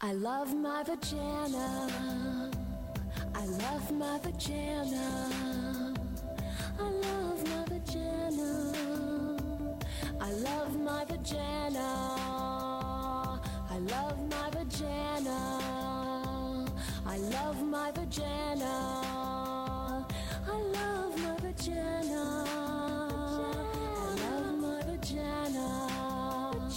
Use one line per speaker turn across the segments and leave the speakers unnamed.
I love my vagina. I love my vagina. I love my vagina. I love my vagina. I love my vagina. I love my vagina. I love my vagina. I love my vagina. Vagina.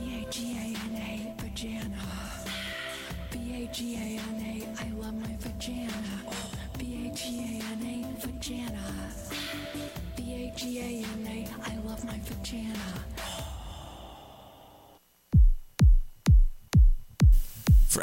B-A-G-A-N-A, vagina. B-A-G-A-N-A, I love my vagina. B-A-G-A-N-A, vagina. B-A-G-A-N-A, I love my vagina.
For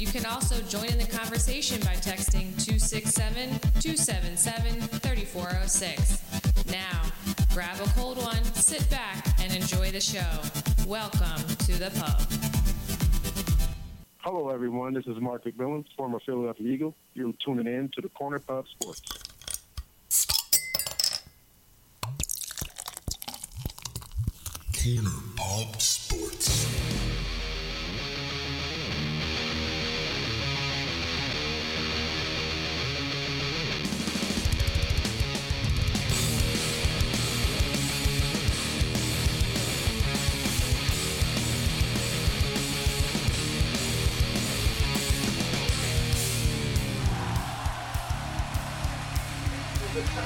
You can also join in the conversation by texting 267 277 3406. Now, grab a cold one, sit back, and enjoy the show. Welcome to the pub.
Hello, everyone. This is Mark McMillan, former Philadelphia Eagle. You're tuning in to the Corner Pub Sports.
Corner Pop Sports.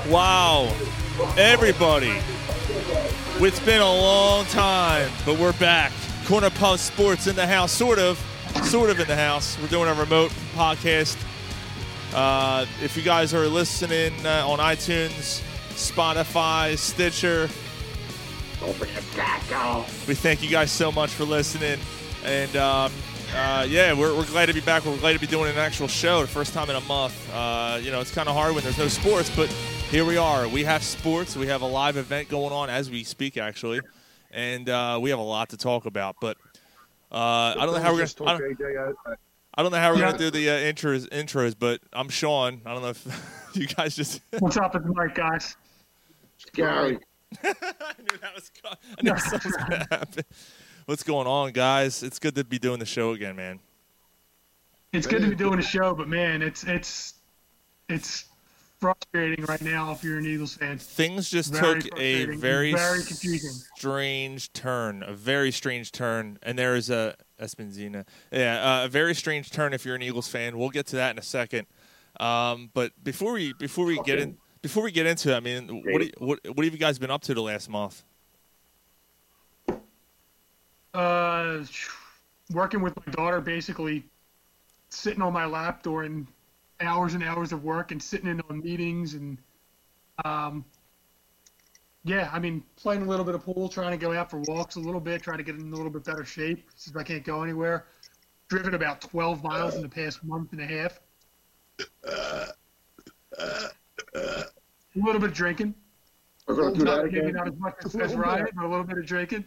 Wow. Everybody. It's been a long time, but we're back. Corner Pub Sports in the house, sort of. Sort of in the house. We're doing a remote podcast. Uh, if you guys are listening uh, on iTunes, Spotify, Stitcher, we thank you guys so much for listening. And um, uh, yeah, we're, we're glad to be back. We're glad to be doing an actual show, the first time in a month. Uh, you know, it's kind of hard when there's no sports, but here we are. We have sports. We have a live event going on as we speak, actually, and uh, we have a lot to talk about. But uh, I don't know how we're gonna. I don't,
JJ, I,
I don't know how we're gonna do the uh, intros. Intros, but I'm Sean. I don't know if you guys just. I
What's up? It's Mike, guys.
Gary,
knew that was. co- I knew something was gonna happen. What's going on, guys? It's good to be doing the show again, man.
It's good to be doing a show, but man, it's it's it's frustrating right now if you're an Eagles fan.
things just
Very
took a
frustrating,
very
very confusing.
strange turn, a very strange turn, and there is a Espenzina, yeah, uh, a very strange turn if you're an Eagles fan. We'll get to that in a second, um, but before we before we get in before we get into, it, I mean, what, do you, what what have you guys been up to the last month?
Uh, working with my daughter, basically sitting on my lap during hours and hours of work and sitting in on meetings and um, yeah, I mean, playing a little bit of pool, trying to go out for walks a little bit, trying to get in a little bit better shape since I can't go anywhere. Driven about 12 miles in the past month and a half. A little bit of drinking.
we're going to do that
Not, maybe
again.
not as much as, as Ryan, but a little bit of drinking.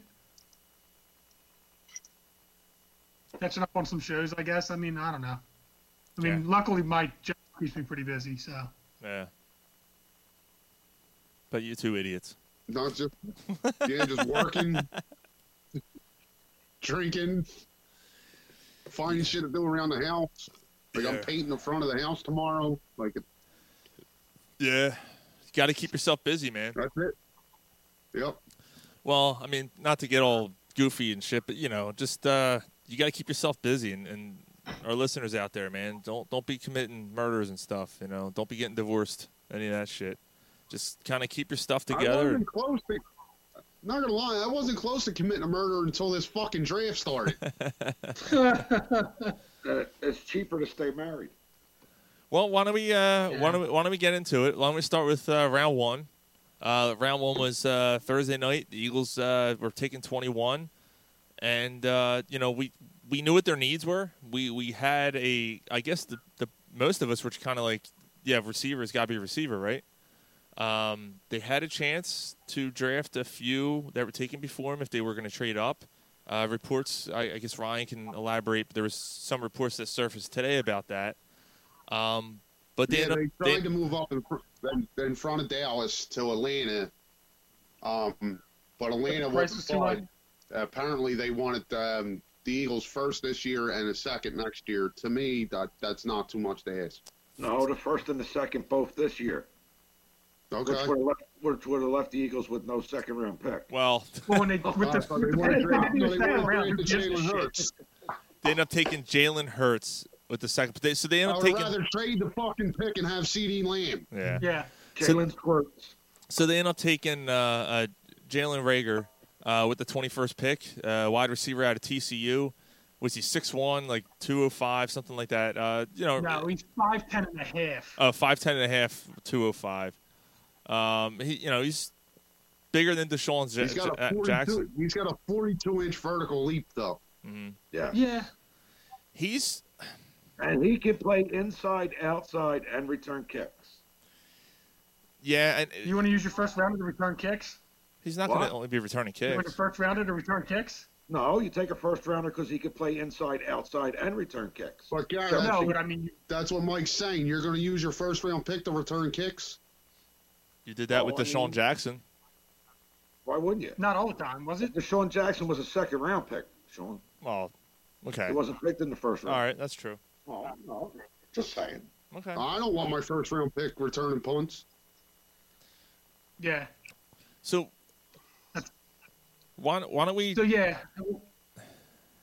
Catching up on some shows, I guess. I mean, I don't know. I mean,
Yeah.
luckily my job keeps me pretty busy, so
Yeah, but you two idiots.
Not just yeah, just working, drinking, finding shit to do around the house. Like
Yeah.
I'm painting the front of the house tomorrow. Like
Yeah, got to keep yourself busy, man.
that's it. Yep.
Well, I mean, not to get all goofy and shit, but you know, just uh, you got to keep yourself busy. And, and our listeners out there, man, don't don't be committing murders and stuff. You know, don't be getting divorced, any of that shit. Just kind of keep your stuff
I
together.
wasn't close to. Not gonna lie, I wasn't close to committing a murder until this fucking draft started.
Uh, it's cheaper to stay married.
Well, why don't we uh, why don't we, why don't we get into it? Why don't we start with uh, round one? Uh, round one was uh, Thursday night. The Eagles uh, were taking 21, and uh, you know we we knew what their needs were. We we had a I guess the, the most of us were kind of like yeah receivers got to be receiver right. Um, they had a chance to draft a few that were taken before them if they were going to trade up. Uh, reports I, I guess Ryan can elaborate. But there was some reports that surfaced today about that. Um, but they,
Yeah,
ended
they
up-
tried to move up in, fr- in, in front of Dallas to Atlanta, um, but Atlanta
price
wasn't
was too high.
fine. Apparently, they wanted um, the Eagles first this year and a second next year. To me, that that's not too much to ask.
No, the first and the second both this year,
Okay.
which would have left, which would have left the Eagles with no second round pick.
well,
Well, when they with the,
Oh, they
with the,
wanted to draft- no, they
second
wanted to
round,
draft
who gives
Jalen
a shit?
Hurts.
they end up taking Jalen Hurts with the second. They, so they end
I
up
would
taking.
rather trade the fucking pick and have CD Lamb.
yeah.
Yeah,
Jalen Squirts.
So they end up taking uh, uh, Jalen Rager uh, with the 21st pick, uh, wide receiver out of TCU. Was he 6'1", like 205, something like that? Uh, you know,
no, he's five ten and a half.
Uh, 5'10 and a half, 205. Um, he, you know, he's bigger than Deshaun Ja-
He's got
Ja- uh,
a 42,
Jackson.
he's got a 42 inch vertical leap though.
Yeah.
Yeah,
He's
and he can play inside, outside, and return kicks.
yeah, and
you want to use your first rounder to return kicks?
he's not going
What?
to only be returning
You want your
kicks.
first rounder to return kicks?
No, you take a first rounder because he can play inside, outside, and return kicks.
But Garrett,
No, but I mean,
that's what Mike's saying. You're going to use your first round pick to return kicks.
You did that with
Oh, I
Deshaun
mean-
Jackson.
Why wouldn't you?
not all the time, was it?
Deshaun Jackson was a second round pick. Sean,
Well, Oh, okay,
he wasn't picked in the first
all
round.
right, that's true.
All right. no, just saying.
Okay.
I don't want my first round pick returning punts.
Yeah.
So why why don't we?
So yeah.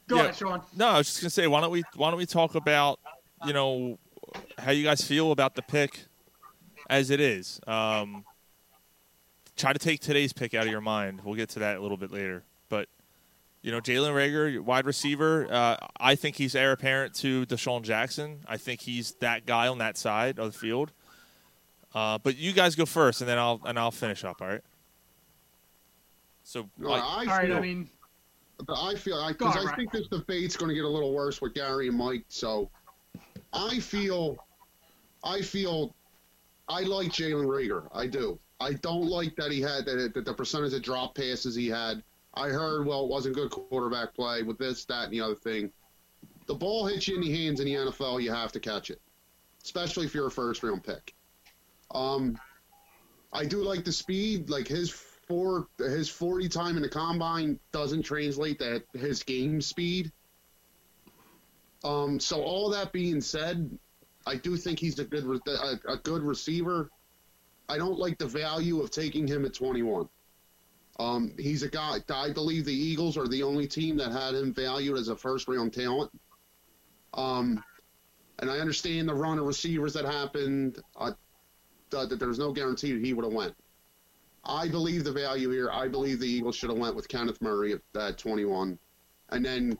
Go
Yeah.
ahead, Sean.
No, I was just gonna say why don't we why don't we talk about you know how you guys feel about the pick as it is. Um, try to take today's pick out of your mind. We'll get to that a little bit later, but. You know, Jalen Rager, wide receiver. Uh, I think he's heir apparent to Deshaun Jackson. I think he's that guy on that side of the field. Uh, but you guys go first, and then I'll and I'll finish up. All right. So
No,
like-
I
All right.
feel,
I mean,
I feel
Go
because
on,
I
Ryan.
think this debate's going to get a little worse with Gary and Mike. So I feel, I feel, I like Jalen Rager. I do. I don't like that he had that, that the percentage of drop passes he had. I heard, well, it wasn't good quarterback play with this, that, and the other thing. The ball hits you in the hands in the NFL. You have to catch it, especially if you're a first round pick. Um, I do like the speed. Like his four, his forty time in the combine doesn't translate that his game speed. Um. So all that being said, I do think he's a good re- a, a good receiver. I don't like the value of taking him at twenty one. Um, he's a guy. I believe the Eagles are the only team that had him valued as a first round talent. Um, and I understand the run of receivers that happened. I, uh, that there's no guarantee that he would have went. I believe the value here. I believe the Eagles should have went with Kenneth Murray at uh, 21, and then,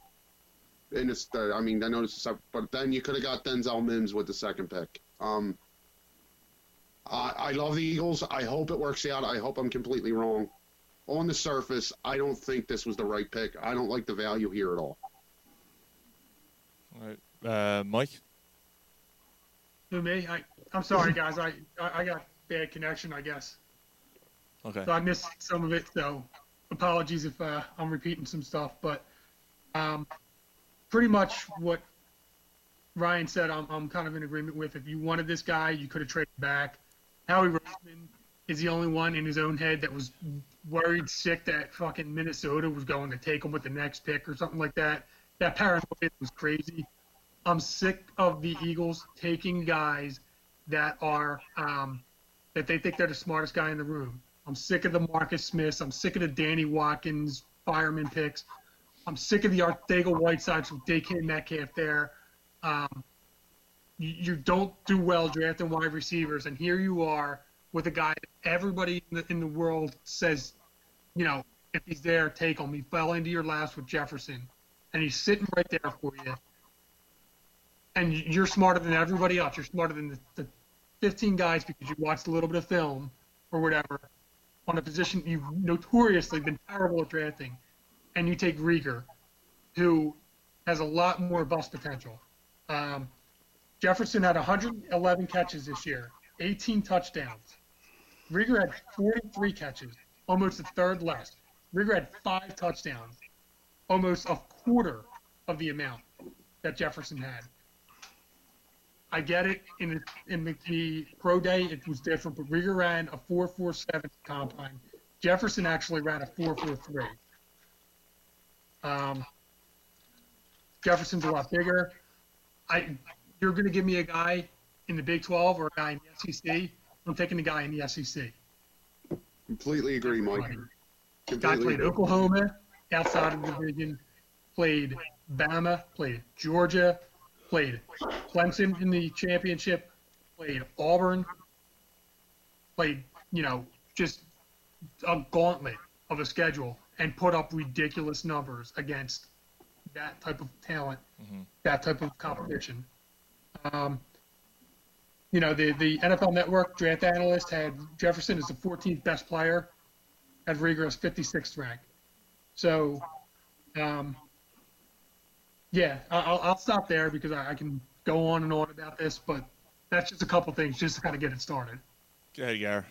and it's uh, I mean I know this is sep- but then you could have got Denzel Mims with the second pick. Um, I, I love the Eagles. I hope it works out. I hope I'm completely wrong. On the surface, I don't think this was the right pick. I don't like the value here at all.
all right. Uh, Mike.
to me, I, I'm sorry, guys. I, I I got bad connection, I guess.
Okay.
So I missed some of it. So apologies if uh, I'm repeating some stuff, but um, pretty much what Ryan said, I'm, I'm kind of in agreement with. If you wanted this guy, you could have traded back. Howie Roseman is the only one in his own head that was worried sick that fucking Minnesota was going to take him with the next pick or something like that. That paranoia was crazy. I'm sick of the Eagles taking guys that are um, that they think they're the smartest guy in the room. I'm sick of the Marcus Smiths. I'm sick of the Danny Watkins fireman picks. I'm sick of the Arthago Whitesides with DK Metcalf there. Um, you, you don't do well drafting wide receivers, and here you are with a guy that everybody in the, in the world says, you know, if he's there, take him. He fell into your laps with Jefferson, and he's sitting right there for you. and y- you're smarter than everybody else. You're smarter than the, the 15 guys because you watched a little bit of film or whatever on a position you've notoriously been terrible at drafting, and you take Rieger, who has a lot more bust potential. Um, Jefferson had 111 catches this year, 18 touchdowns. Rieger had 43 catches, almost a third less. Rieger had five touchdowns, almost a quarter of the amount that Jefferson had. I get it. In the, in the, the pro day, it was different, but Rieger ran a 4.47 combine. Jefferson actually ran a 4.43. Um, Jefferson's a lot bigger. I, you're going to give me a guy in the Big 12 or a guy in the SEC. I'm taking the guy in the E SEC.
Completely agree, Mike.
Guy
Completely
played
agree.
Oklahoma outside of the division, played Bama, played Georgia, played Clemson in the championship, played Auburn, played, you know, just a gauntlet of a schedule and put up ridiculous numbers against that type of talent, that type of competition. Um, you know, the, the NFL Network draft analyst had Jefferson as the 14th best player had Rigorous 56th rank. So, um, yeah, I- I'll, I'll stop there because I, I can go on and on about this, but that's just a couple things just to kind of get it started.
Go ahead, Gar.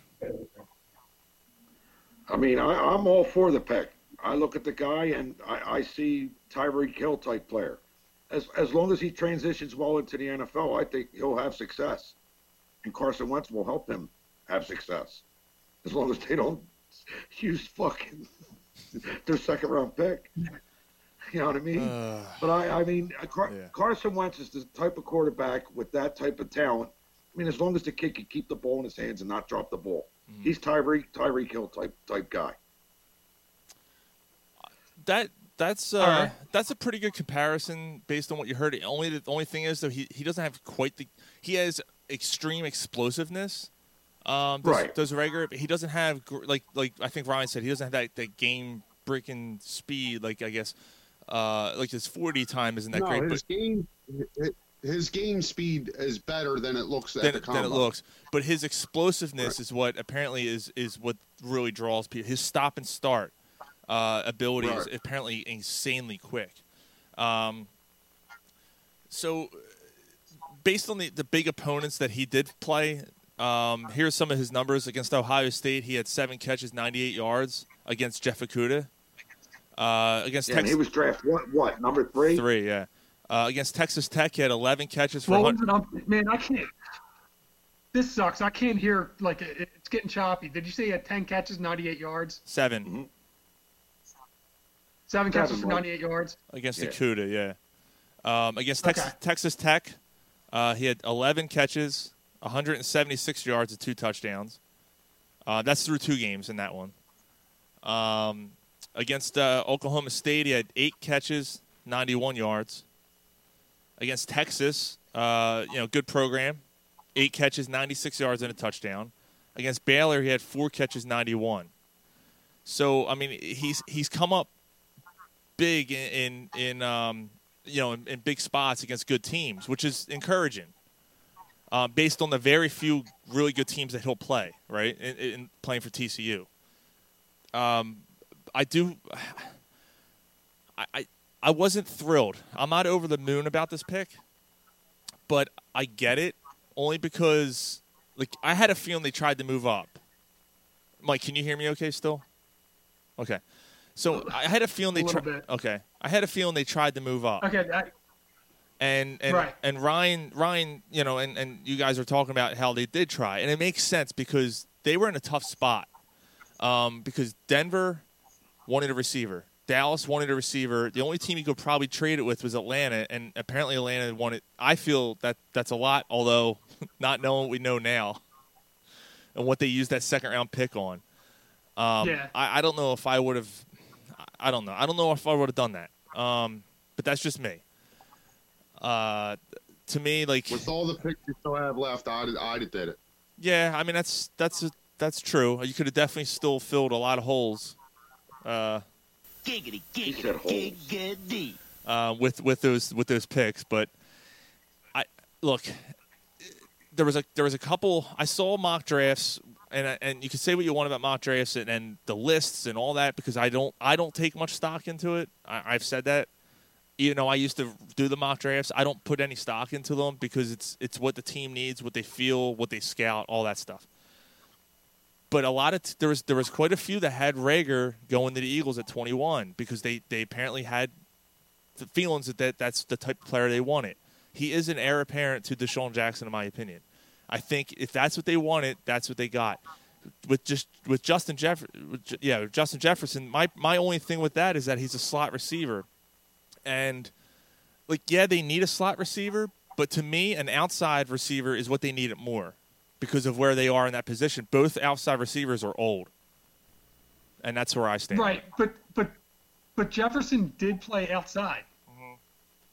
I mean, I, I'm all for the pick. I look at the guy and I, I see Tyreek Hill type player. As as long as he transitions well into the NFL, I think he'll have success, and Carson Wentz will help him have success, as long as they don't use fucking their second round pick. You know what I mean? but I, I mean, uh, Car-
Yeah.
Carson Wentz is the type of quarterback with that type of talent. I mean, as long as the kid can keep the ball in his hands and not drop the ball, he's Tyreek Tyreek Hill type type guy.
that that's uh,
right.
that's a pretty good comparison based on what you heard. Only the only thing is though he he doesn't have quite the he has extreme explosiveness. Um, does,
Right.
Does Rager, but he doesn't have gr- like like I think Ryan said he doesn't have that that game breaking speed. Like I guess uh like his forty time isn't that
No,
great,
his
but
game, hi- his game speed is better than it looks at
than,
the
it- than
combine.
it looks. But his explosiveness is what apparently is is what really draws people. His stop and start uh, ability is
Right.
apparently insanely quick. Um, so, uh, based on the, the big opponents that he did play, um, here's some of his numbers against Ohio State. He had seven catches, 98 yards against Jeff Okuda. Uh, against
Yeah, and
Texas
he was draft what what number three?
three, yeah. Uh, against Texas Tech, he had 11 catches for
Well,
100
man, I can't. This sucks. I can't hear, like, it- it's getting choppy. Did you say he had 10 catches, 98 yards?
seven
Seven catches
Seven,
for
right.
98 yards?
against
Yeah.
Akuda, yeah. Um, against Texas,
Okay.
Texas Tech, uh, he had 11 catches, 176 yards, and two touchdowns. Uh, that's through two games in that one. Um, against uh, Oklahoma State, he had eight catches, 91 yards. Against Texas, uh, you know, good program, eight catches, 96 yards, and a touchdown. Against Baylor, he had four catches, 91. So I mean, he's he's come up big in in, in um, you know in, in big spots against good teams, which is encouraging. Uh, based on the very few really good teams that he'll play, right, in, in playing for TCU. Um, I do. I, I I wasn't thrilled. I'm not over the moon about this pick, but I get it only because like I had a feeling they tried to move up. Mike, can you hear me? Okay, still. Okay, so I had a feeling they
A little
tried.
bit.
Okay, I had a feeling they tried to move up
Okay, I,
and and
Right.
and Ryan Ryan you know and and you guys are talking about how they did try and it makes sense because they were in a tough spot um, because Denver wanted a receiver Dallas wanted a receiver the only team you could probably trade it with was Atlanta and apparently Atlanta wanted I feel that that's a lot although not knowing what we know now and what they used that second round pick on um,
Yeah.
I, I don't know if I would have I I don't know I don't know if I would have done that um, but that's just me uh, to me, like,
With all the picks you still have left, I'd, I'd have did it.
yeah, I mean that's that's that's true. You could have definitely still filled a lot of holes uh,
Giggity,
He said holes.
giggity, giggity.
uh, with with those with those picks, but I, look, there was a there was a couple. I saw mock drafts, and I- and you can say what you want about mock drafts and, and the lists and all that because I don't I don't take much stock into it. I, I've said that. You know, I used to do the mock drafts. I don't put any stock into them because it's it's what the team needs, what they feel, what they scout, all that stuff. But a lot of t- there was there was quite a few that had Rager going to the Eagles at 21 because they they apparently had the feelings that, that that's the type of player they wanted. He is an heir apparent to Deshaun Jackson, in my opinion. I think if that's what they wanted, that's what they got. With just with Justin Jeff, with Ju- yeah, with Justin Jefferson. My my only thing with that is that he's a slot receiver, and like yeah, they need a slot receiver, but to me, an outside receiver is what they needed more because of where they are in that position. Both outside receivers are old, and that's where I stand.
Right, but but but Jefferson did play outside.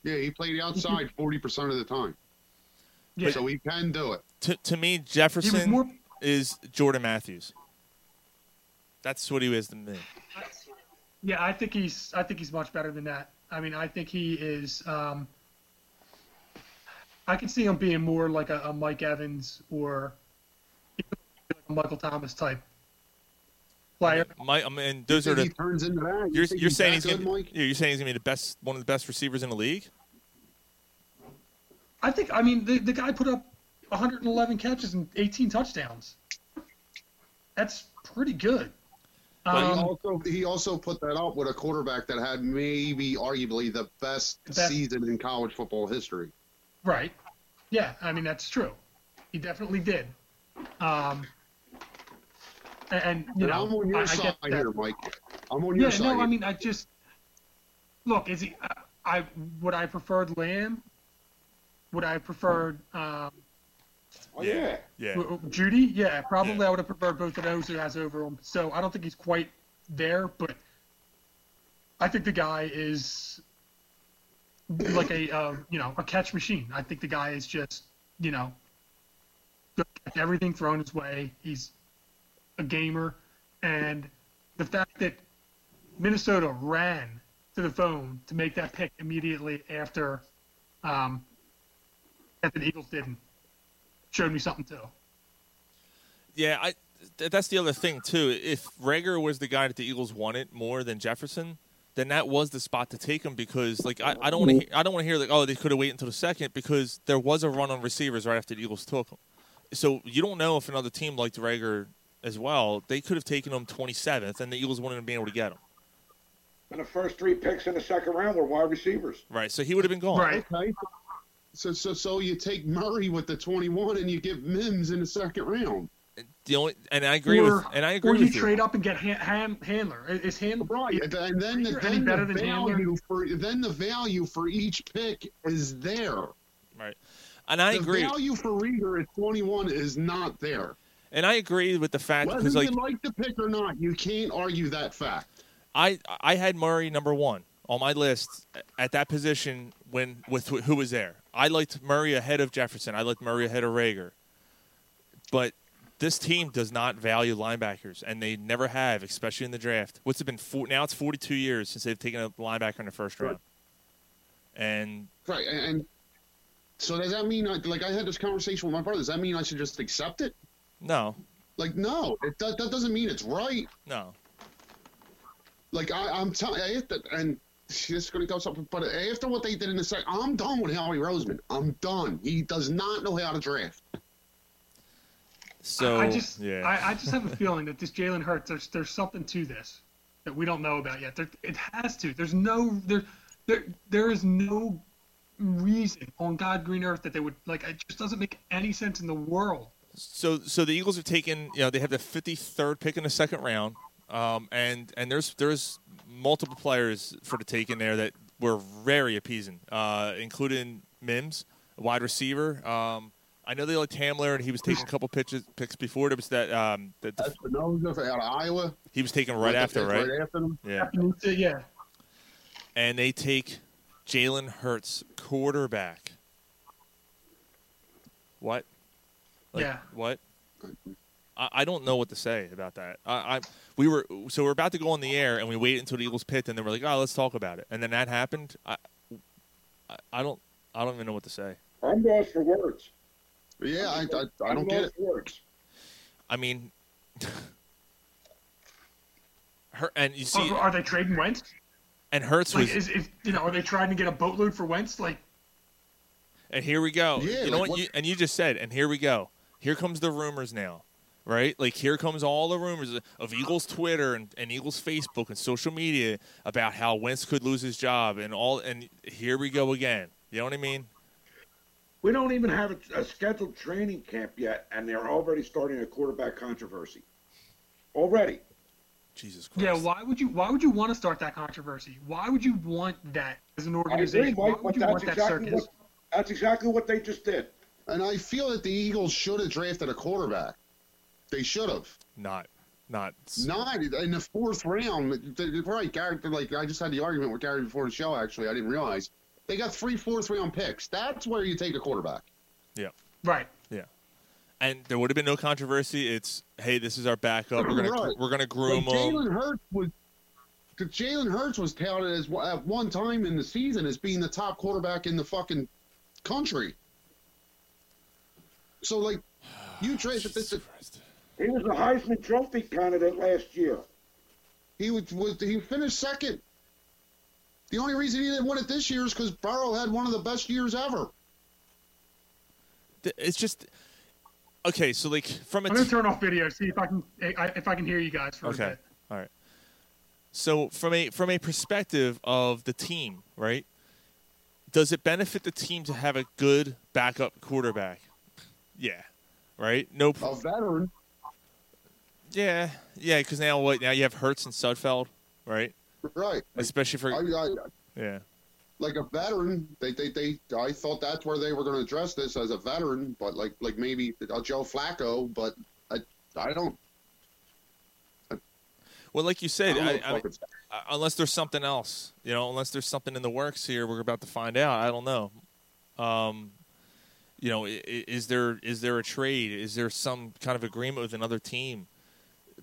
Yeah, he played outside 40% of the time.
Yeah,
So he can do it.
To, to me, Jefferson
more-
is Jordan Matthews. That's what he is to me.
yeah, I think he's I think he's much better than that. I mean, I think he is. Um, I can see him being more like a, a Mike Evans or a Michael Thomas type player.
My, I mean, those are
he
the.
turns into that. You
You're,
think
you're saying
that
he's
good,
gonna,
Mike?
you're saying he's gonna be the best, one of the best receivers in the league.
I think. I mean, the, the guy put up 111 catches and 18 touchdowns. That's pretty good.
But he
Um,
also he also put that up with a quarterback that had maybe arguably the best,
Best.
season in college football history.
Right. Yeah, I mean that's true. He definitely did. Um, a- and, you
And
know,
I'm on your
I, I
side
get that.
here, Mike. I'm on your
Yeah,
side.
no,
here.
I mean I just look. Is he? I, I would I have preferred Lamb? Would I have preferred um,
Oh, yeah.
Yeah,
w- w- Judy? Yeah, probably
Yeah.
I would have preferred both of those who has over him. So I don't think he's quite there, but I think the guy is like a uh, you know a catch machine. I think the guy is just you know gonna catch everything thrown his way. He's a gamer, and the fact that Minnesota ran to the phone to make that pick immediately after um, after the Eagles didn't showed me something too.
yeah. I, th- that's the other thing too. If Rager was the guy that the Eagles wanted more than Jefferson, then that was the spot to take him because, like, I, I don't want to. I don't want to hear like, oh, they could have waited until the second because there was a run on receivers right after the Eagles took him. So you don't know if another team liked Rager as well. They could have taken him 27th, and the Eagles wouldn't have been able to get him.
And the first three picks in the second round were wide receivers.
Right. So he would have been gone.
Right.
Okay. So, so, so you take Murray with the 21 and you give Mims in the second round.
The only and I agree
or,
with and I
or
agree
you
with you.
trade up and get Han, Han, Handler. Is- Is Handler
Right. And then, then, the,
Rager any
then,
better
the
than Handler?
value for, then the value for each pick is there.
Right. And I
the
agree.
value for Rieger at 21 is not there.
and I agree with the fact
Whether
because like
you like the pick or not, you can't argue that fact.
I I had Murray number one on my list at that position when with who was there. I liked Murray ahead of Jefferson. I liked Murray ahead of Rager. But this team does not value linebackers, and they never have, especially in the draft. What's it been? Four, now it's 42 years since they've taken a linebacker in the first round. And
Right. And, and so does that mean, I, like, I had this conversation with my brother. Does that mean I should just accept it?
no,
Like, no, it, that, that doesn't mean it's right.
no,
Like I, I'm telling, and this is going to go something. But after what they did in the second, I'm done with Howie Roseman. I'm done. He does not know how to draft.
so
I just,
yeah.
I, I just have a feeling that this Jalen Hurts, there's, there's something to this that we don't know about yet. There, it has to. There's no, there, there, there is no reason on God green earth that they would like. It just doesn't make any sense in the world.
So, so the Eagles have taken, you know, they have the 53rd pick in the second round, um, and and there's there's multiple players for the take in there that were very appeasing, uh, including Mims, a wide receiver. Um, I know they liked Hamler, and he was taking a couple pitches picks before. There was that um, that the,
Spinoza out of Iowa,
he was taken right after, right?
Right after them.
Yeah,
So, Uh, yeah.
and they take Jalen Hurts, quarterback. What?
Yeah.
What? I, I don't know what to say about that. I, I we were so we are about to go on the air, and we waited until the Eagles picked, and then we're like, oh, let's talk about it, and then that happened. I I, I don't I don't even know what to say.
I, I'm lost for words.
Yeah, I, I, I
I'm
don't get
lost
it.
for Words.
I mean, her and you see,
Are, Oh, are they trading Wentz?
and Hertz
Like,
was,
is, is you know, are they trying to get a boatload for Wentz? Like,
and here we go.
Yeah,
you know
like
what?
what-
You, and you just said, and here we go. Here comes the rumors now, right? Like here comes all the rumors of Eagles Twitter and, and Eagles Facebook and social media about how Wentz could lose his job and all. And here we go again. You know what I mean?
We don't even have a, a scheduled training camp yet, and they're already starting a quarterback controversy. Already.
Jesus Christ.
yeah, why would you? Why would you want to start that controversy? Why would you want that as an
I agree,
organization? Why would
Mike, but
you
that's
want that
exactly,
circus?
what, that's exactly what they just did.
And I feel that the Eagles should have drafted a quarterback. They should have.
Not, not.
Not in the fourth round. They- they're Right, Gary. Like I just had the argument with Gary before the show. Actually, I didn't realize they got three fourth round picks. That's where you take a quarterback.
Yeah.
Right.
Yeah. And there would have been no controversy. It's hey, this is our backup. We're gonna
Right.
we're gonna groom
Like,
him.
Jalen Hurts was. 'cause Jalen Hurts was touted as at one time in the season as being the top quarterback in the fucking country. So like, you trace it. This
He was a Heisman Trophy candidate last year.
he was, was he finished second. The only reason he didn't win it this year is because Burrow had one of the best years ever.
Th- It's just okay. So like from a
I'm gonna
t-
turn off video. See if I can I- if I can hear you guys for a
okay,
bit.
all right. So from a from a perspective of the team, right? Does it benefit the team to have a good backup quarterback? Yeah, right. No,
A veteran.
yeah, yeah. Because now what? Now you have Hertz and Sudfeld, right?
Right.
Especially
I,
for
I,
yeah.
like a veteran, they, they, they, I thought that's where they were going to address this as a veteran, but like, like maybe a Joe Flacco, but I, I don't,
Well, like you
I
said,
don't know
I,
if
I mean,
fucking-
Uh, unless there's something else, you know, unless there's something in the works here, we're about to find out. I don't know. Um, you know, is, is there is there a trade? Is there some kind of agreement with another team?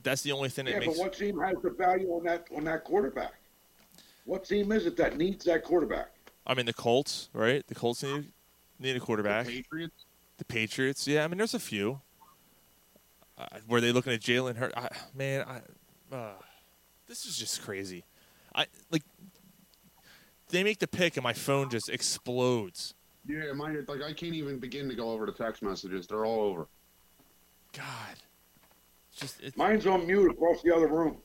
That's the only thing that
Yeah, but
makes.
what team has the value on that on that quarterback? What team is it that needs that quarterback?
I mean, the Colts, right? The Colts need need a quarterback.
Patriots.
The Patriots, yeah. I mean, there's a few. Uh, were they looking at Jalen Hurt? I, man, I, uh, this is just crazy. I like. They make the pick, and my phone just explodes.
Yeah, mine, like I can't even begin to go over the text messages. They're all over.
God, It's just it,
Mine's on mute across the other room.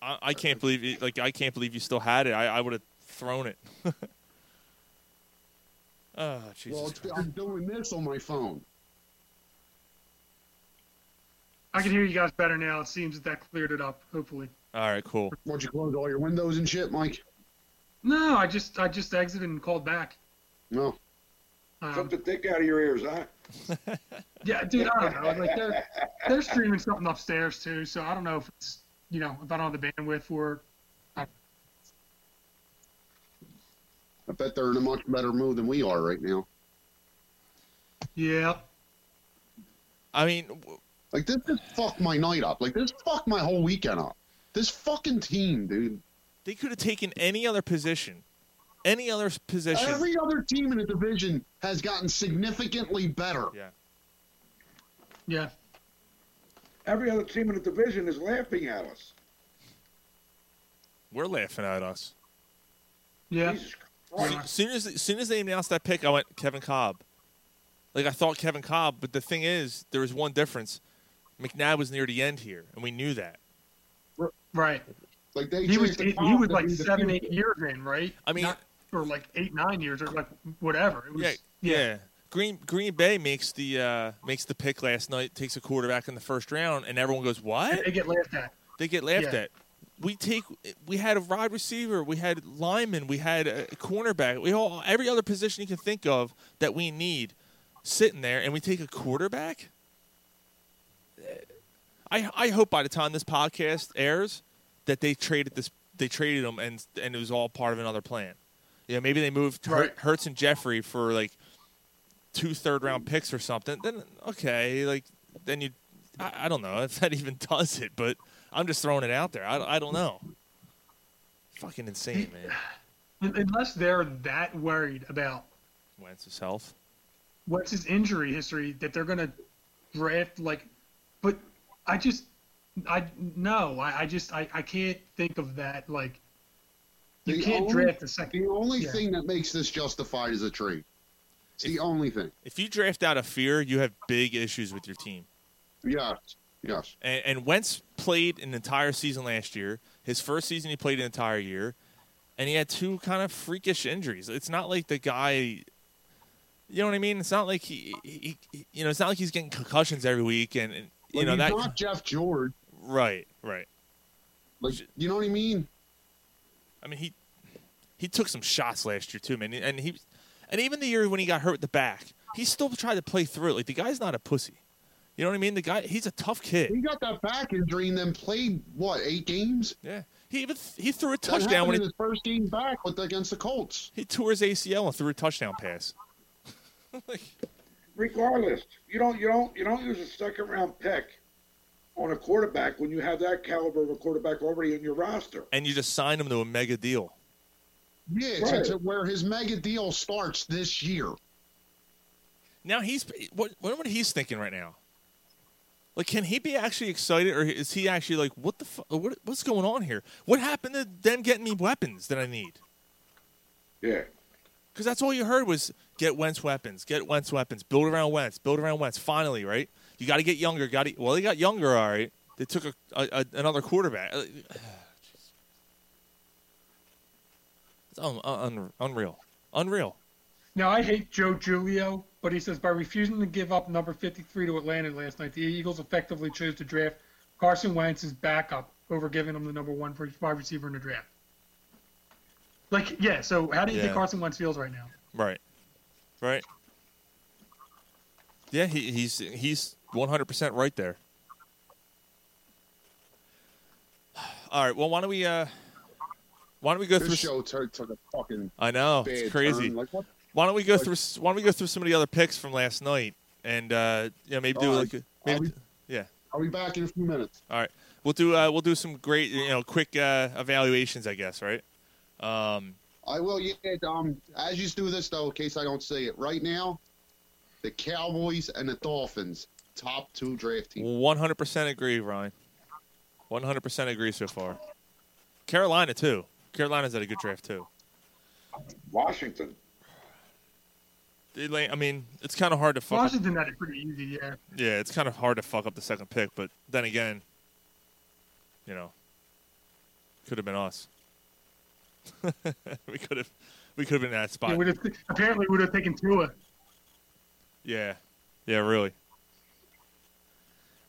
I, I can't believe it, like I can't believe you still had it. I, I would have thrown it. oh Jesus!
well,
Christ.
I'm doing this on my phone.
I can hear you guys better now. It seems that that cleared it up. Hopefully.
All right, cool.
Why'd you close all your windows and shit, Mike?
No, I just I just exited and called back.
No.
Um,
Took the dick out of your ears, huh?
yeah, dude, I don't know. Like they're they're streaming something upstairs too, so I don't know if it's you know if I don't have the bandwidth or
I bet they're in a much better mood than we are right now.
yeah.
I mean, w-
Like this just fucked my night up. Like this fucked my whole weekend up. This fucking team, dude.
they could have taken any other position, any other s- position.
Every other team in the division has gotten significantly better.
yeah,
Yeah.
Every other team in the division is laughing at us.
we're laughing at us.
Yeah.
Jesus Christ.
As soon as soon as they announced that pick, I went Kevin Cobb. Like I thought Kevin Cobb, but the thing is, there was one difference. McNabb was near the end here, and we knew that.
Right.
Like they
He was
chased the
he, he
top
was
to
like
be the
seven,
future.
eight years in, right?
I mean-
Not, or like eight, nine years, or like whatever. It was,
Yeah, yeah. Green Green Bay makes the uh, makes the pick last night, takes a quarterback in the first round, and everyone goes, "What?"
They get laughed at.
They get laughed
Yeah.
at. We take we had a wide receiver, we had lineman, we had a cornerback, we all every other position you can think of that we need sitting there, and we take a quarterback. I I hope by the time this podcast airs that they traded this they traded him and and it was all part of another plan. Yeah, maybe they moved Hur-
Right.
Hurts and Jeffrey for like two third round picks or something. Then okay, like then you I, I don't know if that even does it, but I'm just throwing it out there. I, I don't know. Fucking insane, man.
Un- Unless they're that worried about
Wentz's health.
what's his injury history that they're gonna draft like but I just I no, I, I just I, I can't think of that like you
The
can't
only-
draft a second
The only
Yeah.
thing that makes this justified is a trade. It's the only thing.
If you draft out of fear, you have big issues with your team.
Yes. Yes.
And, and Wentz played an entire season last year. His first season, he played an entire year, and he had two kind of freakish injuries. It's not like the guy, you know what I mean? It's not like he, he, he- you know, it's not like he's getting concussions every week, and, and you
Like,
know
he's
that.
not Jeff Jordan.
right, right.
Like you know what I mean?
I mean, he he took some shots last year too, man. And he and even the year when he got hurt with the back, he still tried to play through it. Like the guy's not a pussy. You know what I mean? The guy, he's a tough kid.
He got that back injury and then played what eight games?
Yeah. He even he threw a
That
touchdown
happened
when
in
he,
his first game back with against the Colts.
he tore his ACL and threw a touchdown pass. like,
Regardless, you don't you don't you don't use a second round pick on a quarterback when you have that caliber of a quarterback already in your roster.
and you just signed him to a mega deal.
Yeah, it's,
Right.
it's where his mega deal starts this year.
Now he's what what what he's thinking right now. Like, can he be actually excited, or is he actually like, what the fuck? What, what's going on here? What happened to them getting me weapons that I need?
Yeah.
Because that's all you heard was get Wentz weapons, get Wentz weapons, build around Wentz, build around Wentz. Finally, right? You got to get younger. Got to, well, they got younger, all right. They took a, a, a another quarterback. Uh, jeez. It's un, un, un- unreal, unreal.
Now I hate Joe Giulio, but he says by refusing to give up number 53 to Atlanta last night, the Eagles effectively chose to draft Carson Wentz as backup over giving him the number one re- wide receiver in the draft. Like, yeah. So how do you
Yeah.
think Carson Wentz feels right now?
Right, right. Yeah, he, he's he's one hundred percent right there. All right. Well, why don't we uh, why don't we go through?
This show took, took a fucking
I know
bad
Oh, it's crazy.
turn. Like what?
Why don't we go through? Why don't we go through some of the other picks from last night, and uh, you know, maybe do
All right.
like a- maybe,
Are
yeah.
I'll be back in a few minutes.
All right, we'll do uh, we'll do some great you know quick uh, evaluations, I guess, right? Um,
I will. Yeah. Um. As you do this though, in case I don't say it right now, the Cowboys and the Dolphins top two draft teams.
one hundred percent agree, Ryan. One hundred percent agree so far. Carolina too. Carolina's had a good draft too.
Washington.
They la- I mean, it's kind of hard to fuck. up-
Washington had it pretty easy. Yeah.
Yeah, it's kind of hard to fuck up the second pick, but then again, you know, could have been us. we could have, we could have been in that spot.
It would have, apparently, would have taken Tua.
Yeah. Yeah, really.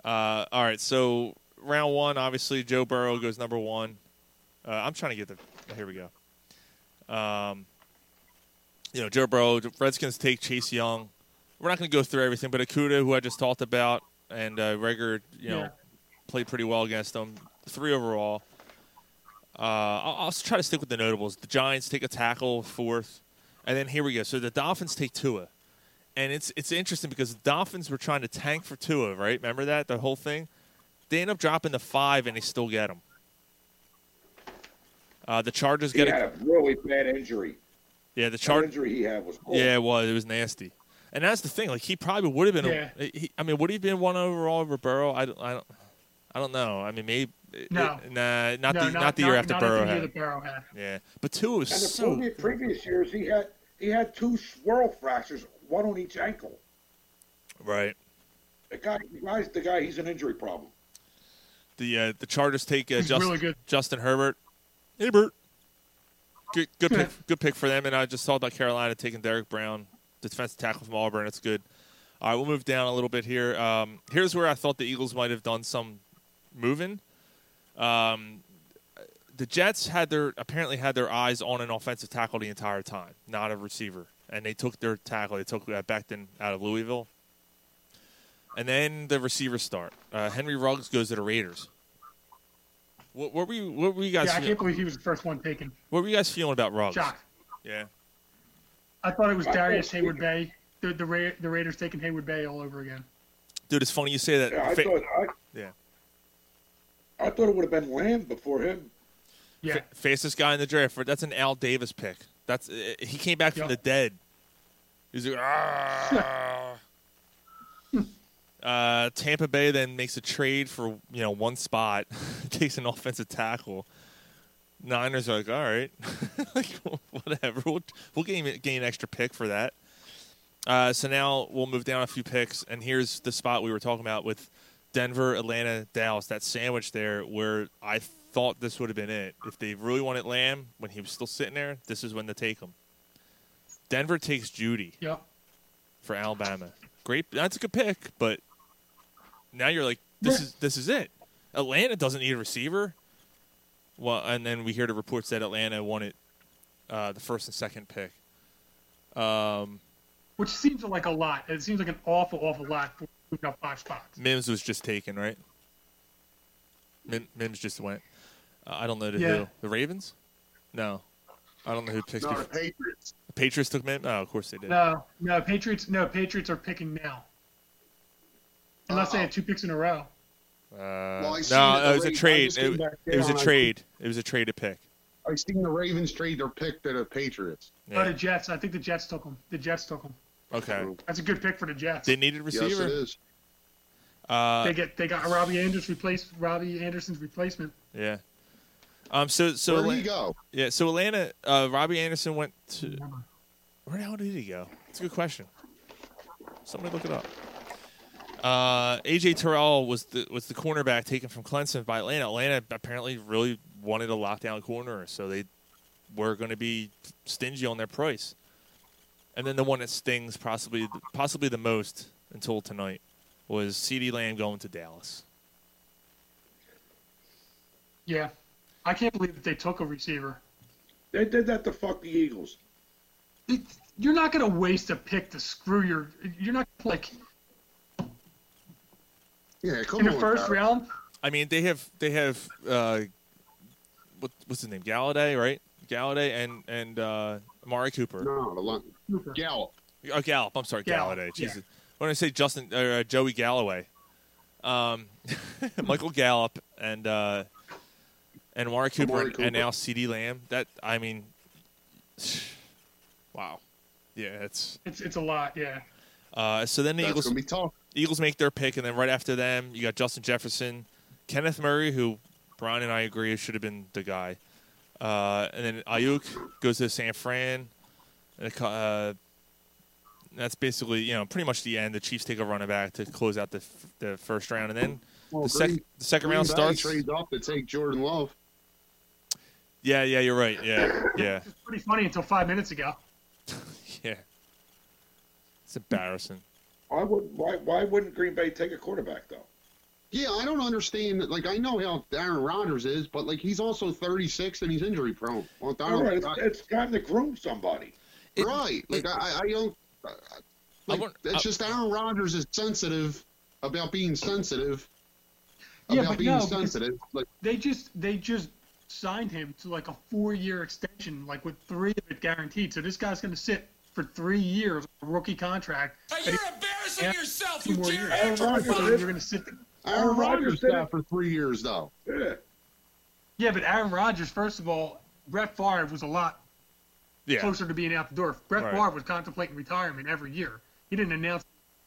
Uh, all right, so round one, obviously, Joe Burrow goes number one. Uh, I'm trying to get the. Here we go. Um, you know, Joe Burrow, the Redskins take Chase Young. We're not going to go through everything, but Akuda, who I just talked about, and uh, Rager, you know,
Yeah.
played pretty well against them. Three overall. Uh, I'll, I'll try to stick with the notables. The Giants take a tackle fourth, and then here we go. So the Dolphins take Tua and it's it's interesting because the Dolphins were trying to tank for Tua, right? Remember that the whole thing. They end up dropping the five, and they still get him. Uh, the Chargers
He
get
had
a,
a really bad injury.
yeah the
That
Chargers
injury he had was cold.
yeah it was it was nasty, and that's the thing. Like he probably would have been. a- he, I mean, would he have been one overall over Burrow? I don't. I don't. I don't know. I mean, maybe.
No.
Nah, not
No,
the not, the year after
not
Burrow
the year
had.
that Burrow had.
Yeah, but Tua was
And the
so
previous, previous years he had he had two swirl fractures, one on each ankle.
right.
The guy the guy's the guy he's an injury problem.
The uh, the Chargers take uh,
He's
Justin,
really good.
Justin Herbert. Herbert. Good good pick good pick for them. And I just talked about Carolina taking Derek Brown, defensive tackle from Auburn. That's good. All right, we'll move down a little bit here. Um, here's where I thought the Eagles might have done some moving. Um, the Jets had their apparently had their eyes on an offensive tackle the entire time, not a receiver, and they took their tackle. They took uh, Becton out of Louisville, and then the receivers start. Uh, Henry Ruggs goes to the Raiders. What, what were you? What were you guys?
Yeah, I
feel-
can't believe he was the first one taken.
what were you guys feeling about Ruggs?
Shocked.
Yeah,
I thought it was
I think-
Darius Hayward Bay. The the, Ra- the Raiders taking Hayward Bay all over again.
dude, it's funny you say that.
Yeah, I
Fa-
thought I,
yeah.
I thought it would have been Lamb before him.
Yeah.
Fa- fastest guy in the draft. That's an Al Davis pick. That's uh, he came back from
Yep.
the dead. He's like, "Ah." uh, Tampa Bay then makes a trade for you know one spot, takes an offensive tackle. Niners are like, all right, like whatever, we'll we'll gain gain an extra pick for that. Uh, so now we'll move down a few picks, and here's the spot we were talking about with Denver, Atlanta, Dallas. That sandwich there, where I thought this would have been it. If they really wanted Lamb when he was still sitting there, this is when to take him. Denver takes Judy
Yep.
for Alabama. Great, that's a good pick, but now you're like, this is this is it. Atlanta doesn't need a receiver. Well, and then we hear the reports that Atlanta wanted uh, the first and second pick.
Which seems like a lot. It seems like an awful, awful lot for moving up five spots.
Mims was just taken, right? Mim, Mims just went. Uh, I don't know to
Yeah.
who. The Ravens? No, I don't know who picks.
No, the
before-
Patriots.
The Patriots took Mims. Oh, of course they did.
No, no, Patriots. No, Patriots are picking now. Unless they
Uh-oh.
had two picks in a row.
Uh,
Well, I see that
no,
the
it was a
Ravens- I
trade.
just came
It,
back
it was a
down. I-
trade. It was a trade to pick.
I seen the Ravens trade their pick to the Patriots.
Oh, the
Yeah.
Jets. I think the Jets took them. The Jets took them.
Okay.
That's a good pick for the Jets.
They needed receiver.
Yes, it is.
they get they got Robbie Anderson replaced Robbie Anderson's replacement.
Yeah. Um. So so
Where
Atla-
do you go?
yeah. So Atlanta. Uh. Robbie Anderson went to
Remember.
where the hell did he go? It's a good question. Somebody look it up. Uh. AJ Terrell was the was the cornerback taken from Clemson by Atlanta. Atlanta apparently really wanted a lockdown corner, so they were going to be stingy on their price. And then the one that stings possibly possibly the most until tonight was C.D. Lamb going to Dallas.
Yeah, I can't believe that they took a receiver.
They did that to fuck the Eagles.
It, you're not going to waste a pick to screw your. You're not like
Yeah, come
in the
on.
first
Barry.
round.
I mean, they have they have uh, what, what's his name? Galladay, right? Galladay and and uh, Amari Cooper.
No, the Lon- Gallup.
Oh, Gallup. I'm sorry,
Gallup,
Galladay.
yeah.
Jesus. When I say Justin or uh, Joey Galloway, um, Michael Gallup and uh, and Amari Cooper,
Amari
and- and now
Cooper.
C.D. Lamb. That I mean, wow. Yeah, it's
It's it's a lot. Yeah,
uh, so then the
That's
Eagles
gonna be tough.
Eagles make their pick, and then right after them, you got Justin Jefferson, Kenneth Murray, who Brian and I agree should have been the guy, uh, and then Ayuk goes to San Fran. and it co- Uh, that's basically you know pretty much the end. The Chiefs take a running back to close out the f- the first round, and then the, sec-
Green-
the second
Green
round
Bay
starts.
trades up to take Jordan Love.
Yeah, yeah, you're right. Yeah, yeah,
it's pretty funny until five minutes ago.
yeah. It's embarrassing.
Why would why why wouldn't Green Bay take a quarterback though?
Yeah, I don't understand. Like, I know how Aaron Rodgers is, but like, he's also 36 and he's injury prone. Well, I
All
don't,
right, it's,
I-
it's time to groom somebody.
right? Like, I, I don't. I- I- Like,
wonder-
it's
I-
just Aaron Rodgers is sensitive about being sensitive.
Yeah,
about
but
being
no, because-
sensitive. Like,
They just they just signed him to like a four-year extension, like with three of it guaranteed. So this guy's going to sit for three years on a rookie contract. But you're embarrassing yourself, you
Aaron Rodgers
You're
is-
going to sit.
Aaron Rodgers
Rodgers
did
did
that
it.
for three years, though.
Yeah.
Yeah, but Aaron Rodgers, first of all, Brett Favre was a lot
Yeah,
closer to being out the door. Brett
Right.
Favre was contemplating retirement every year. He didn't announce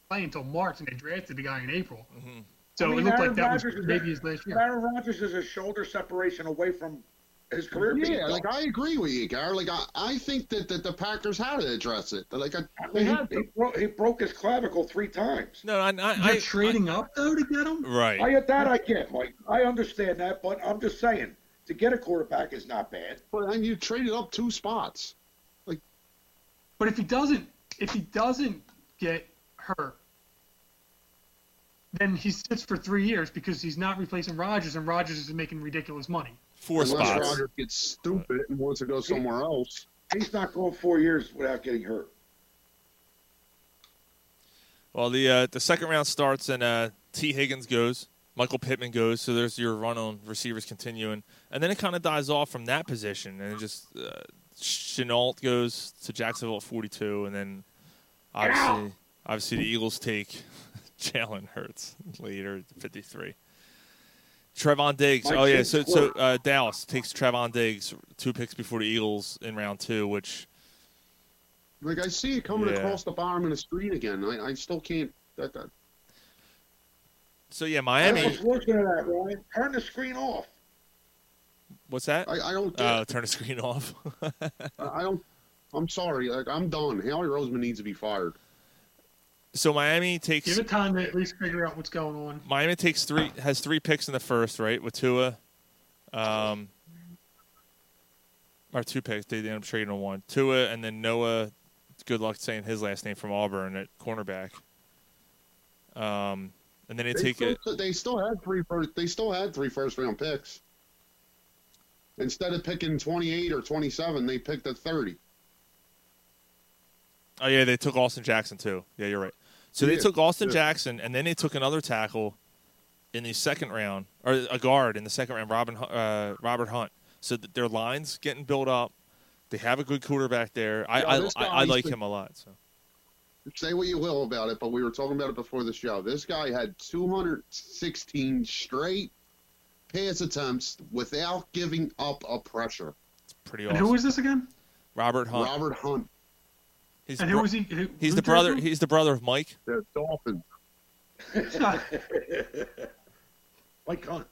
play until March, and they drafted the guy in April.
Mm-hmm.
So
I mean,
it looked
Aaron
like that was
Rodgers is-
maybe his last year.
Aaron Rodgers is a shoulder separation away from his career.
Yeah,
being
like
done.
I agree with you, Gar. Like I, I think that, that the Packers had to address it. Like I,
I
they
mean,
had
he, he,
to.
bro- he broke his clavicle three times.
no, I, I,
You're
I
trading up though to get him.
right.
I that I get, Mike. I understand that, but I'm just saying to get a quarterback is not bad.
But and you traded up two spots.
But if he doesn't, if he doesn't get hurt, then he sits for three years because he's not replacing Rodgers, and Rodgers is making ridiculous money.
Four
Unless
spots.
Rodgers gets stupid and wants to go somewhere else.
He's not going four years without getting hurt.
Well, the uh, the second round starts and uh, T. Higgins goes, Michael Pittman goes. So there's your run on receivers continuing, and then it kind of dies off from that position, and it just uh, Chenault goes to Jacksonville at 42, and then obviously obviously the Eagles take Jalen Hurts later at 53. Trevon Diggs.
Mike
Oh yeah,
James
so so
scored.
uh, Dallas takes Trevon Diggs two picks before the Eagles in round two, which
Like I see it coming
Yeah.
across the bottom of the screen again. I, I still can't. That, that,
So yeah,
I
Miami.
was looking at that, Ryan. Turn the screen off.
What's that?
I, I don't. Get
Oh, turn the screen off.
it. I I don't. I'm sorry. Like, I'm done. Howie Roseman needs to be fired.
so Miami takes
Give it time to at least figure out what's going on.
Miami takes three has three picks in the first, right? With Tua, um, or two picks. They end up trading on one. Tua and then Noah. Good luck saying his last name from Auburn at cornerback. Um, and then they, take
still,
it.
They still had three first. They still had three first round picks. Instead of picking 28 or 27, they picked at 30.
Oh yeah, they took Austin Jackson too. Yeah, you're right. So they
Yeah,
took Austin
yeah.
Jackson, and then they took another tackle in the second round, or a guard in the second round, Robin Hu- uh, Robert Hunt. So th- their lines getting built up. They have a good quarterback there. I
Yeah,
I,
this
I, I
guy's
like
been-
him a lot. So
Say what you will about it, but we were talking about it before the show. This guy had 216 straight pass attempts without giving up a pressure.
it's pretty
And who
awesome.
was this again?
Robert Hunt.
Robert Hunt,
He's
And
the
who
bro-
was he? Who,
He's
who
the
drafted
brother.
him?
He's the brother of Mike.
the Dolphin. Like Hunt.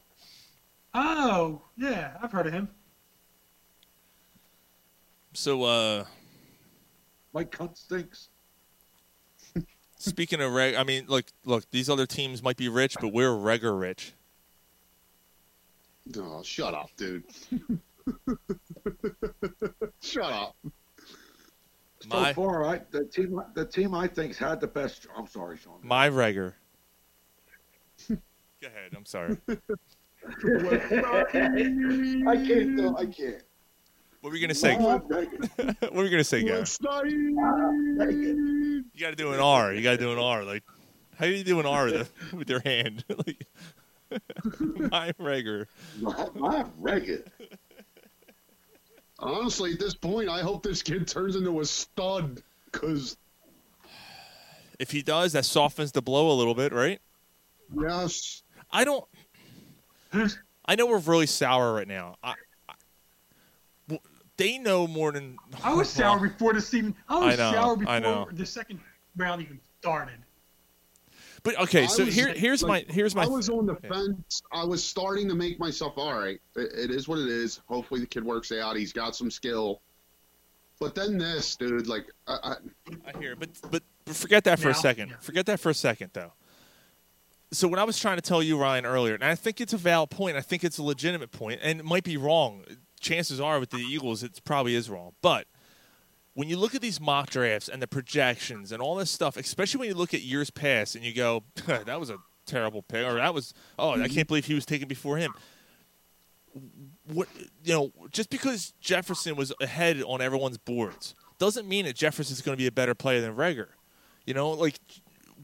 oh, yeah, I've heard of him.
So uh,
Mike Cunt stinks.
speaking of reg, I mean, look, look. These other teams might be rich, but we're regger rich.
Oh, shut up, dude. shut up.
So
My-
far, I, the team the team I think's had the best. I'm sorry, Sean.
My regger. Go ahead. I'm sorry. what
I can't. though, I can't.
were you gonna say?
No, I'm negative.
what were you gonna say, Gary?
Let's not-
You gotta do an R. You gotta do an R. Like, how do you do an R with, a- with your hand? like, my regger.
my, my reggae.
Honestly, at this point, I hope this kid turns into a stud because,
If he does, that softens the blow a little bit, right?
yes,
I don't.
Who's
I know we're really sour right now. I, I, well, they know more than
I was sour before the season. I was
I know,
sour
I know.
before the second round even started.
But okay,
I
so
was-
here, here's
like,
my here's my
I was on the
yeah.
fence. I was starting to make myself all right. It, it is what it is. Hopefully, the kid works out. He's got some skill. But then this, dude, like, I, I,
I hear, but but forget that for a
Now?
second.
Yeah.
Forget that for a second, though. So when I was trying to tell you Ryan earlier, and I think it's a valid point. I think it's a legitimate point, and it might be wrong. Chances are with the Eagles, it probably is wrong. But when you look at these mock drafts and the projections and all this stuff, especially when you look at years past and you go, "That was a terrible pick," or "That was oh,
Mm-hmm.
I can't believe he was taken before him." what you know, just because Jefferson was ahead on everyone's boards doesn't mean that Jefferson's going to be a better player than Rager. You know, like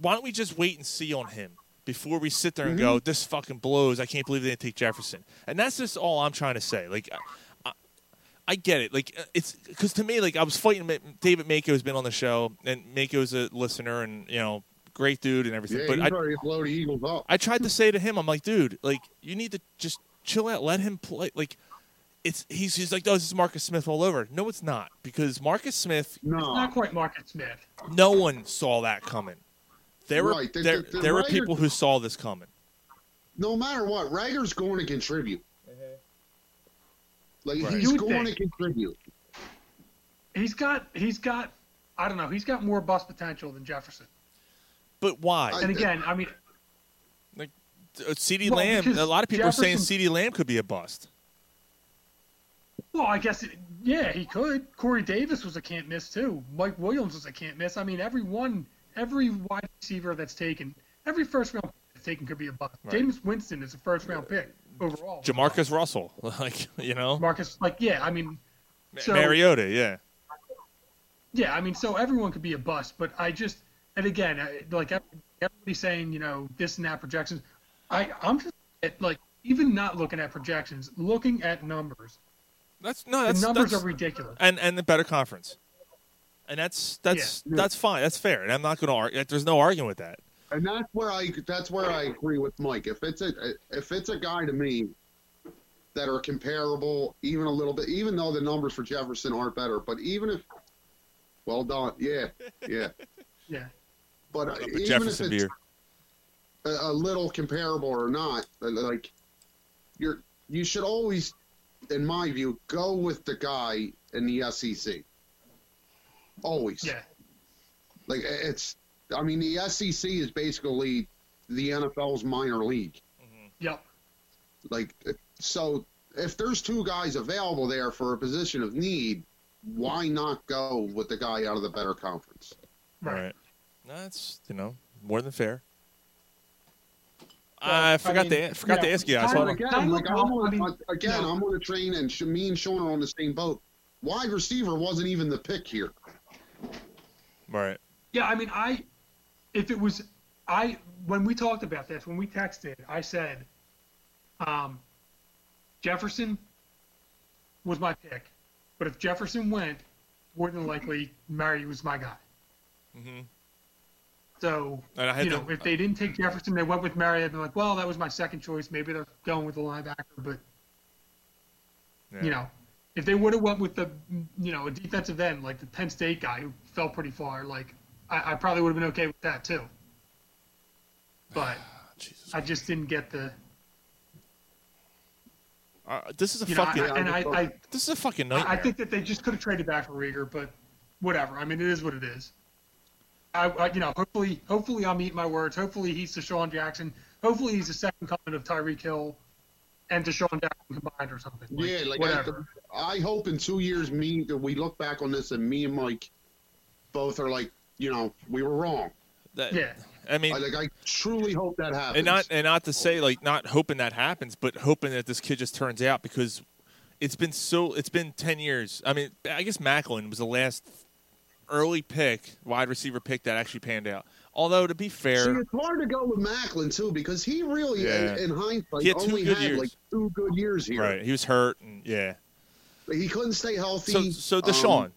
why don't we just wait and see on him before we sit there and go, "This fucking blows! I can't believe they didn't take Jefferson." And that's just all I'm trying to say. Like, I, I, I get it. Like, uh, it's because to me, like I was fighting. Ma- David Mako has been on the show, and Mako's a listener, and you know, great dude and everything.
yeah,
but
he's
I,
already blow the Eagles up.
I tried to say to him, I'm like, dude, like you need to just chill out, let him play. Like it's he's he's like, oh, this is Marcus Smith all over. No, it's not because Marcus Smith,
no,
Not quite Marcus Smith.
no one saw that coming. There were
Right, the-
there,
the- the
there were
writer-
people who saw this coming.
no matter what, Rager's going to contribute. Like,
Uh-huh. Right.
he's
You would
going
think.
to contribute.
He's got he's got I don't know, he's got more bust potential than Jefferson.
But why?
I-
And again, I mean
C.D.
Well,
Lamb.
because
A lot of people are saying
Jefferson-
C.D. Lamb could be a bust.
well, I guess it, yeah, he could. Corey Davis was a can't miss too. Mike Williams was a can't miss. I mean every one every wide receiver that's taken, every first round pick that's taken could be a bust.
Right.
James Winston is a first round pick overall.
Jamarcus Russell, like you know,
Marcus like yeah, I mean
Ma-
so-
Mariota, yeah.
Yeah, I mean, so everyone could be a bust, but I just, and again, I, like everybody's saying, you know, this and that projections. I, I'm just at, like, even not looking at projections, looking at numbers.
That's no,
The
that's
numbers
that's,
are ridiculous.
and and the better conference, and that's that's that's fine, that's fair, and I'm not going to argue. There's no arguing with that.
and that's where I that's where I agree with Mike. If it's a if it's a guy to me that are comparable, even a little bit, even though the numbers for Jefferson are better, but even if Well done. Yeah, yeah.
Yeah.
But uh,
Up at
even if
Jefferson
it's
beer.
a, a little comparable or not, like you're you should always, in my view, go with the guy in the SEC. Always.
Yeah.
Like i- it's. I mean, the SEC is basically the NFL's minor league.
Yep.
Like so, if there's two guys available there for a position of need, why not go with the guy out of the better conference?
Right.
Right. No, That's you know more than fair.
Well,
I
I
forgot
mean,
to forgot to
yeah,
ask you. I
Tyler-
saw
Tyler-
again,
Donald
like I'm
Trump,
on,
I mean,
again,
no.
I'm on a train, and Sh- me and Sean are on the same boat. Wide receiver wasn't even the pick here.
right.
Yeah, I mean, I, if it was, I, when we talked about this, when we texted, I said, um, Jefferson was my pick, but if Jefferson went, more than likely Mary was my guy.
hmm
So,
And I had
you know,
to-
if they didn't take Jefferson, they went with Mary, I'd be like, well, that was my second choice. Maybe they're going with the linebacker, but,
Yeah.
you know, if they would have went with the, you know, a defensive end, like the Penn State guy who fell pretty far, like, I, I probably would have been okay with that too. But,
Jesus.
I just didn't get the.
Uh, this is a
You know, I-
fucking.
I- and I, I,
this is a fucking nightmare.
I think that they just could have traded back for Rieger, but whatever. I mean, it is what it is. I, I you know, hopefully, hopefully I'm eating my words. Hopefully he's Deshaun Jackson. Hopefully he's the second coming of Tyreek Hill and Deshaun Jackson combined or something. Like,
yeah, like I,
whatever.
I hope in two years, me that we look back on this, and me and Mike both are like, you know, we were wrong.
That-
yeah,
I mean,
I, like I truly hope that happens.
and not and not to say like not hoping that happens, but hoping that this kid just turns out because it's been so it's been ten years. I mean, I guess Macklin was the last early pick, wide receiver pick that actually panned out. Although to be
See,
fair,
it's hard to go with Macklin too because he really,
Yeah.
in, in hindsight,
He had two
only
good
had
years.
like two good years here.
right? He was hurt, and yeah.
He couldn't stay healthy.
So so
um,
Deshaun,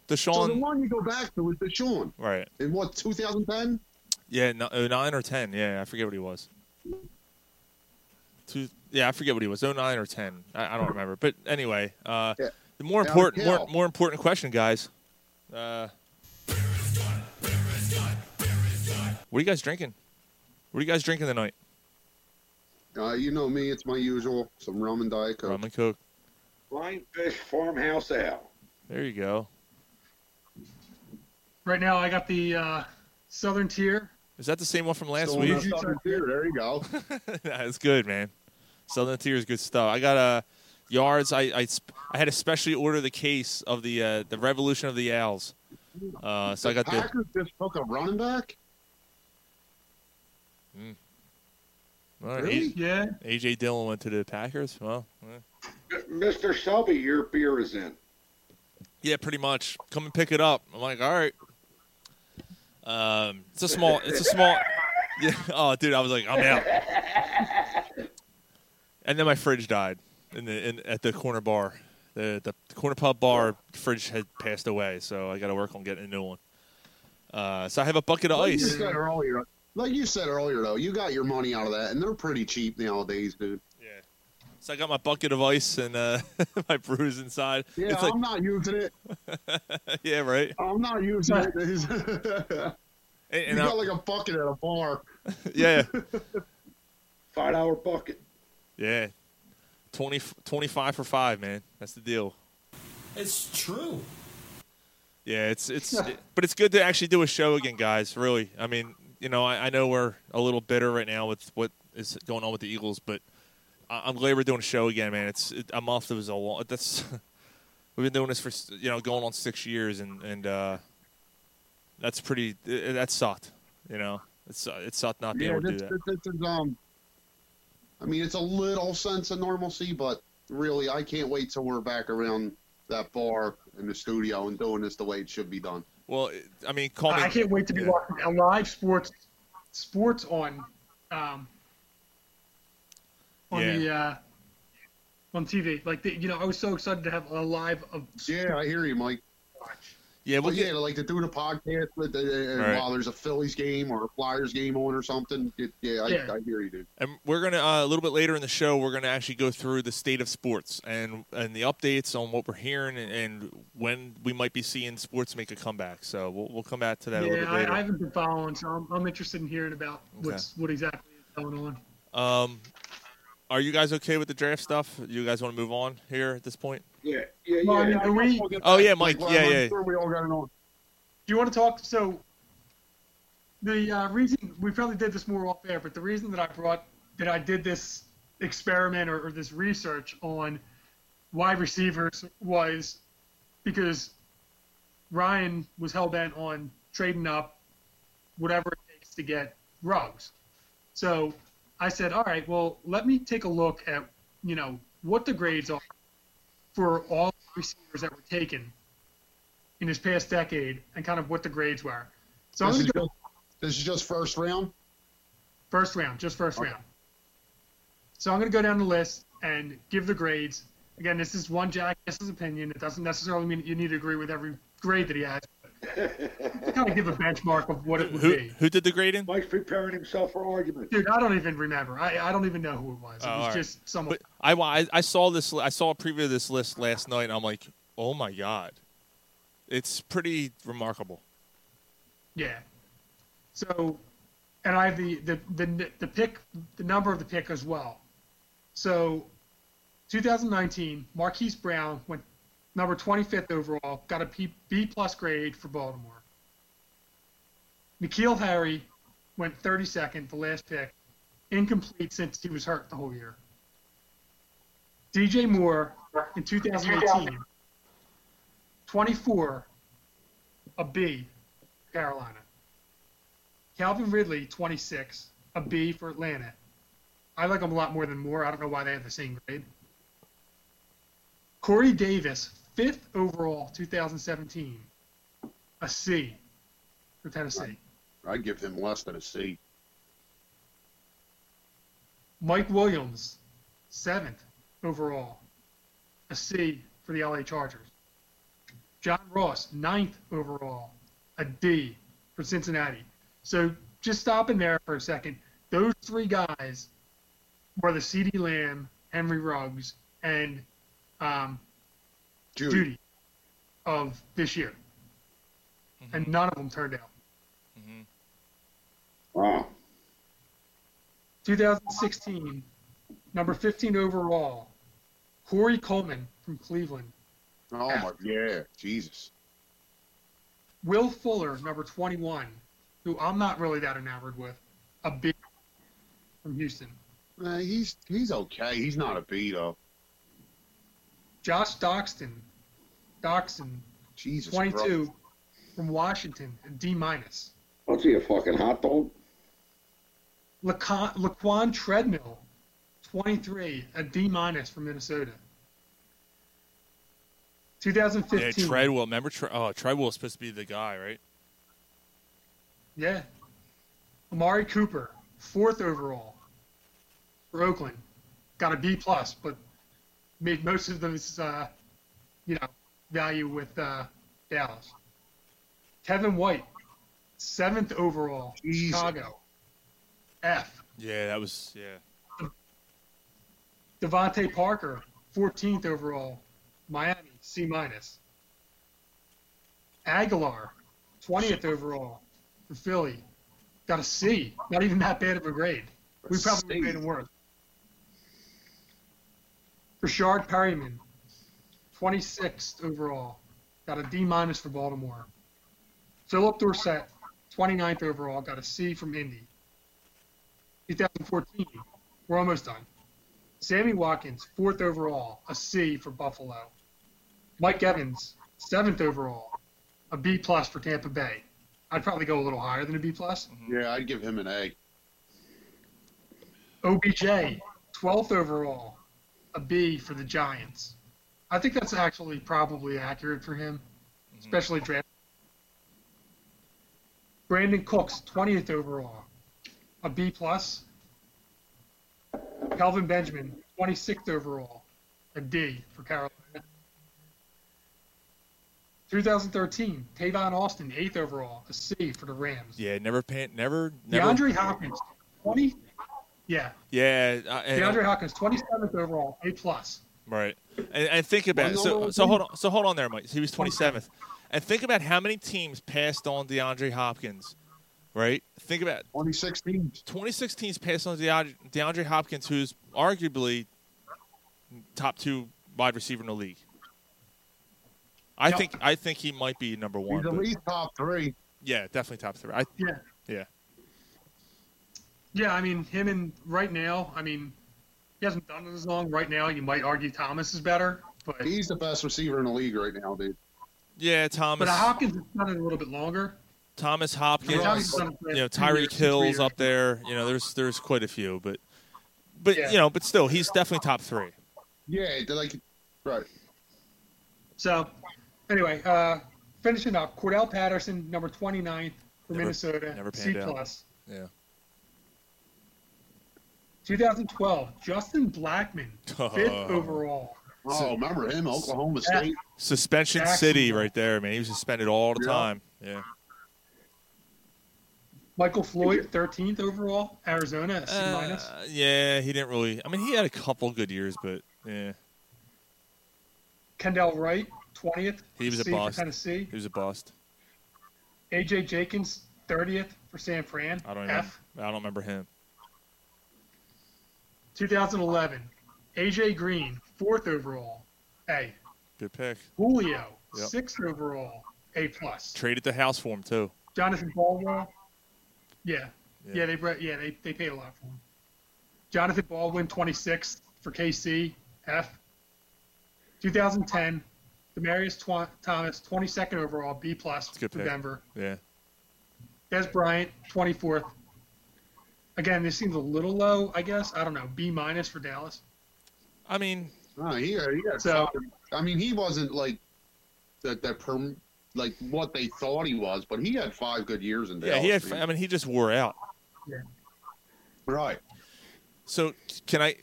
so
Deshaun,
the one you go back to is Deshaun
right?
in what 2010.
Yeah, no, uh, nine or ten. Yeah, I forget what he was. Two, yeah, I forget what he was. Oh nine or ten. I, I don't remember. But anyway, uh,
Yeah.
the more
Now,
important, more,
Cal.
more important question, guys. Uh, what are you guys drinking? What are you guys drinking tonight?
Uh, you know me, it's my usual some rum and diet coke.
Rum and Coke.
Lionfish Farmhouse Ale.
There you go.
right now I got the uh, Southern Tier.
Is that the same one from last
Still
week?
enough stuff here, There you go.
That's good, man. Southern Tier is good stuff. I got uh, yards. I, I sp- I had to specially order the case of the uh, the Revolution of the Owls. Uh, so I got the.
Packers just took a running back.
All right,
Really?
Yeah,
A- AJ Dillon went to the Packers. Well, eh.
Mr. Selby, your beer is in.
yeah, pretty much. Come and pick it up. I'm like, all right. Um, it's a small. It's a small. Yeah. Oh, dude, I was like, I'm out. And then my fridge died in the in at the corner bar, the the corner pub bar fridge had passed away, so I got to work on getting a new one. Uh, so I have a bucket of
Like you
ice.
said earlier, like you said earlier though, you got your money out of that, and they're pretty cheap nowadays, dude.
So I got my bucket of ice and uh, my brews inside.
Yeah,
it's like,
I'm not using it.
yeah, right.
I'm not using it. you
And, and I-
got like a bucket at a bar.
yeah,
Five dollar bucket.
yeah. 20, 25 for five, man. That's the deal.
It's true.
Yeah, it's it's but it's good to actually do a show again, guys. Really, I mean, you know, I, I know we're a little bitter right now with what is going on with the Eagles, but I, I'm glad we're doing a show again, man. It's it, a month was a long. That's we've been doing this for s- you know going on six years, and and uh, that's pretty. It, that sucked, you know. It's it sucked not being
Yeah,
able to
this,
do that.
this, this is um. I mean, it's a little sense of normalcy, but really, I can't wait till we're back around that bar in the studio and doing this the way it should be done.
Well, it, I mean, call me.
I can't wait to be
yeah.
watching a live sports sports on um, on the uh, on TV. Like the, you know, I was so excited to have a live of
Yeah, I hear you, Mike.
Yeah,
Oh,
we'll
But
get-
yeah, like to do the podcast with, uh, uh,
Right.
while there's a Phillies game or a Flyers game on or something. It, yeah, I,
Yeah.
I hear you, dude.
And we're gonna uh, a little bit later in the show, we're gonna actually go through the state of sports and and the updates on what we're hearing and, and when we might be seeing sports make a comeback. So we'll we'll come back to that a little
yeah,
bit
I,
later.
I haven't been following, so I'm, I'm interested in hearing about what's what exactly is going on.
Um, are you guys okay with the draft stuff? You guys want to move on here at this point?
Yeah, yeah,
Well, I
yeah.
mean, are we? Do
Oh yeah, Mike.
Well,
yeah,
I'm
yeah.
sure we all got an old-
you want to talk? So, the uh, reason we probably did this more off air, but the reason that I brought that I did this experiment or, or this research on wide receivers was because Ryan was hell bent on trading up whatever it takes to get rugs. So I said, all right, well, let me take a look at, you know, what the grades are for all the receivers that were taken in this past decade and kind of what the grades were. So I'm
This
going
is,
to go
just, this is just first round.
First round, just first round. So I'm going to go down the list and give the grades. Again, this is one jackass's opinion. It doesn't necessarily mean that you need to agree with every grade that he has. But kind of give a benchmark of what it would
Who
be.
who did the grading?
Mike's preparing himself for argument.
Dude, I don't even remember. I, I don't even know who it was. It
Oh,
was
all right.
just someone.
But I, wa- I I saw this I saw a preview of this list last night, and I'm like, oh my god, it's pretty remarkable.
Yeah. So, and I have the, the, the, the pick, the number of the pick as well. So, 2019, Marquise Brown went number 25th overall, got a P, B plus grade for Baltimore. Nikhil Harry went 32nd, the last pick, incomplete since he was hurt the whole year. DJ Moore in 2018, 24, a B, Carolina. Calvin Ridley, 26, a B for Atlanta. I like him a lot more than Moore. I don't know why they have the same grade. Corey Davis, fifth overall, 2017, a C for Tennessee.
I'd give him less than a C.
Mike Williams, seventh overall, a C for the LA Chargers. John Ross, ninth overall, a D for Cincinnati. So just stopping there for a second, those three guys were the C.D. Lamb, Henry Ruggs, and um,
Judy.
Judy of this year, and none of them turned out.
Oh,
Wow.
2016, number 15 overall, Corey Coleman from Cleveland.
Oh my, yeah, Jesus.
Will Fuller, number 21, who I'm not really that enamored with, a B from Houston.
Nah, he's he's okay. He's not a B though.
Josh Doxton, Doxton,
Jesus.
22,
Christ.
from Washington, a D minus.
What's he, a fucking hot dog?
Laquan Laquan Treadmill, 23, a D minus from Minnesota. 2015.
Yeah, Treadwell. Remember, Tre- oh, Treadwell supposed to be the guy, right?
Yeah. Amari Cooper, fourth overall for Oakland, got a B plus, but made most of those, uh, you know, value with uh, Dallas. Kevin White, seventh overall,
Jesus.
Chicago. F.
Yeah, that was yeah.
Devontae Parker, 14th overall, Miami, C minus. Aguilar, 20th overall for Philly, got a C. Not even that bad of a grade. We
A
probably
C.
made it worse. Rashard Perryman, 26th overall, got a D minus for Baltimore. Philip Dorsett, 29th overall, got a C from Indy. 2014, we're almost done. Sammy Watkins, fourth overall, a C for Buffalo. Mike Evans, seventh overall, a B plus for Tampa Bay. I'd probably go a little higher than a B plus.
Yeah, I'd give him an A.
OBJ, twelfth overall, a B for the Giants. I think that's actually probably accurate for him,
Mm-hmm.
especially draft. Brandon Cooks, twentieth overall, a B plus. Calvin Benjamin, twenty sixth overall, a D for Carolina. 2013, Tavon Austin, eighth overall, a C for the Rams.
Yeah, never pan, never, never.
DeAndre Hopkins, 20. Yeah,
Yeah, uh, and-
DeAndre Hopkins, 27th overall, A plus.
Right, and, and think about it. so so hold on so hold on there, Mike. He was twenty seventh, and think about how many teams passed on DeAndre Hopkins, right? Think about
2016.
twenty six teams passed on DeAndre, DeAndre Hopkins, who's arguably top two wide receiver in the league. I
Yeah.
think I think he might be number one.
He's at
but-
least top three.
yeah, definitely top three. I,
Yeah.
yeah,
Yeah, I mean, him and right now, I mean, he hasn't done it as long. Right now, you might argue Thomas is better, but
He's the best receiver in the league right now, dude.
yeah. Thomas
but Hopkins has done it a little bit longer.
Thomas Hopkins.
Thomas has done it for
you know
two years,
Tyreek
three
Hill's
years.
up there. You know, there's there's quite a few, but but
Yeah.
you know, but still, he's definitely top three.
Yeah, they're like, right.
So, anyway, uh, finishing up, Cordell Patterson, number 29th for
Never-
Minnesota,
never
C
panned out.
plus.
Yeah.
2012, Justin Blackman,
Oh.
fifth overall.
Oh, remember him, Oklahoma State.
Suspension
Jackson.
City, right there, man. He was suspended all the
Yeah.
time. Yeah.
Michael Floyd, 13th overall, Arizona, a C minus.
Uh, yeah, he didn't really. I mean, he had a couple good years, but yeah,
Kendall Wright, 20th.
He was a
C
bust.
For Tennessee.
he was a bust.
AJ Jenkins, 30th for San Fran.
I don't. Remember,
F.
I don't remember him.
2011, AJ Green, fourth overall, A.
Good pick.
Julio,
Yep.
sixth overall, A plus.
Traded the house for him too.
Jonathan Baldwin, yeah,
Yeah.
yeah, they brought- yeah they they paid a lot for him. Jonathan Baldwin, 26th for KC, F. 2010, Demarius Tw- Thomas, 22nd overall, B plus for
good pick.
Denver.
Yeah.
Des Bryant, 24th. Again, this seems a little low, I guess. I don't know. B minus for Dallas.
I mean,
Oh, he, he got
So-
fucking- I mean, he wasn't like the, the perm, like what they thought he was, but he had five good years in Dallas.
yeah, he had.
dude.
I mean, he just wore out.
right.
So can I?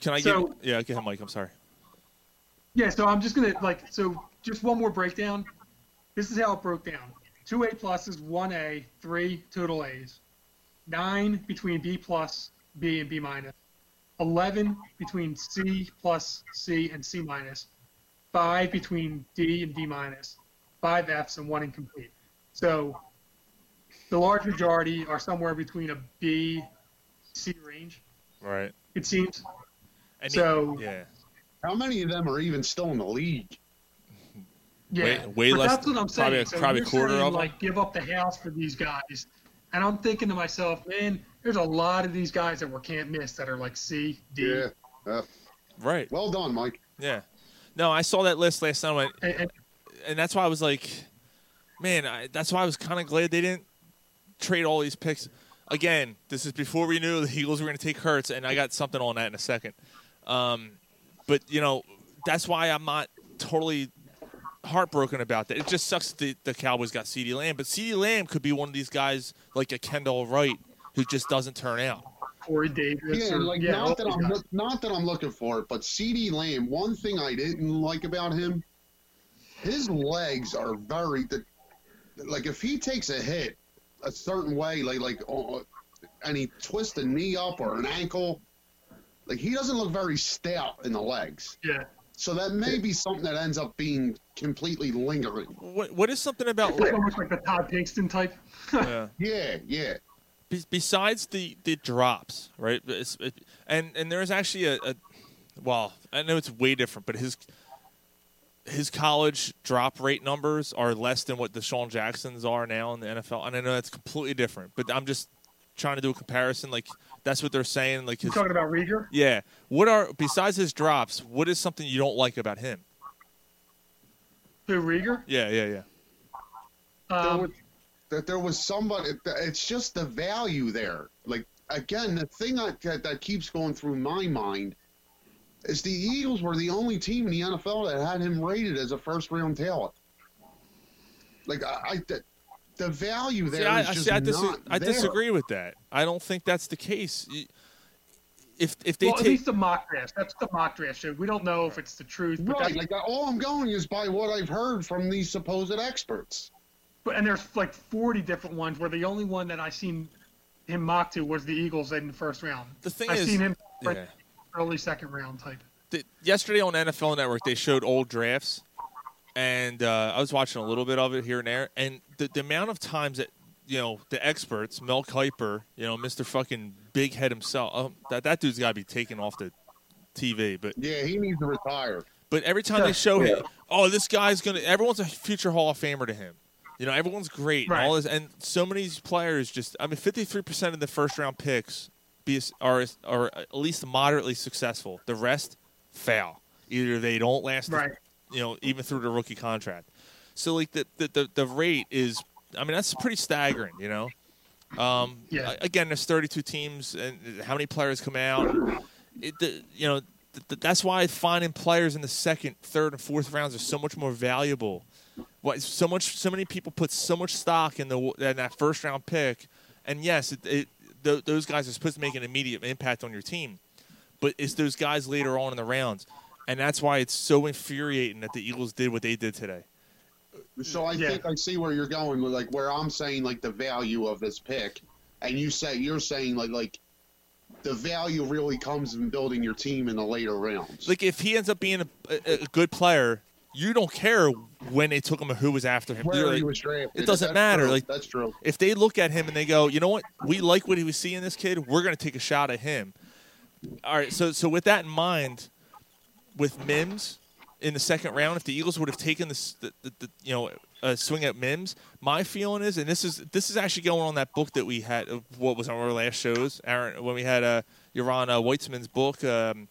Can I
So-
get? Yeah, go ahead, Mike. I'm sorry.
Yeah, so I'm just gonna like so just one more breakdown. This is how it broke down: two A pluses, one A, three total A's, nine between B plus, B and B minus, eleven between C plus, C and C minus, five between D and D minus, five Fs and one incomplete. So the large majority are somewhere between a B, C range.
Right.
It seems.
And he-
So
yeah.
How many of them are even still in the league?
Yeah,
way
but
less-
That's what I'm saying.
probably a-
so
probably a
you're
quarter
saying,
of them.
like give up the house for these guys, and I'm thinking to myself, man, there's a lot of these guys that were can't miss that are like C, D,
Yeah. Uh,
Right.
well done, Mike.
Yeah. No, I saw that list last night, I went-
and, and
and that's why I was like, man, I, that's why I was kind of glad they didn't trade all these picks. Again, this is before we knew the Eagles were going to take Hurts, and I got something on that in a second. Um, but you know, that's why I'm not totally heartbroken about that. It just sucks that the, the Cowboys got Ceedee Lamb, but Ceedee Lamb could be one of these guys like a Kendall Wright who just doesn't turn out.
Corey Davis.
Yeah,
or,
like
yeah, all
not that
these
I'm
guys.
look- not that I'm looking for it, but CD Lamb. One thing I didn't like about him, his legs are very the, like if he takes a hit a certain way, like like uh, and he twists a knee up or an ankle, like he doesn't look very stout in the legs.
yeah.
So that may be something that ends up being completely lingering.
What What is something about
It's almost like the Todd Pinkston type.
Yeah.
Yeah, yeah.
Be- besides the the drops, right? It's, it, and and there's actually a, a well, I know it's way different, but his his college drop rate numbers are less than what Deshaun Jacksons are now in the NFL. And I know that's completely different, but I'm just trying to do a comparison. Like that's what they're saying. Like
You
his,
talking about Rieger?
yeah, what are besides his drops? What is something you don't like about him?
Who Rieger?
Yeah, yeah, yeah.
there
Um,
was, that there was somebody. It's just the value there. Like again, the thing I, that that keeps going through my mind is the Eagles were the only team in the NFL that had him rated as a first round talent. Like I, I the, the value there
See,
is
I, I-
just
see, I, dis-
not
I
there.
disagree with that. I don't think that's the case. Y- if if they
Well, at
take
least the mock draft. That's the mock draft. So we don't know if it's the truth, but,
Right.
that's,
Like all I'm going is by what I've heard from these supposed experts.
but and there's like 40 different ones where the only one that I seen him mock to was the Eagles in the first round.
The thing
I
is-
seen him
Yeah.
early second round type.
the, yesterday on NFL Network they showed old drafts, and uh, I was watching a little bit of it here and there. And the, the amount of times that you know the experts, Mel Kiper, you know Mister Fucking Big Head himself, oh, that that dude's got to be taken off the TV. But
Yeah, he needs to retire.
but every time they show him, oh, this guy's gonna. Everyone's a future Hall of Famer to him. You know, everyone's great.
Right.
And all this, and so many players just. I mean, fifty-three percent of the first-round picks be, are are at least moderately successful. The rest fail. Either they don't last,
Right.
you know, even through the rookie contract. So like the the the, the rate is. I mean, that's pretty staggering. You know. Um,
Yeah.
a- Again, there's 32 teams, and how many players come out? It, the, you know, th- th- that's why finding players in the second, third, and fourth rounds are so much more valuable. Why so much? So many people put so much stock in the in that first round pick, and yes, it, it, th- those guys are supposed to make an immediate impact on your team, but it's those guys later on in the rounds, and that's why it's so infuriating that the Eagles did what they did today.
So I
Yeah.
think I see where you're going with like where I'm saying like the value of this pick, and you say you're saying like like the value really comes in building your team in the later rounds.
Like if he ends up being a, a, a good player, you don't care when they took him or who was after him.
where
You're
he
like-
was drafted.
it doesn't
That's
matter,
true.
like-
that's true.
if they look at him and they go, you know what, we like what we see in this kid, we're going to take a shot at him. All right, so so with that in mind, with Mims in the second round, if the Eagles would have taken this, the, the, the you know, a swing at Mims, my feeling is, and this is this is actually going on that book that we had, uh, what was on our last shows, Aaron, when we had uh, Yaron uh, Weitzman's book, um,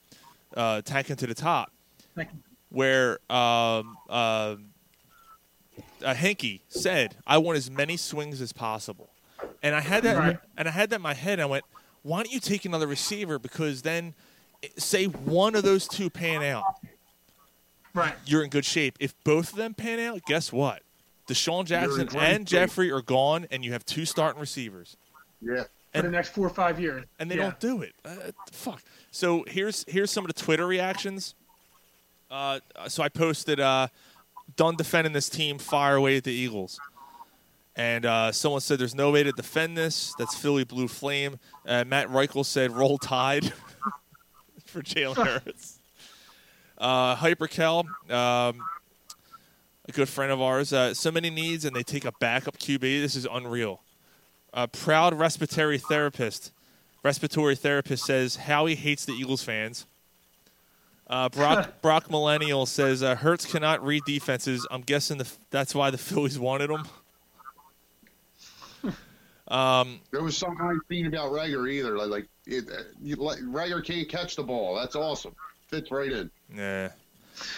uh, Tanking to the Top
Like,
where um, um uh, Henke said, "I want as many swings as possible," and I had that,
Right.
and I had that in my head. I went, "Why don't you take another receiver? Because then, eh, say one of those two pan out,
right.
you're in good shape. If both of them pan out, guess what? Deshaun Jackson
great
and
shape.
Jeffrey are gone, and you have two starting receivers."
Yeah.
For the next four or five years.
and they
Yeah.
don't do it. Uh, fuck. So here's here's some of the Twitter reactions. Uh, so I posted, uh, "Done defending this team. Fire away at the Eagles." And uh, someone said, "There's no way to defend this." That's Philly blue flame. Uh, Matt Reichel said, "Roll Tide" for Jalen Hurts. Uh, Hypercal, um, a good friend of ours. Uh, so many needs, and they take a backup QB. This is unreal. A proud respiratory therapist. Respiratory therapist says Howie hates the Eagles fans. Uh, Brock Brock Millennial says uh, Hertz cannot read defenses. I'm guessing the, that's why the Phillies wanted him.
There was something I seen about Rager either. Like, like it, uh, you, like Rager can't catch the ball. That's awesome. Fits right in.
Yeah.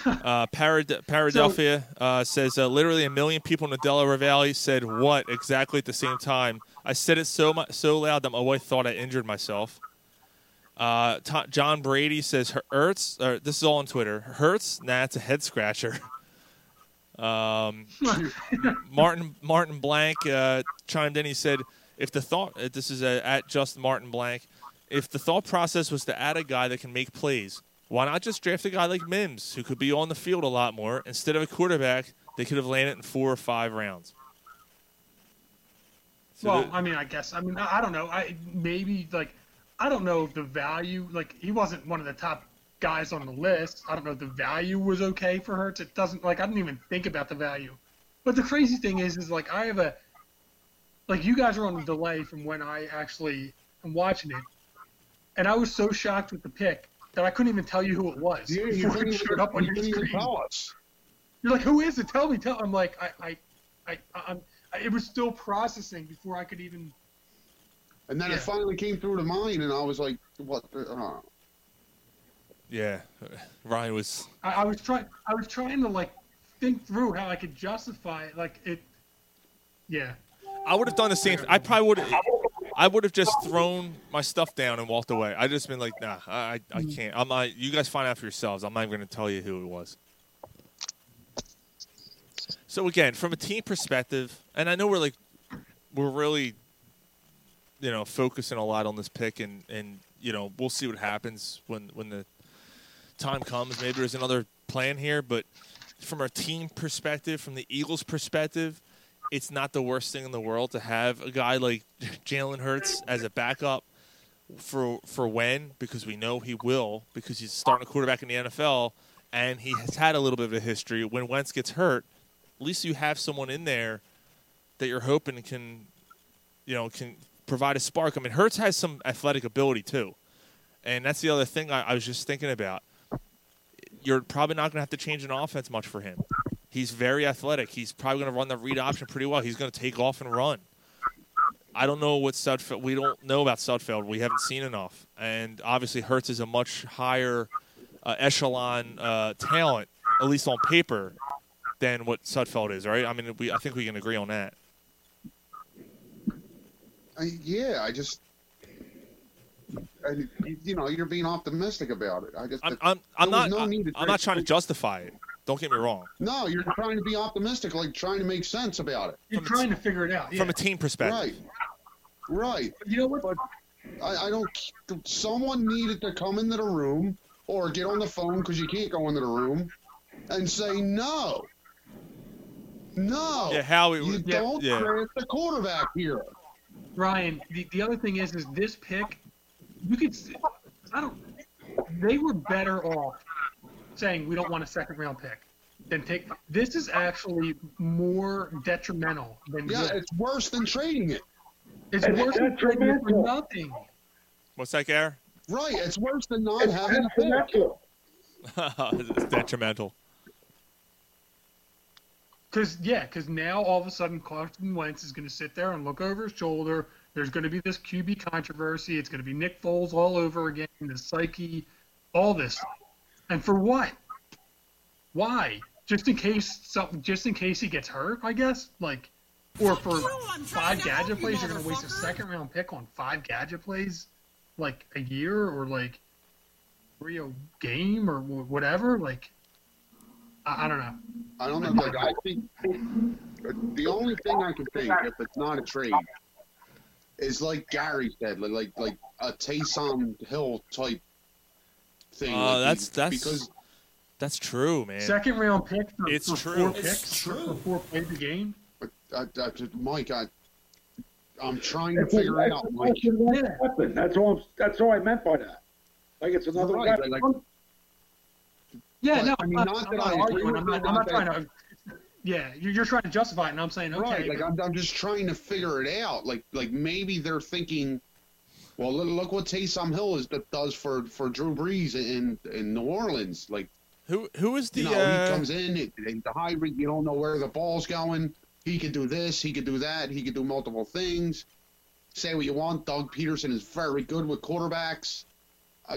Uh, Parad- Paradelphia uh, says uh, literally a million people in the Delaware Valley said what exactly at the same time. I said it so mu- so loud that my wife thought I injured myself. Uh, To- John Brady says "Her- Hertz. Or this is all on Twitter. Hertz. Nah, it's a head scratcher. Um, Martin Martin Blank uh, chimed in. He said, "If the thought uh, this is uh, at just Martin Blank, if the thought process was to add a guy that can make plays, why not just draft a guy like Mims who could be on the field a lot more instead of a quarterback? They could have landed in four or five rounds.
well,
the-
I mean, I guess. I mean, I I don't know. I maybe like, I don't know if the value. Like, he wasn't one of the top guys on the list. I don't know if the value was okay for Hertz. It doesn't like I didn't even think about the value. But the crazy thing is, is like I have a, like you guys are on a delay from when I actually am watching it, and I was so shocked with the pick that I couldn't even tell you who it was
Yeah, you
before
couldn't
it showed up on
you
your
couldn't even
screen.
tell us.
You're like, who is it? Tell me, tell. I'm like, I, I, I, I'm. I, it was still processing before I could even.
And then
Yeah.
it finally came through to mine, and I was like, "What? The, uh,
Yeah, Ryan was.
I, I was trying. I was trying to like think through how I could justify it. Like it. Yeah.
I would have done the same. I probably would. I would have just thrown my stuff down and walked away. I just been like, nah, I, I, I can't. I'm not. You guys find out for yourselves. I'm not even going to tell you who it was. So again, from a team perspective, and I know we're like, we're really you know, focusing a lot on this pick, and and you know, we'll see what happens when when the time comes. Maybe there's another plan here, but from a team perspective, from the Eagles' perspective, it's not the worst thing in the world to have a guy like Jalen Hurts as a backup for for when because we know he will because he's starting a quarterback in the NFL and he has had a little bit of a history. When Wentz gets hurt, at least you have someone in there that you're hoping can, you know, can provide a spark. I mean, Hurts has some athletic ability too, and that's the other thing I, I was just thinking about. You're probably not going to have to change an offense much for him. He's very athletic. He's probably going to run the read option pretty well. He's going to take off and run. I don't know what Sudfeld. We don't know about Sudfeld. We haven't seen enough. And obviously, Hertz is a much higher uh, echelon uh, talent, at least on paper, than what Sudfeld is. Right? I mean, we I think we can agree on that.
I, yeah, I just, I, you know, you're being optimistic about it. I just,
I'm I'm, I'm
there
not
was no
I-
need to
I'm not trying to justify it. Don't get me wrong.
No, you're trying to be optimistic, like trying to make sense about it.
You're trying to figure it out. Yeah.
From a team perspective,
Right, right.
you know what?
I, I don't. Someone needed to come into the room or get on the phone because you can't go into the room and say no, no.
yeah, Howie.
you
yeah,
don't
yeah.
draft the quarterback here.
Ryan, the, the other thing is, is this pick, you could, s- I don't, they were better off saying we don't want a second round pick than take. This is actually more detrimental than
Yeah,
good.
it's worse than trading it.
It's, worse than trading it for
detrimental.
nothing.
What's that, Gar?
Right, it's worse than not
It's
having a pick.
detrimental.
it's detrimental.
Because yeah, because now all of a sudden Carson Wentz is going to sit there and look over his shoulder. There's going to be this QB controversy. It's going to be Nick Foles all over again. The psyche, all this, and for what? Why? Just in case something. Just in case he gets hurt, I guess. Like, or for five gadget plays, you're going to waste a second round pick on five gadget plays, like a year or like, real game or wh- whatever. Like, I, I don't know.
I don't know. Like, I think the only thing I can think, if it's not a trade, is like Gary said, like like, like a Taysom Hill type thing.
Uh,
Like,
that's- that's-
because
That's true, man.
Second round pick for,
It's
for
true.
four
It's
picks
true.
for four plays a game.
I, I, Mike, I I'm trying to figure it out. Mike,
It's another weapon. That's all. I'm, that's all I meant by that. Like it's another
Right,
weapon.
like-
Yeah,
But,
no,
I
I
mean,
mean, I'm
not
not,
that
I'm
I
not
agree
arguing.
with
I'm
you,
not,
not
I'm not
that-
trying to. Yeah, you're, you're trying to justify it, and I'm saying, okay,
right? Like
but-
I'm, I'm just trying to figure it out. Like like maybe they're thinking, well, look, look what Taysom Hill is that does for for Drew Brees in in New Orleans. Like
Who who is the
you know,
uh,
he comes in, it, it- the hybrid, you don't know where the ball's going. He could do this, he could do that, he could do multiple things. Say what you want. Doug Peterson is very good with quarterbacks. I,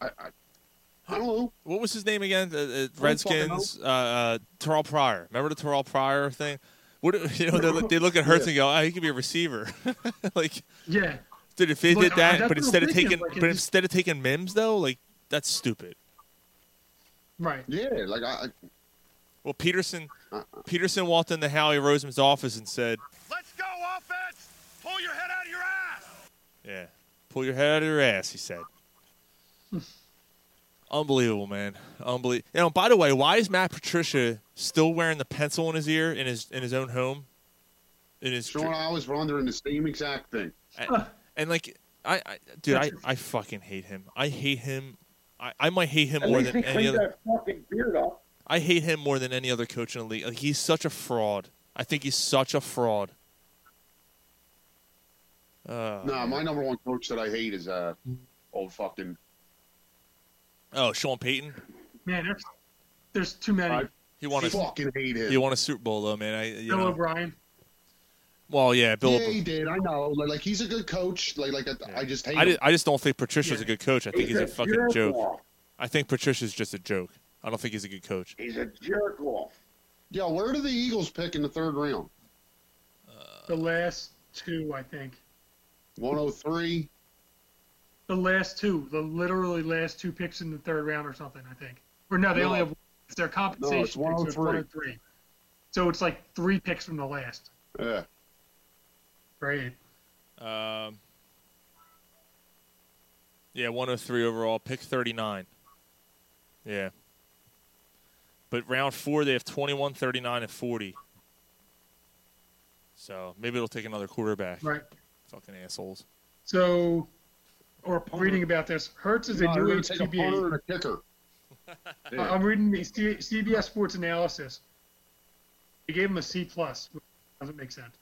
I, I, I don't know.
what was his name again? The, the
know.
Redskins, uh, uh, Terrell Pryor. Remember the Terrell Pryor thing? What do- you know, they, they look at Hurts and go, "Oh, he could be a receiver." like,
yeah,
dude, if they
Look,
did that,
I- that's
but
what I'm
instead of
thinking,
taking,
like, it
but
just-
instead of taking Mims though, like that's stupid.
right.
Yeah, like I,
Well, Peterson,
Uh-uh.
Peterson walked into Howie Roseman's office and said,
Let's go, offense! Pull your head out of your ass!
"Yeah, pull your head out of your ass," he said. Unbelievable, man. Unbelievable. You know, by the way, why is Matt Patricia still wearing the pencil in his ear in his in his own home? In his
Sean, I was wondering the same exact thing.
and, and, like I, I dude, I, I fucking hate him. I hate him. I, I might hate him
At
more
least
than
he
any
cleaned
other.
that fucking beard up.
I hate him more than any other coach in the league. Like he's such a fraud. I think he's such a fraud. Uh,
No, my number one coach that I hate is uh, old fucking.
Oh, Sean Payton.
Man, there's there's too many.
I
He won a
fucking hate him.
he won a Super Bowl though, man. I you
Bill
know.
O'Brien.
Well, yeah, Bill.
yeah, he did. I know. Like, like, he's a good coach. Like like I, I just hate.
I,
him.
di- I just don't think Patricia's a good coach. I think he's a fucking
jerk
joke.
off.
I think Patricia's just a joke. I don't think he's a good coach.
He's a jerk off.
Yo, where do the Eagles pick in the third round?
The last two, I think.
One hundred three.
The last two, the literally last two picks in the third round or something, I think. Or no, they
No.
only have it's their compensation. pick, so
103.
103. So it's like three picks from the last.
Yeah.
Right.
Um, yeah, 103 overall, pick 39. Yeah. But round four, they have 21, 39, and 40. So maybe it'll take another quarterback.
Right.
Fucking assholes.
So, or reading about this, Hertz is a
No, they're
new
gonna
age
take a punter
QB.
and a kicker.
I- I'm reading the C- CBS Sports analysis. They gave him a C plus. which Doesn't make sense.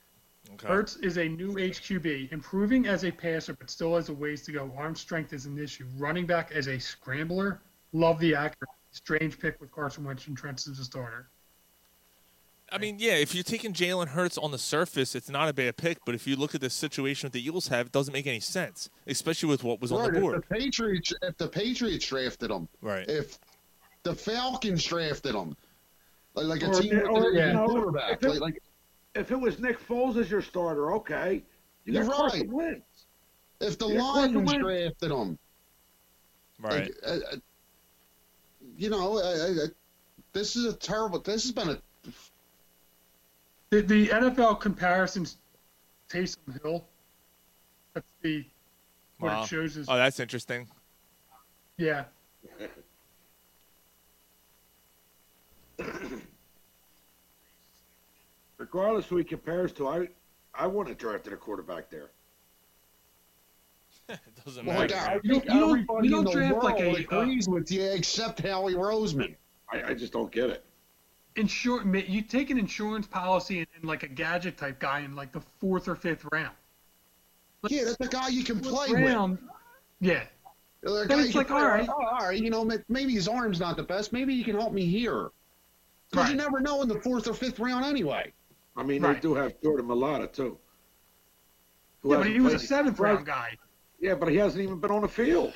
Okay.
Hertz is a new age QB, improving as a passer, but still has a ways to go. Arm strength is an issue. Running back as a scrambler. Love the accuracy. Strange pick with Carson Wentz and Trent as a starter.
I mean, yeah, if you're taking Jalen Hurts on the surface, it's not a bad pick. But if you look at the situation that the Eagles have, it doesn't make any sense, especially with what was on
Right,
the board.
If the Patriots, if the Patriots drafted him,
Right.
If the Falcons drafted him, like, like a
Or-
team with
or,
a
you know,
quarterback,
if it-
like, like
If it was Nick Foles as your starter, okay, you
You're
got Carson
right.
Wentz.
if the
Yeah, Carson
Lions
Wentz.
drafted him,
right.
Like, uh, uh, you know, uh, uh, uh, this is a terrible. This has been a
The, the NFL comparisons, Taysom Hill. That's the what
Wow.
it shows is
oh, that's interesting.
yeah.
Regardless who he compares to, I I wouldn't have drafted a quarterback there.
It doesn't
well,
matter.
like, I
You don't-
think
you don't-
everybody
you don't
in the
draft
world
like a, uh,
agrees with you except Howie Roseman.
I, I just don't get it.
Insure, ma- you take an insurance policy and, and like a gadget type guy in like the fourth or fifth round.
Yeah, that's a guy you can play with.
round, yeah.
Like,
Then
I-
it's like,
oh,
all right.
oh, all right, you know, ma- maybe his arm's not the best. Maybe he can help me here. Because you
Right.
never know in the fourth or fifth round anyway.
I mean, they
Right.
do have Jordan Malata too. Who
Yeah, but
hasn't
he was a
played-
seventh round guy.
Yeah, but he hasn't even been on the field.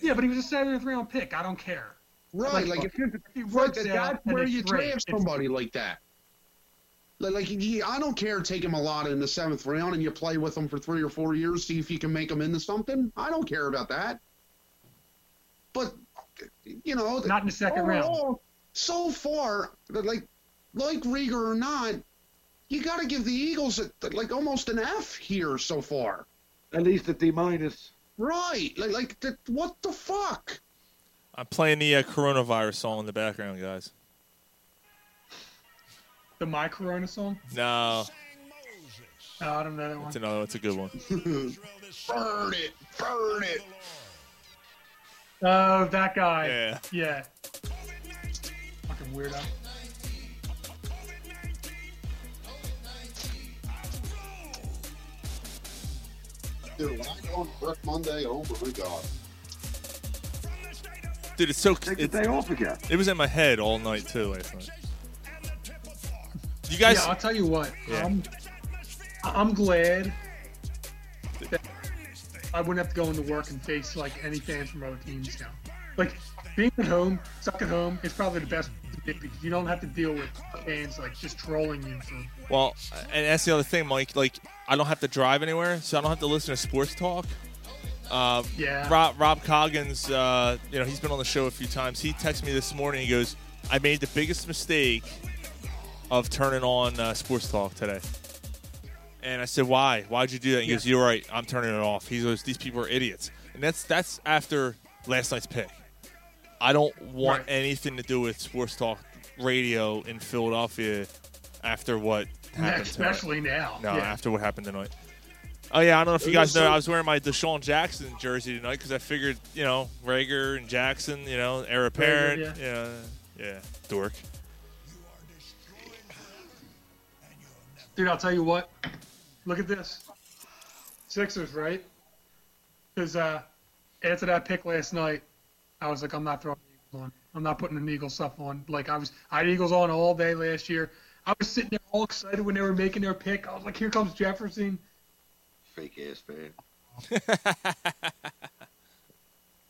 Yeah, but he was a seventh round pick. I don't care.
Right,
Like,
like, if you're,
He
like
works
that,
out
that's
and
where
it's
you
great.
draft
It's-
somebody like that. Like, like he, I don't care take him a lot in the seventh round and you play with him for three or four years, see if you can make him into something. I don't care about that. But, you know,
Not in the
Oh.
second round.
Overall, So far, like like Rieger or not, you got to give the Eagles a, like almost an F here so far.
At least a D minus.
Right? Like like th- what the fuck?
I'm playing the uh, coronavirus song in the background, guys.
The My Corona song?
No,
No, I don't know that one.
it's another. It's a good one.
Burn it! Burn it!
Oh, that guy.
Yeah.
Yeah. Fucking weirdo.
Dude, when I go on Brick Monday, oh my god!
Dude, it's so.
Take the
It's,
day off again.
it was in my head all night too last night. You guys,
yeah, I'll tell you what.
Yeah.
Um, I- I'm glad that I wouldn't have to go into work and face like any fans from other teams now. Like being at home, stuck at home, is probably the best to be because you don't have to deal with fans like just trolling you. For,
Well, and that's the other thing, Mike. Like, I don't have to drive anywhere, so I don't have to listen to sports talk. Uh,
Yeah.
Rob Rob Coggins, uh, you know, he's been on the show a few times. He texted me this morning. He goes, "I made the biggest mistake of turning on uh, sports talk today." And I said, "Why? Why'd you do that?" He goes, "You're right. I'm turning it off." He goes, "These people are idiots." And that's that's after last night's pick. I don't want
Right.
anything to do with sports talk radio in Philadelphia after what happened. tonight.
especially now.
No,
yeah.
after what happened tonight. Oh yeah, I don't know if you
It
guys
was
know.
so-
I was wearing my Deshaun Jackson jersey tonight because I figured, you know, Rager and Jackson, you know, heir apparent,
Rager,
yeah, yeah, dork.
Dude, I'll tell you what. Look at this. Sixers, right? Because uh, after that pick last night, I was like, I'm not throwing the Eagles on. I'm not putting an Eagles stuff on. Like I was, I had Eagles on all day last year. I was sitting there all excited when they were making their pick. I was like, here comes Jefferson.
Fake ass fan.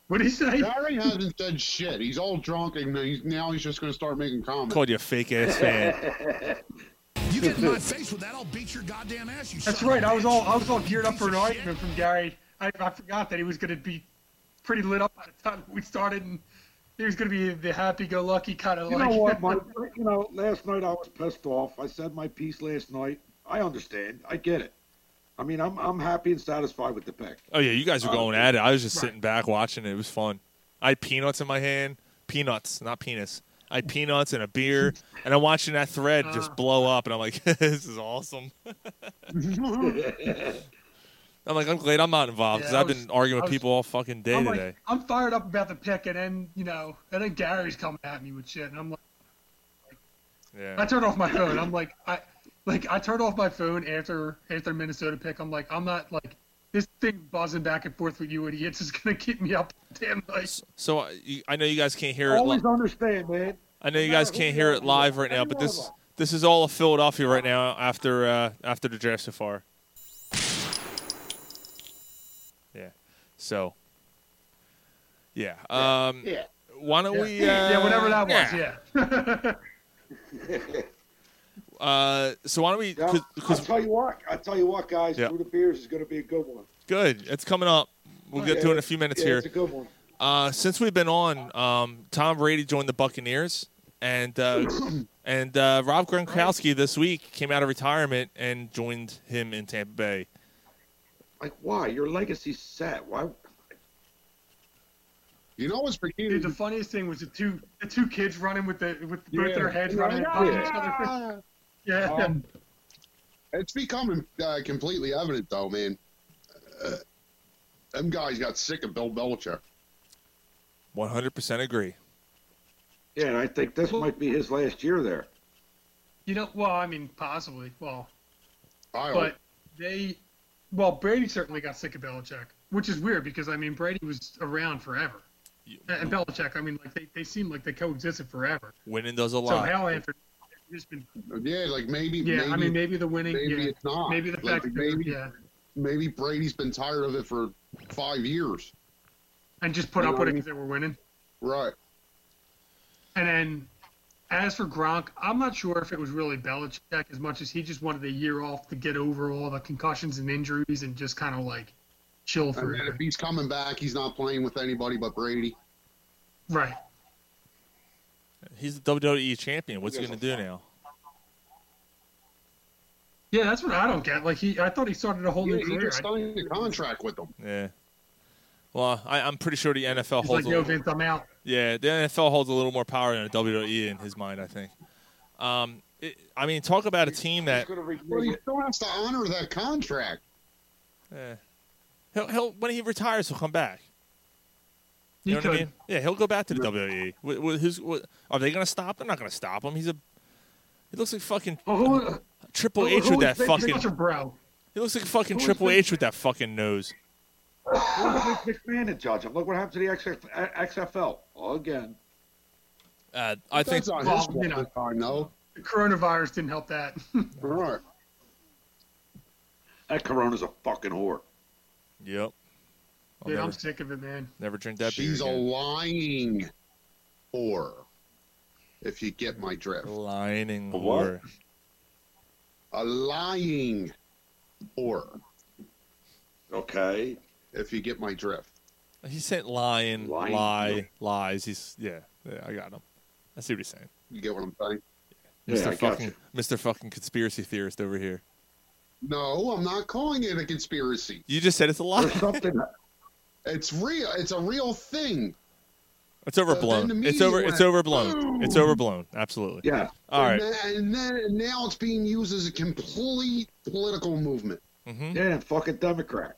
What did he say?
Barry hasn't said shit. He's all drunk, and he's, now he's just going to start making comments.
Called you a fake ass fan.
You get in my face with that, I'll beat your goddamn ass. You
That's
son of a
right. I was all,
bitch.
I was all geared up for an
Piece of shit.
argument from Gary. I, I forgot that he was going to be pretty lit up by the time we started, and he was going to be the happy-go-lucky kind of
You
like.
know what, Mike? You know, last night I was pissed off. I said my piece last night. I understand. I get it. I mean, I'm I'm happy and satisfied with the pick.
Oh yeah, you guys were
Uh,
going at it. I was just
right.
sitting back watching it. It was fun. I had peanuts in my hand. Peanuts, not penis. I had peanuts and a beer, and I'm watching that thread
Ah.
just blow up, and I'm like, this is awesome. I'm like, I'm glad I'm not involved because
Yeah, I
I've
was-
been arguing
I
with
was-
people all fucking day
I'm
today.
like, I'm fired up about the pick, and then you know, and then Gary's coming at me with shit, and I'm like, I
yeah.
turned off my phone. I'm like, I, like I turned off my phone after after Minnesota pick. I'm like, I'm not like this thing buzzing back and forth with you idiots is gonna keep me up damn night.
So I, you- I know you guys can't hear it.
Always
Li-
understand, man.
I know you
no
guys
matter who
can't
you
hear
are,
it live right now,
every
but
one of
this
us.
this is all of Philadelphia right now after uh, after the draft so far. Yeah. So. Yeah. Um,
Yeah.
Why don't we? Uh,
yeah, whatever that was. Yeah.
Uh, so why don't we?
Yeah,
Cause,
I'll
'cause-
tell you what. I'll tell you what, guys.
Yeah.
Through the beers is going to be a good one.
good. It's coming up. We'll get
Yeah,
to it in a few minutes
yeah,
here.
It's a good one.
Uh, since we've been on, um, Tom Brady joined the Buccaneers, and uh, and uh, Rob Gronkowski this week came out of retirement and joined him in Tampa Bay.
Like, why? Your legacy's set. Why?
You know what's
Dude, the
beginning?
funniest thing was the two the two kids running with the with both
Yeah.
their heads running and popping each other. Yeah.
Um, It's becoming uh, completely evident, though, man. Uh, them guys got sick of Bill Belichick.
One hundred percent agree.
Yeah, and I think this might be his last year there.
you know, well, I mean, possibly. Well,
I
but they, well, Brady certainly got sick of Belichick, which is weird because I mean Brady was around forever, and and Belichick. I mean, like they, they seem like they coexisted forever.
Winning does a
So
lot.
how after just been
yeah, like maybe,
yeah.
maybe,
I mean, maybe the winning.
maybe
yeah,
it's not.
maybe the
Like,
fact that
maybe-
yeah,
maybe Brady's been tired of it for five years.
and just put
you
up
know
with
what I
it
mean?
because they were winning.
Right.
And then as for Gronk, I'm not sure if it was really Belichick as much as he just wanted a year off to get over all the concussions and injuries and just kind of like chill
And
through
then if
it.
he's coming back, he's not playing with anybody but Brady.
Right.
He's the WWE champion. What's he
Yes,
going to do
I'm
now?
Yeah, that's what I don't get. Like he, I thought he started a whole
Yeah,
new
he
career.
just
I-
signed a contract with them.
Yeah. Well, I, I'm pretty sure the NFL
He's
holds.
like,
a
yo,
little-
Vince, I'm out.
Yeah, the NFL holds a little more power than the WWE in his mind, I think. Um, it, I mean, talk about a team that
He's going to
Well, he
renew it.
still has to honor that contract.
eh, he'll, he'll when he retires, he'll come back.
He
You know
could.
what I mean? Yeah, he'll go back to the WWE. Wh- wh- who's, wh- are they going to stop? They're not going to stop him. He's a. He looks like fucking
Well, who,
Triple
Oh, who-
H
who
with that
is Vince?
fucking.
He's such a bro.
He looks like fucking Triple H with that fucking nose.
Why is Vince McMahon to judge him? Look what happened to the XF- XFL again.
Uh, I think
That's not
Well,
his
you
fault
know.
this time, though.
The coronavirus didn't help that.
Right.
That Corona's a fucking whore.
Yep. I'll
Dude, I'm
never,
sick of it, man.
never drink that
She's
beer.
a
again.
lying whore, if you get my drift.
Oh. Lining
A what?
whore.
A lying whore,
Okay.
if you get my drift.
He said lying,
Lying.
lie, lies. He's yeah, yeah. I got him. I see what he's saying.
You get what I'm saying?
Yeah, I
Mr.
got
fucking
you.
Mr. fucking conspiracy theorist over here.
No, I'm not calling it a conspiracy.
You just said it's a lie.
There's something.
It's real. It's a real thing.
It's overblown.
the
It's over.
media
It's
went,
overblown. It's overblown. Absolutely.
Yeah.
All right.
And, then, and then and now it's being used as a complete political movement.
Mm-hmm.
Yeah, and fucking Democrat.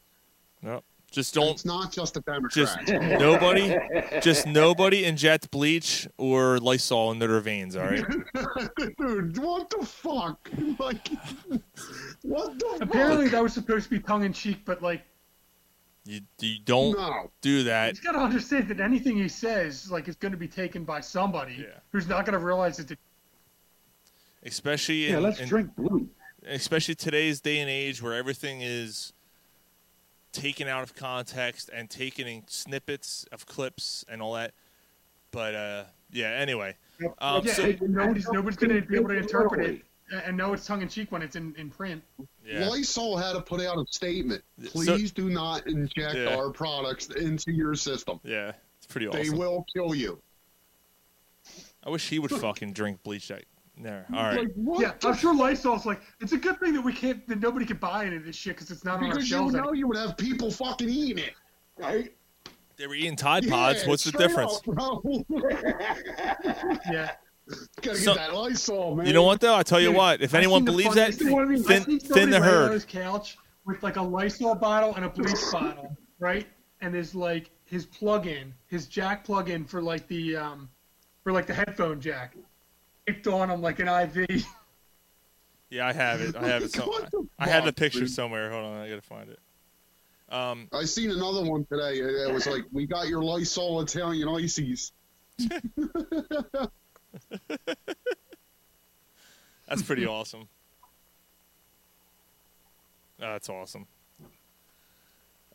Yep. Just don't.
It's not just a Democrat.
Just nobody. Just nobody inject bleach or Lysol into their veins. All right.
Dude, what the fuck? Like, what the
Apparently, that was supposed to be tongue in cheek, but like,
You, you
fuck?
don't
No.
do that.
he's got to understand that anything he says, like, is going to be taken by somebody
Yeah.
who's not going to realize it's a
especially
Yeah,
in,
let's
in-
drink blue.
especially today's day and age where everything is taken out of context and taken in snippets of clips and all that. But uh, yeah, anyway, um,
Yeah,
so-
it- nobody's nobody's going to be able to interpret it and- and know it's tongue in cheek when it's in, in print.
yeah,
Lysol had to put out a statement.
So-
Please do not inject
Yeah.
our products into your system.
yeah, it's pretty
They
awesome.
will kill you.
I wish he would fucking drink bleach that There. All right.
Like, what?
Yeah, I'm sure Lysol's like, it's a good thing that we can't, that nobody can buy any of this shit because it's not on our
Because you
shelves.
know
anymore.
you would have people fucking eating it, right?
They were eating Tide Pods.
Yeah,
What's the
straight
difference?
up, bro. Gotta
Yeah.
get
So-
that Lysol, man.
You know what though? I tell you
Dude,
what. If
I've
anyone
seen the
believes that,
funniest- I see one of
thin,
these-
thin
I see somebody
the
laying on
herd.
his couch with like a Lysol bottle and a bleach bottle, right? And his like his plug-in, his jack plug-in for like the um, for like the headphone jack, taped on him like an IV.
Yeah, I have it. I have it. Somewhere.
What the
I had the
fuck,
picture
dude?
somewhere. Hold on, I gotta find it. Um,
I seen another one today. It was like, "We got your Lysol Italian ices."
that's pretty awesome. Ah, That's awesome.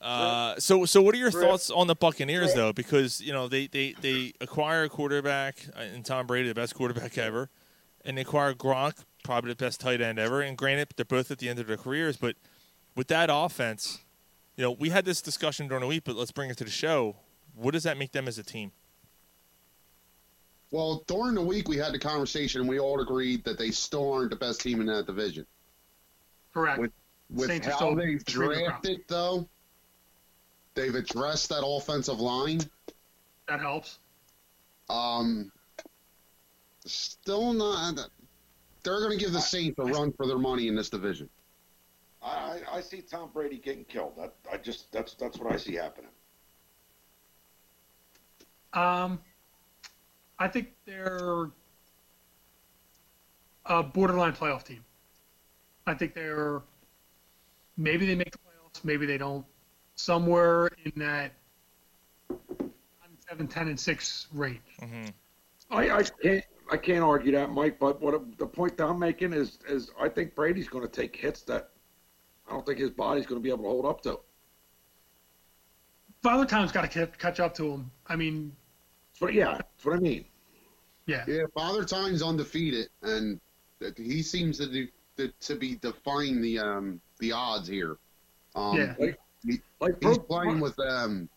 Uh, so so what are your thoughts on the Buccaneers though? Because you know they they they acquire a quarterback uh, in Tom Brady, the best quarterback ever, and they acquire Gronk, probably the best tight end ever. And granted, they're both at the end of their careers, but with that offense, you know we had this discussion during the week, but let's bring it to the show. What does that make them as a team?
Well, during the week we had the conversation, and we all agreed that they still aren't the best team in that division.
Correct.
With- With
Saints are
how
still
they've
cream of the crop.
drafted, though, they've addressed that offensive line.
That helps.
Um, still not. They're going to give the Saints a run for their money in this division.
I, I I see Tom Brady getting killed. That I just that's that's what I see happening.
Um, I think they're a borderline playoff team. I think they're maybe they make the playoffs, maybe they don't. Somewhere in that 7, 10, and 6 range.
Mm-hmm,
I, I can't I can't argue that, Mike. But what the point that I'm making is is I think Brady's going to take hits that I don't think his body's going to be able to hold up to.
Father Time's got to catch up to him. I mean,
But yeah, that's what I mean.
yeah.
Yeah, Father Time's undefeated, and that- he seems to do, to- to be defying the um the odds here. Um,
Yeah.
Like
He-
like
He's
bro-
playing with um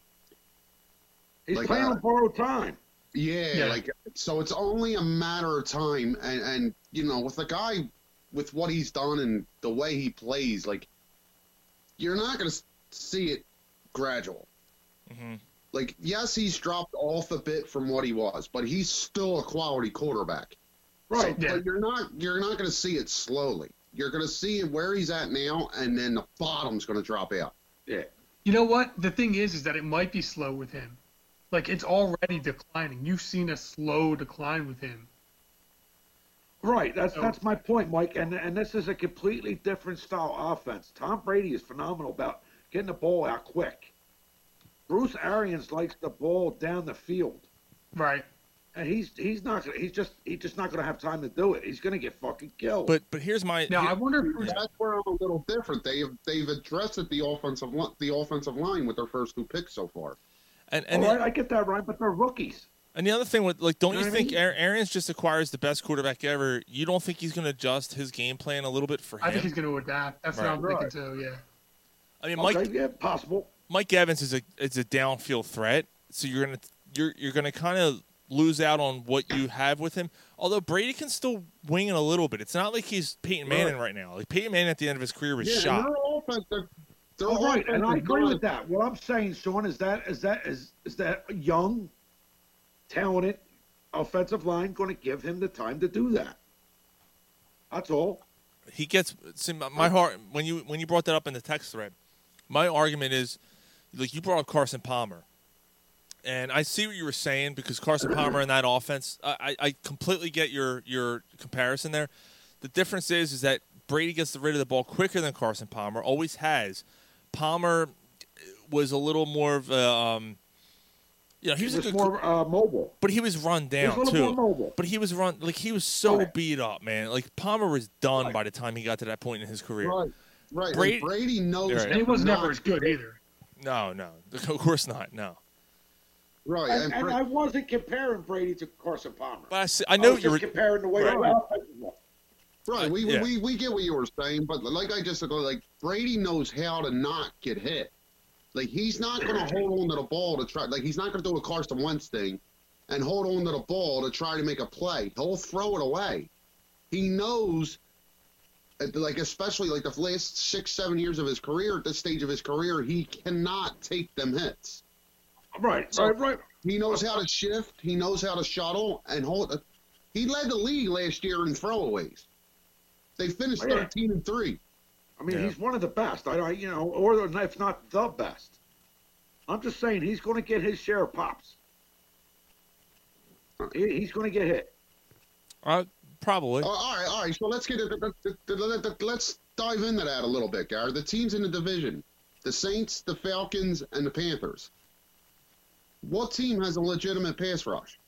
he's
like,
playing
uh,
with borrowed time.
yeah,
Yeah.
like so it's only a matter of time, and and you know with the guy with what he's done and the way he plays, like you're not gonna s- see it gradual.
hmm
Like yes, he's dropped off a bit from what he was, but he's still a quality quarterback.
Right.
Yeah.
But you're not you're not going to see it slowly. You're going to see where he's at now, and then the bottom's going to drop out.
Yeah.
You know what? The thing is, is that it might be slow with him. Like it's already declining. You've seen a slow decline with him.
Right, that's
So-
that's my point, Mike. And and this is a completely different style offense. Tom Brady is phenomenal about getting the ball out quick. Bruce Arians likes the ball down the field,
Right.
and he's he's not gonna he's just he's just not gonna have time to do it. He's gonna get fucking killed.
But but here's my
Now I wonder if Bruce
That's where I'm a little different. They've they've addressed it, the offensive li- the offensive line with their first two picks so far.
and, and
all right, I get that right, but they're rookies.
And the other thing with like, don't
You
you
know what I
think
mean?
Ar- Arians just acquires the best quarterback ever? You don't think he's going to adjust his game plan a little bit for him?
I think he's going to adapt. That's what I'm
Right.
thinking too. Yeah.
I mean, Mike
Okay, yeah, possible.
Mike Evans is a is a downfield threat, so you're gonna you're you're gonna kind of lose out on what you have with him. Although Brady can still wing it a little bit. It's not like he's Peyton Manning right now. Like Peyton Manning at the end of his career was
Yeah, and
shot.
their offense, their, their
All Oh, right, and I
offensive
agree
line-
with that. What I'm saying, Sean, is that is that is is that young, talented offensive line going to give him the time to do that? That's all.
he gets see, my- my heart when you when you brought that up in the text thread. My argument is, like you brought up Carson Palmer, and I see what you were saying because Carson Palmer and that offense, I, I I completely get your your comparison there. The difference is is that Brady gets rid of the ball quicker than Carson Palmer always has. Palmer was a little more of a, um, you know, he was,
He's
a good
more uh, mobile.
but he was run down
a little
too.
more mobile.
But he was run like he was so
Right.
beat up, man. Like Palmer was done
Right.
by the time he got to that point in his career.
Right, right. and
Brady-
Brady, knows.
Right.
And he was
not-
never as good either.
No, no, of course not. No,
right.
And,
And,
and
Bra-
I wasn't comparing Brady to Carson Palmer.
but I, see, I know
was
you
just
were.
comparing the way
Right.
the offense was.
right. We,
yeah.
we we get what you were saying, but like I just said, like Brady knows how to not get hit. Like he's not going to hold on to the ball to try. Like he's not going to do a Carson Wentz thing, and hold on to the ball to try to make a play. He'll throw it away. He knows, uh, like especially like the last six, seven years of his career, at this stage of his career, he cannot take them hits.
Right,
So-
right, right.
He knows how to shift. He knows how to shuttle and hold. He led the league last year in throwaways. They finished
Oh, yeah.
thirteen and three.
I mean,
Yeah.
he's one of the best. I, I, you know, or if not the best. I'm just saying he's going to get his share of pops. He, he's going to get hit.
Uh, probably.
Oh, all right, all right. So let's get it. Let's dive into that a little bit, Gary. The teams in the division: the Saints, the Falcons, and the Panthers. What team has a legitimate pass rush?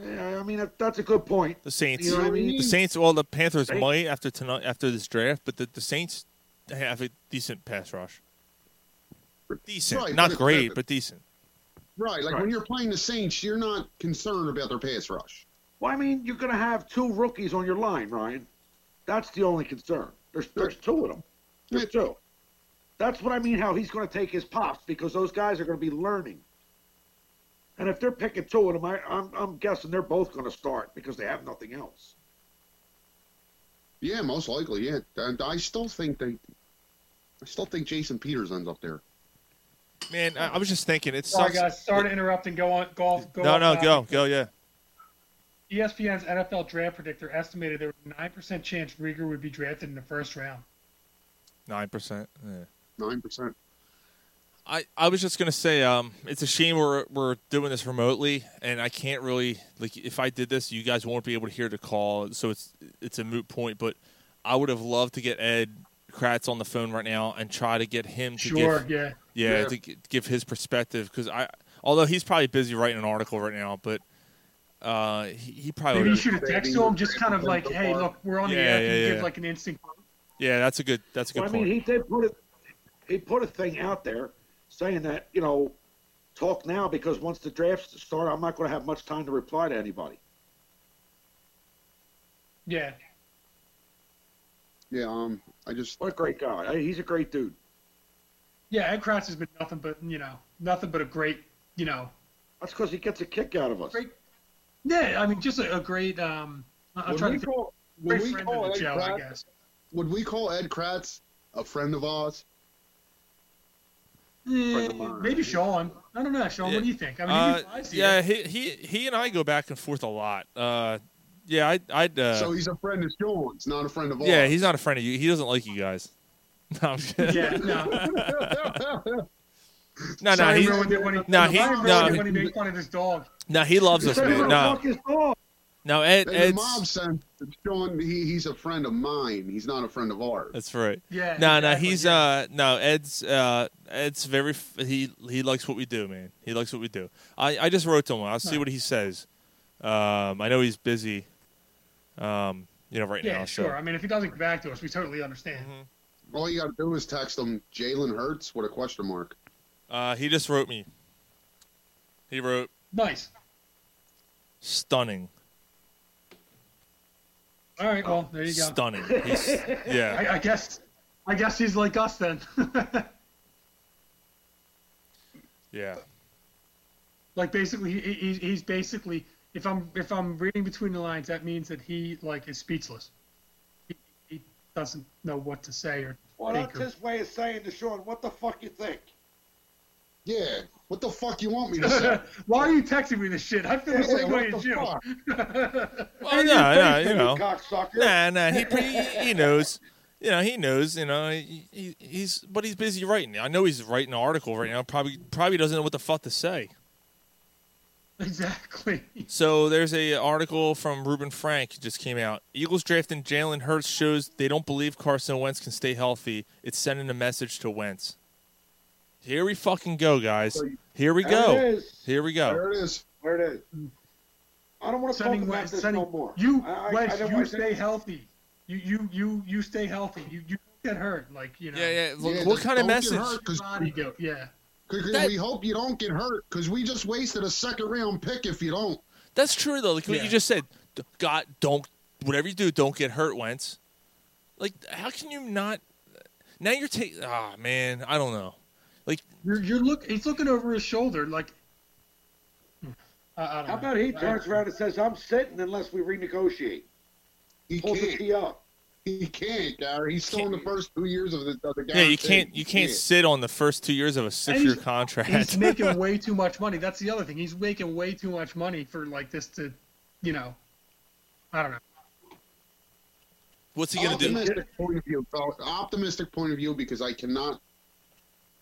Yeah, I mean, that- that's a good point.
The Saints.
You know what I mean?
The Saints. Well, the Panthers
Saints.
might after tonight after this draft, but the, the Saints have a decent pass rush. Decent,
Right, but
not
it-
great, but decent.
Right, like
Right.
when you're playing the Saints, you're not concerned about their pass rush.
Well, I mean, you're going to have two rookies on your line, Ryan. That's the only concern. There's there's two of them. There's two. That's what I mean. How he's going to take his pops because those guys are going to be learning. And if they're picking two of them, I, I'm I'm guessing they're both going to start because they have nothing else.
Yeah, most likely. Yeah, and I still think they, I still think Jason Peters ends up there.
Man, I, I was just thinking. It
Sorry,
sucks.
guys. Sorry to interrupt and go on. Go off. Go
no,
off uh,
no,
E topic.
go, go, yeah.
ESPN's NFL draft predictor estimated there was a nine percent chance Rieger would be drafted in the first round.
Nine percent. Yeah.
Nine percent.
I, I was just gonna say, um, it's a shame we're we're doing this remotely, and I can't really like if I did this, you guys won't be able to hear the call, so it's it's a moot point. But I would have loved to get Ed Kratz on the phone right now and try to get him to
Sure.
give,
Yeah.
yeah,
Yeah.
to g- give his perspective because I although he's probably busy writing an article right now, but uh, he, he probably
Maybe you
would've-
should have texted him, just kind of like, "Hey, look, we're on the
Yeah,
air. Can
yeah,
you
yeah.
give like an instinct?"
yeah, that's a good that's a good
Well, I
point.
mean, he did put it. He put a thing out there saying that you know, talk now because once the drafts start, I'm not going to have much time to reply to anybody.
Yeah.
Yeah. Um. I just.
What a great guy! I- He's a great dude.
Yeah. Ed Kratz has been nothing but you know nothing but a great you know
That's because he gets a kick out of us.
Great. yeah. I mean, just a, a great. Um, I- I'm
When
trying
we
to think.
call- when
Great
we
friend
call
of the
Ed
show, I
Kratz-
guess.
Would we call Ed Kratz a friend of ours?
Eh,
of mine.
Maybe Sean. I don't know, Sean. What do you think? I mean,
Uh,
he flies here.
yeah, he, he he and I go back and forth a lot. Uh, yeah, I, I'd. Uh,
so he's a friend of Sean's, not a friend of ours.
yeah, he's not a friend of you. He doesn't like you guys. No, I'm just kidding.
Yeah, no.
no, no,
Sorry,
he,
ruined it when he,
no, he-
Sorry, ruined
no,
it
he-
when he made fun of his dog.
no, he loves us,
Who
man.
the
No,
fuck is dog?
no, Ed,
In the
Ed's,
mob sense, Sean, he, he's a friend of mine. He's not a friend of ours.
That's right.
Yeah.
No, no,
exactly,
he's
yeah.
uh, no, Ed's uh, Ed's very. f- He he likes what we do, man. He likes what we do. I I just wrote to him. I'll see what he says. Um, I know he's busy. Um, you know, right
Yeah,
now.
sure. I
So.
mean, if he doesn't get back to us, we totally understand.
Mm-hmm.
All you got to do is text him Jalen Hurts with a question mark.
Uh, he just wrote me. He wrote
Nice.
stunning.
All right. Well, there you go.
Stunning. He's, yeah.
I, I guess. I guess he's like us then.
Yeah.
like basically, he, he, he's basically. If I'm if I'm reading between the lines, that means that he like is speechless. He, he doesn't know what to say or
Well,
think.
that's
Or,
his way of saying to Sean, "What the fuck you think?"
Yeah. What the fuck you want me to say?
Why are you texting me this shit? I feel the same way
what
as
the
you.
fuck?
Well, no, no,
Hey,
you know.
cocksucker.
Nah, nah. He he, he knows. You know, he knows. You know, he, he, he's but he's busy writing. I know he's writing an article right now. Probably probably doesn't know what the fuck to say.
Exactly.
So there's a article from Ruben Frank just came out. Eagles drafting Jalen Hurts shows they don't believe Carson Wentz can stay healthy. It's sending a message to Wentz. Here we fucking go, guys. Here we
There
go.
it is.
Here we go.
There it is.
There it is. I don't want to talk
Sending
about
Wentz,
this
sending
no more.
you,
I, I-
Wentz,
I don't-
you
I-
stay healthy. You, you, you, you stay healthy. You, you get hurt, like you know.
Yeah, yeah. Look,
Yeah,
what
just
kind of
don't get
message?
hurt, 'cause-
Body go, yeah.
'cause
That-
we hope you don't get hurt because we just wasted a second round pick if you don't.
That's true though. Like what
Yeah.
you just said, D- God, don't whatever you do, don't get hurt, Wentz. Like, how can you not? Now you're taking. Ah, man, I don't know. Like,
You're, you're look. He's looking over his shoulder, like. I, I don't
How
know.
about he
I-
turns around and says, "I'm sitting unless we renegotiate."
He
Pulls the
can't.
key up.
He can't, Gary. He's still in the first two years of the, of the
Yeah, you
guarantee.
can't you can't sit on the first two years of a six year
he's-
contract.
He's making way too much money. That's the other thing. He's making way too much money for like this to, you know, I don't know.
What's he gonna do?
optimistic point of view, bro. Optimistic point of view because I cannot.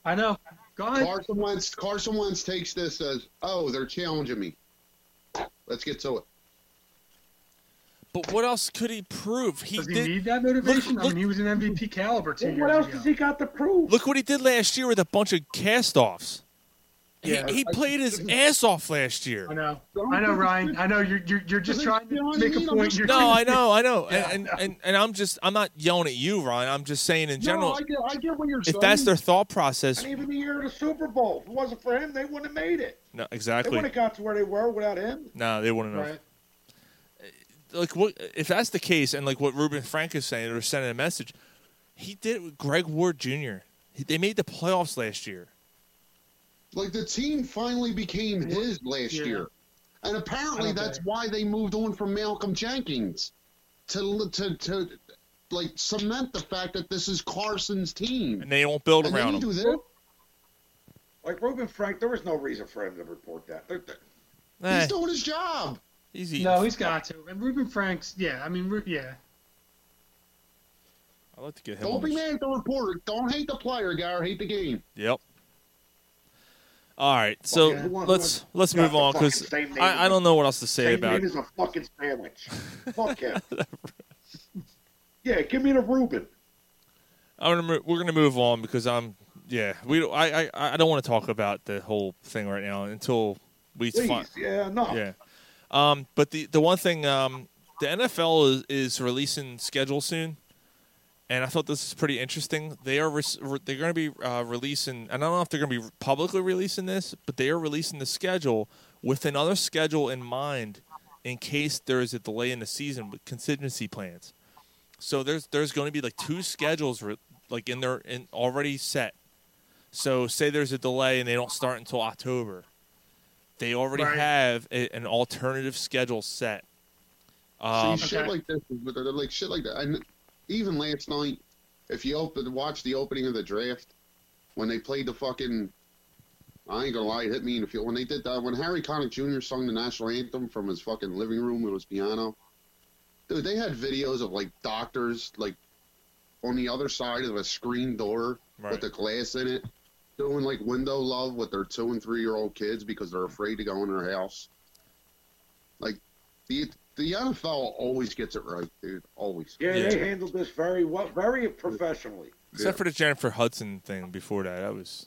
I know. Go ahead.
Carson Wentz. Carson Wentz takes this as, oh, they're challenging me. Let's get to it.
But what else could he prove? He
Does he
did.
need that motivation?
look-
I mean, he was an MVP caliber two
Well,
years
what else
ago.
does he got to prove?
Look what he did last year with a bunch of cast-offs.
Yeah,
he, he
I-
played his ass off last year.
I know.
Don't
I know,
do this
Ryan. I know you're you're, you're just
Doesn't
trying
feel
to
like
make
you
a
need him.
point. You're
No, I know, I know,
Yeah,
and,
I
and, and and I'm just I'm not yelling at you, Ryan. I'm just saying in general,
no, I get, I get what you're saying.
if that's their thought process,
And even the year of the Super Bowl, if it wasn't for him, they wouldn't have made it.
no,
They
exactly.
wouldn't have got to where they were without him.
No, they wouldn't have.
Right.
Like what if that's the case, and like what Ruben Frank is saying or sending a message, he did it with Greg Ward Jr. He- They made the playoffs last year.
Like the team finally became his last
Yeah.
year, and apparently
Okay.
that's why they moved on from Malcolm Jenkins to to to like cement the fact that this is Carson's team.
and they won't build
And
around
then
him.
you do that.
Like Ruben Frank, there was no reason for him to report that. There- there-
Eh,
He's doing his job.
he's eating.
No, he's got to. And Ruben Franks, yeah. I mean, Ru- yeah.
I'd like to get him. on
Don't be
the-
mad at the reporter. Don't hate the player, Gar. Hate the game.
Yep. All right, so
Okay.
let's let's
Got
move
the
on
fucking
because
same name
I, I
as-
don't know what else to say
Same
about
name
it.
as a fucking sandwich. Fuck him. yeah, give me the Ruben.
I'm gonna, mo- we're gonna move on because I'm yeah we don't- I I, I don't want to talk about the whole thing right now until we
Please.
find
Yeah, no.
yeah. Um, but the the one thing um the NFL is, is releasing schedule soon, and I thought this is pretty interesting. They are res- re- they're going to be uh, releasing, and I don't know if they're going to be publicly releasing this, but they are releasing the schedule with another schedule in mind in case there is a delay in the season with contingency plans. So there's there's going to be like two schedules re- like in their in already set. So say there's a delay and they don't start until October. They already
Right.
have a, an alternative schedule set.
See,
Um,
shit
Okay.
like this, is- like shit like that, and even last night, if you open watch the opening of the draft, when they played the fucking, I ain't gonna lie, it hit me in the field. When they did that, when Harry Connick Jr. sung the national anthem from his fucking living room with his piano, dude, they had videos of like doctors like on the other side of a screen door
Right.
with the glass in it, doing like window love with their two and three year old kids because they're afraid to go in their house. Like the the NFL always gets it right, dude. Always.
Yeah,
Yeah.
they handled this very well, very professionally.
except for the Jennifer Hudson thing before that, that was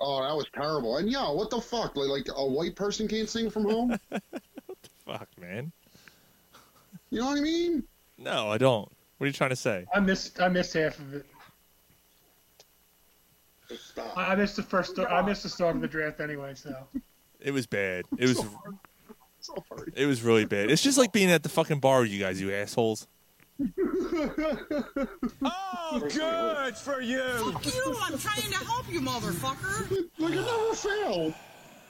Oh, that was terrible. And yeah, what the fuck? Like, like a white person can't sing from home?
fuck, man.
you know what I mean?
No, I don't. What are you trying to say?
I missed I missed half of it.
Just stop.
I I missed the first. I missed the start of the draft anyway. So
It was bad. It was
Sorry.
it was really bad. It's just like being at the fucking bar with you guys, you assholes.
Oh, good for you.
you, I'm trying to help you, motherfucker.
Like, it never failed.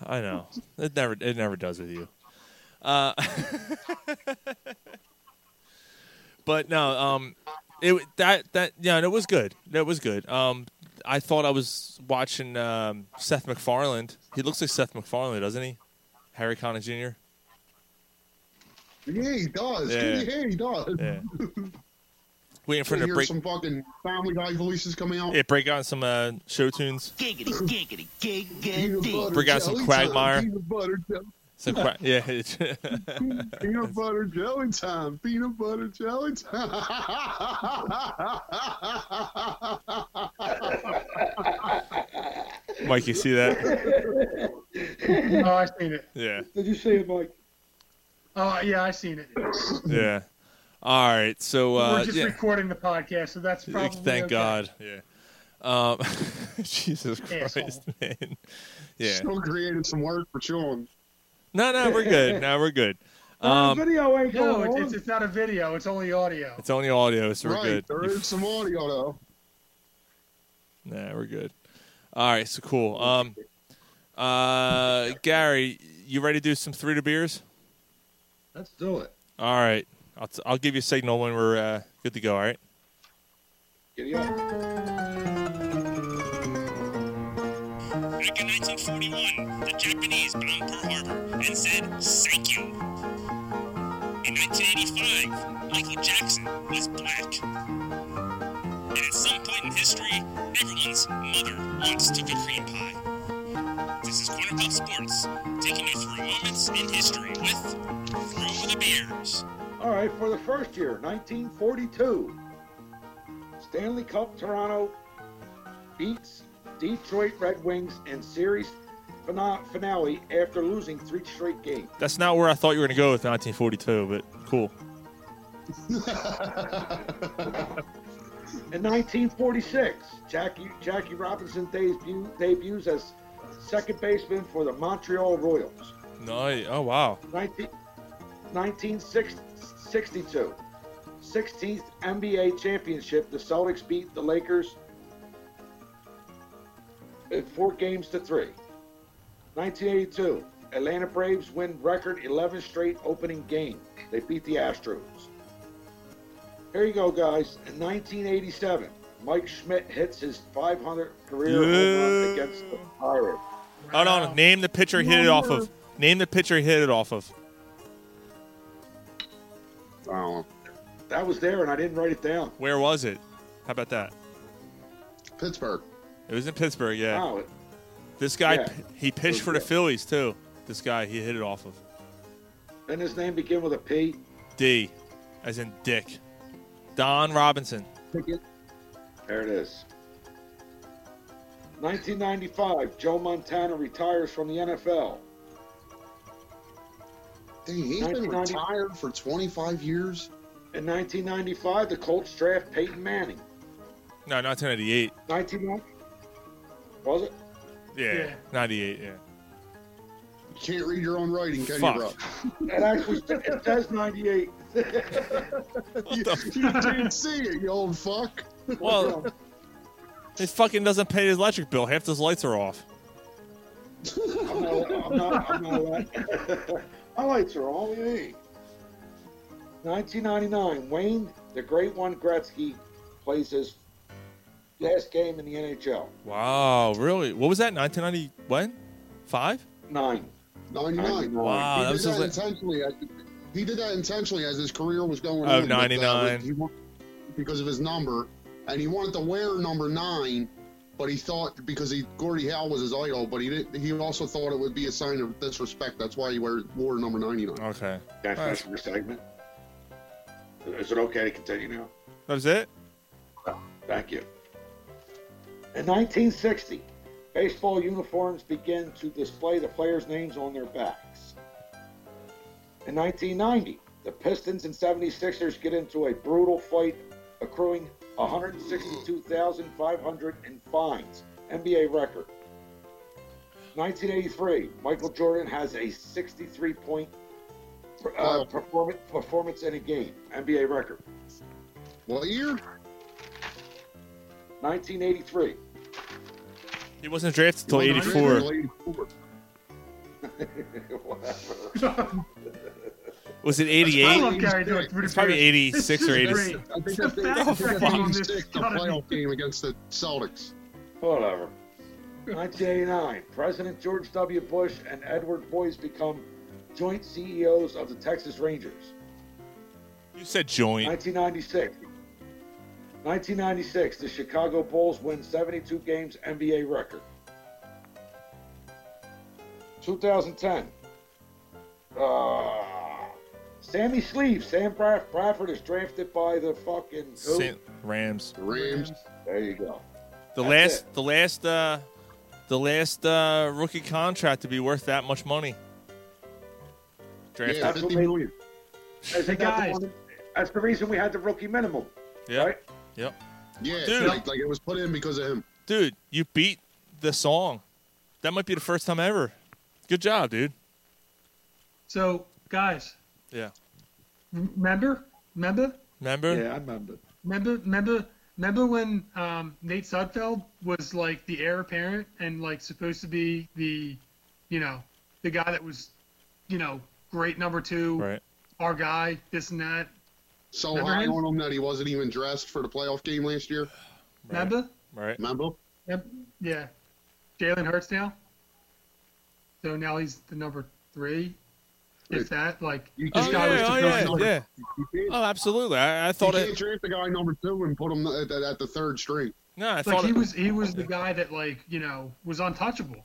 I know. It never it never does with you. Uh, but no, um it that that yeah, it was good. That was good. Um I thought I was watching um, Seth MacFarlane. He looks like Seth MacFarlane, doesn't he? Harry Connick Jr.
Yeah, he does.
Yeah.
Yeah, he does.
Yeah. Waiting for him
You
to
hear
break
some fucking Family Guy voices coming out.
yeah, break out some uh, show tunes.
Giggity, giggity,
Peanut
giggity.
butter
Bring out some
jelly
Quagmire.
Time, peanut butter jelly,
Some qua- yeah, it's-
peanut butter jelly time. Peanut butter jelly time.
Mike, you see that?
oh, I seen it.
Yeah.
Did you see it, Mike?
Oh yeah, I seen it.
Yeah. All right. So uh,
We're just
yeah.
recording the podcast, so that's probably
Thank
okay.
God. Yeah. Um, Jesus Christ,
Asshole.
man. Yeah.
Still created some work for children.
No, no, we're good. No, we're good.
the
Um,
video ain't going
No, it's,
on.
it's, it's not a video. It's only audio.
it's only audio, so we're
right.
good.
There is some audio though.
Nah, we're good. All right. So cool. Um, uh, Gary, you ready to do some three to beers?
Let's do it.
All right. I'll, t- I'll give you a signal when we're uh, good to go, all right?
Giddy up.
Back in 1941, the Japanese bombed Pearl Harbor and said, Psych you. In 1985, Michael Jackson was black. And at some point in history, everyone's mother wants to be cream pie. This is Corner Pop Sports, taking you through moments in history with Through the Beers.
All right, for the first year, 1942, Stanley Cup Toronto beats Detroit Red Wings in series fina- finale after losing three straight games.
That's not where I thought you were going to go with 1942, but cool.
In 1946, Jackie Jackie Robinson debut, debuts as second baseman for the Montreal Royals.
Nice. Oh, wow.
19, 1962, 16th NBA championship. The Celtics beat the Lakers in four games to three. 1982, Atlanta Braves win record 11 straight opening game. They beat the Astros. Here you go, guys. In 1987, Mike Schmidt hits his 500 career home run against the Pirates.
Hold on. Name the pitcher he hit it off of. Name the pitcher he hit it off of.
Wow.
That was there, and I didn't write it down.
Where was it? How about that?
Pittsburgh.
It was in Pittsburgh, yeah.
Wow, it-
This guy,
Yeah.
he pitched for the Phillies, too. This guy, he hit it off of.
Didn't his name begin with a P?
D, as in Dick. Don Robinson.
There it is. 1995, Joe Montana retires from the NFL.
Dang, he's been
1990
retired for 25 years.
In 1995, the Colts draft Peyton Manning.
No, 1998.
1990 was it?
Yeah,
Yeah.
98, yeah.
You can't read your own writing, can
Fuck.
you, bro?
It actually it says 98.
You, you can't see it, you old fuck.
Well, he fucking doesn't pay his electric bill. Half his lights are off.
I'm not, I'm not, I'm not allowed. My lights are on. what do you mean? 1999, Wayne, the great one Gretzky, plays his last game in the NHL.
Wow, really? What was that? 1990? What? Five?
Nine.
99.
Wow,
he
that
did
was
that
his la-
intentionally. As, he did that intentionally as his career was going.
Oh,
on, but, uh,
99.
he wa- because of his number, and he wanted to wear number nine, but he thought because he Gordie Howe was his idol, but he did, he also thought it would be a sign of disrespect. That's why he wear, wore number ninety nine.
Okay.
Can I finish your segment? Is it okay to continue now?
That was it?
Thank you.
In 1960, baseball uniforms begin to display the players' names on their backs. In 1990, the Pistons and 76ers get into a brutal fight, accruing 162,500 in fines, NBA record. 1983, Michael Jordan has a 63 point uh,
Wow.
performance, performance in a game, NBA record.
What year?
1983,
He wasn't drafted until
He won
84.
84.
whatever.
Was it
I
88?
love Gary doing through the
It's probably
beers.
86
This
or
is
86.
great.
I think that's
The
the, I
fact
think
that
that's
on this
86, the
gotta be-
playoff game against the Celtics.
Whatever. 1989, President George W. Bush and Edward Boyce become joint CEOs of the Texas Rangers.
You said joint.
1996. 1996, the Chicago Bulls win 72 games NBA record. 2010, uh, Sammy Sleeve, Sam Brad- Bradford is drafted by the fucking. who?
Saint Rams.
The Rams.
There you go.
The
That's
last,
it.
the last, uh, the last uh, rookie contract to be worth that much money. Drafted.
Yeah,
That's
50
what they-
million.
That's the,
guys.
one- that's the reason we had the rookie minimum,
Yep.
right?
Yep.
Yeah,
Dude.
Like, like it was put in because of him.
Dude, you beat the song. That might be the first time ever. Good job, dude.
So, guys,
Yeah.
remember, remember,
Remember?
I remember.
remember, remember, remember when um, Nate Sudfeld was like the heir apparent and like supposed to be the, you know, the guy that was, you know, great number two,
right.
our guy, this and that.
So
Remember
high
him?
on him that he wasn't even dressed for the playoff game last year.
Remember?
Right.
Remember?
Yep. Yeah. Jalen Hurts now. So now he's the number three. If that, like,
Oh, yeah, oh, yeah,
number-
yeah. Oh, absolutely. I, I thought
you
it.
can't draft the guy number two and put him at, at, at the third string.
No, I
like he was he was the guy that like you know was untouchable.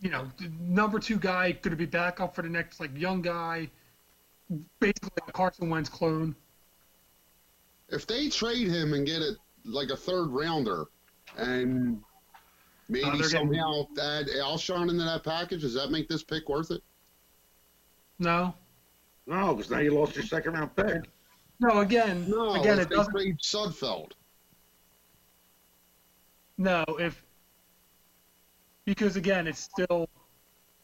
You know, the number two guy going to be backup for the next like young guy, basically a Carson Wentz clone.
If they trade him and get it like a third rounder, and
Uh,
maybe
they're getting-
somehow add Alshon into that package, does that make this pick worth it?
No,
No, because now you lost your second round pick.
no, again,
No,
again,
if
it
they
doesn't.
trade Sudfeld.
No, if because again, it's still.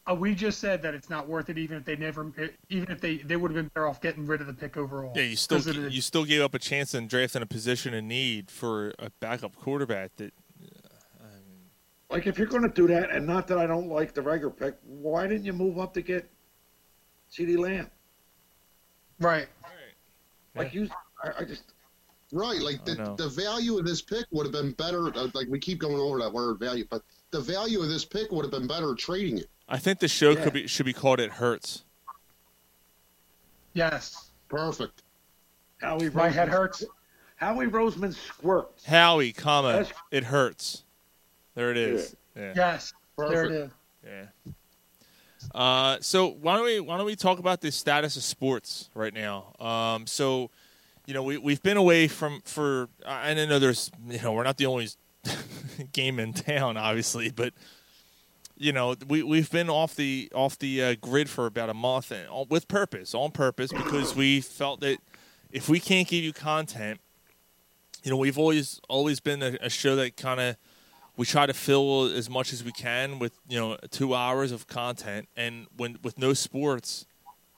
Uh, we just said that it's not worth it, even if they never, even if they they would have been better off getting rid of the pick overall.
Yeah, you still
'Cause it is-
you still gave up a chance in drafting a position in need for a backup quarterback. That
Like, if you're going to do that, and not that I don't like the regular pick, why didn't you move up to get C.D. Lamb?
right.
Like, you, I, I just,
Right, like the, the value of this pick would have been better. uh, Like we keep going over that word value, but the value of this pick would have been better trading it.
I think the show
Yeah.
could be should be called "It Hurts."
Yes.
Perfect.
Howie
My
Roseman-
head hurts.
Howie Roseman squirked.
Howie, comma
That's-
it hurts. There it is. Yeah.
Yes. There it is.
Yeah. Uh, so why don't we why don't we talk about the status of sports right now? Um, so, you know, we we've been away from for I I know there's you know we're not the only game in town, obviously, but you know we we've been off the off the uh, grid for about a month and on, with purpose, on purpose, because we felt that if we can't give you content, you know, we've always always been a, a show that kind of we try to fill as much as we can with you know two hours of content, and when with no sports,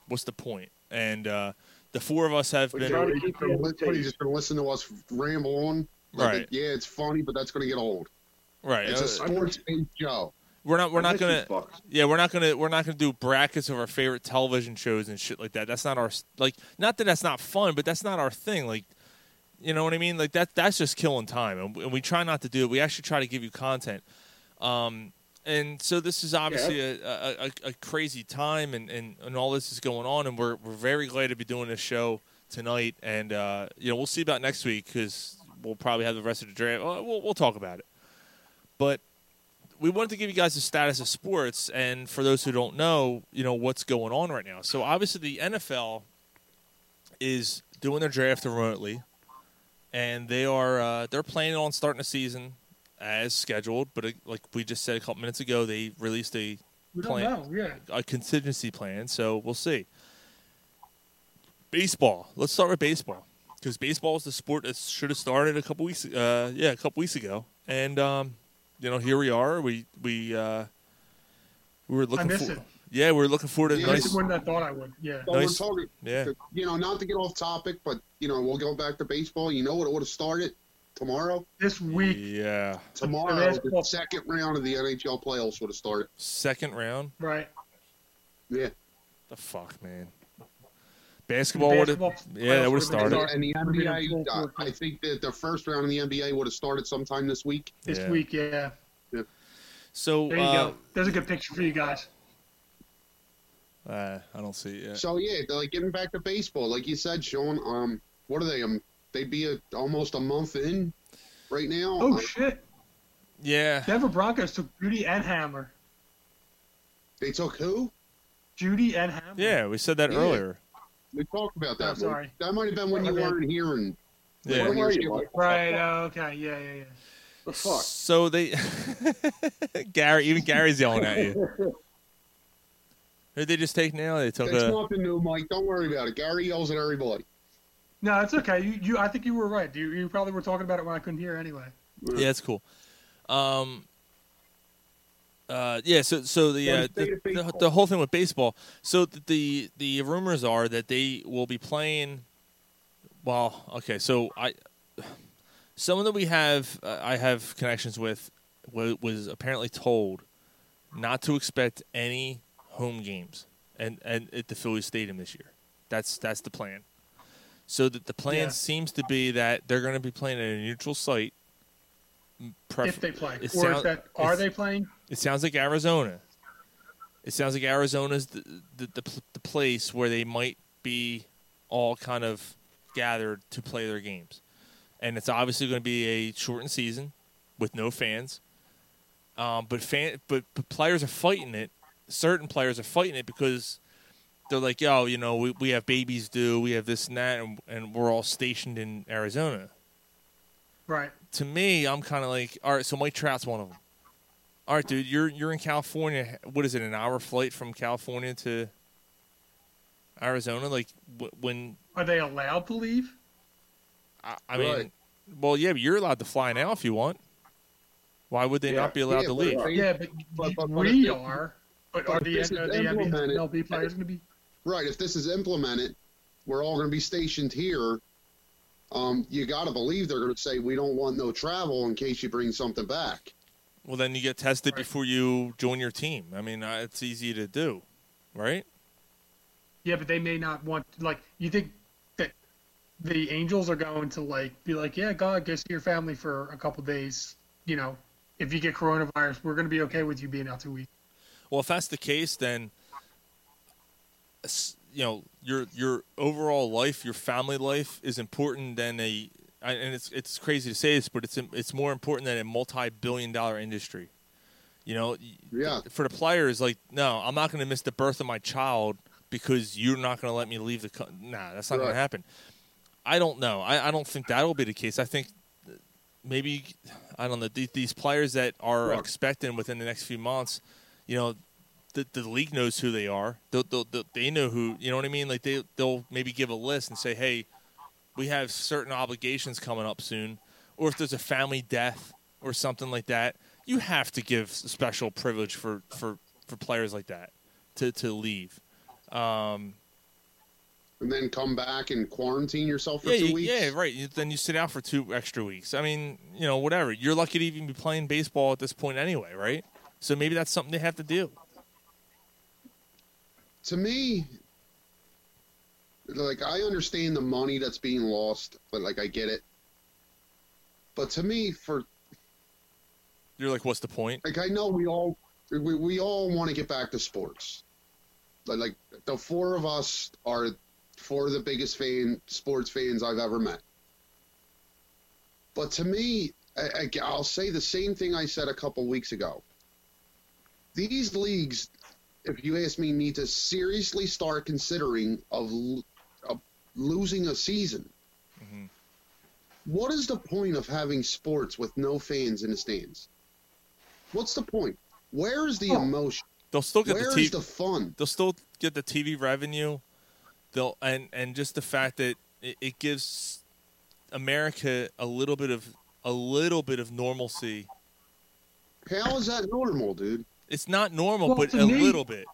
what's the point? And uh, the four of us have
But
been
you're just gonna li- what, are you just going to listen to us ramble on?
Right.
it- yeah, it's funny, but that's going to get old.
right.
It's
uh,
a sports-based show.
we're not. We're
I
not
miss you
gonna.
fucks.
Yeah, we're not gonna. We're not gonna do brackets of our favorite television shows and shit like that. That's not our s- like. Not that that's not fun, but that's not our thing. Like, you know what I mean? Like that. That's just killing time, and, and we try not to do it. We actually try to give you content. Um, and so this is obviously a, a, a, a crazy time, and, and, and all this is going on, and we're we're very glad to be doing this show tonight. And uh, you know, we'll see about next week because we'll probably have the rest of the draft. uh, We'll, we'll talk about it, but we wanted to give you guys the status of sports and for those who don't know, you know what's going on right now. So obviously the NFL is doing their draft remotely and they are uh, they're planning on starting the season as scheduled, but uh like we just said a couple minutes ago, they released a
We don't
plan
know. Yeah.
a contingency plan, so we'll see. Baseball. Let's start with baseball because baseball is the sport that should have started a couple weeks. Uh, yeah, a couple weeks ago, and um, you know here we are. We we uh, we were looking
miss
for.
it.
Yeah, we were looking forward to a
Yeah,
nice.
I wouldn't have thought I would. Yeah.
So
Nice.
we're talking,
Yeah.
you know, not to get off topic, but you know, we'll go back to baseball. You know what? It would have started tomorrow.
This week,
Yeah,
Tomorrow, the second round of the NHL playoffs would have started.
second round.
right?
Yeah,
The fuck, man. Basketball would have.
Basketball
Yeah, that would have
playoffs
started.
would've been
and the
Would've been in
NBA.
full
uh, I think that the first round of the NBA would have started sometime this week.
This
Yeah.
week, yeah.
So
There you
uh,
go. There's a good picture for you guys.
uh, I don't see. Yeah.
So yeah, they're, like getting back to baseball, like you said, Sean. Um, what are they? Um, they'd be a, almost a month in right now.
Oh
Uh,
shit!
yeah.
Denver Broncos took Judy and Hammer.
They took who?
Judy and Hammer.
Yeah, we said that
Yeah.
earlier.
We talked about
Oh,
that. one.
sorry.
That might have been when
My
you
bad.
weren't hearing.
Yeah.
when you were still-
Right. oh, Okay. Yeah. Yeah. Yeah.
the fuck?
So they, Gary, even Gary's yelling at you. Who did they just take now? They took
It's
a.
nothing new, Mike. Don't worry about it. Gary yells at everybody.
No, it's okay. You, you. I think you were right. You, you probably were talking about it when I couldn't hear anyway.
Yeah, it's cool. Um. Uh, yeah, so so the, uh,
state
the,
of
the
baseball.
the whole thing with baseball. So th- the the rumors are that they will be playing. Well, okay, so I someone that we have uh, I have connections with wa- was apparently told not to expect any home games and, and at the Philly Stadium this year. That's that's the plan. So that the plan
Yeah.
seems to be that they're going to be playing at a neutral site. Prefer-
if they play,
it
or
sound-
if that are
it's-
they playing?
It sounds like Arizona. It sounds like Arizona's the the, the, pl- the place where they might be all kind of gathered to play their games, and it's obviously going to be a shortened season with no fans. Um, but fan, but, but players are fighting it. Certain players are fighting it because they're like, yo, you know, we, we have babies due, we have this and that, and, and we're all stationed in Arizona
Right.
to me, I'm kind of like, all right. So Mike Trout's one of them. All right, dude, you're you're in California. What is it? An hour flight from California to Arizona? Like wh- when
Are they allowed to leave?
I, I mean, well, yeah, but you're allowed to fly now if you want. Why would they not be allowed to leave?
Yeah, but,
but
we
if-
are. But
but
are
if
the,
this is
are the
implemented-
MLB players going to be?
Right. If this is implemented, we're all going to be stationed here. Um, you got to believe they're going to say we don't want no travel in case you bring something back.
Well, then you get tested before you join your team. I mean, uh, it's easy to do, right?
Yeah, but they may not want. Like, you think that the Angels are going to like be like, yeah, God, go see your family for a couple days. You know, if you get coronavirus, we're going to be okay with you being out two weeks.
Well, if that's the case, then s- you know your your overall life, your family life is important than a. I- And it's it's crazy to say this, but it's it's more important than a multi-billion dollar industry. You know, yeah. For the players, like, no, I'm not going to miss the birth of my child because you're not going to let me leave the. Co- nah, that's not going
Right.
to happen. I don't know. I, I don't think that'll be the case. I think maybe I don't know these, these players that are
Sure.
expecting within the next few months. You know, the the league knows who they are. They'll, they'll, they'll, they know who. You know what I mean? Like they they'll maybe give a list and say, hey, we have certain obligations coming up soon, or if there's a family death or something like that, you have to give special privilege for for for players like that to to leave. Um,
And then come back and quarantine yourself for
yeah,
two
you-
weeks.
Yeah, right. You- Then you sit out for two extra weeks. I mean, you know, whatever. You're lucky to even be playing baseball at this point anyway, right? So maybe that's something they have to do.
To me, like I understand the money that's being lost, but like I get it. But to me, for
You're like, what's the point?
like I know we all we, we all want to get back to sports. Like, like the four of us are four of the biggest fan sports fans I've ever met. But to me, I, I, will say the same thing I said a couple weeks ago. These leagues, if you ask me, need to seriously start considering of, l- of losing a season. What is the point of having sports with no fans in the stands? What's the point? Where is the emotion?
They'll still get
Where
Oh, the
is
TV.
the fun?
They'll still get the TV revenue. They'll and and just the fact that it, it gives America a little bit of a little bit of normalcy.
How is that normal, dude?
It's not normal,
Well,
but
to
a
me-
little bit.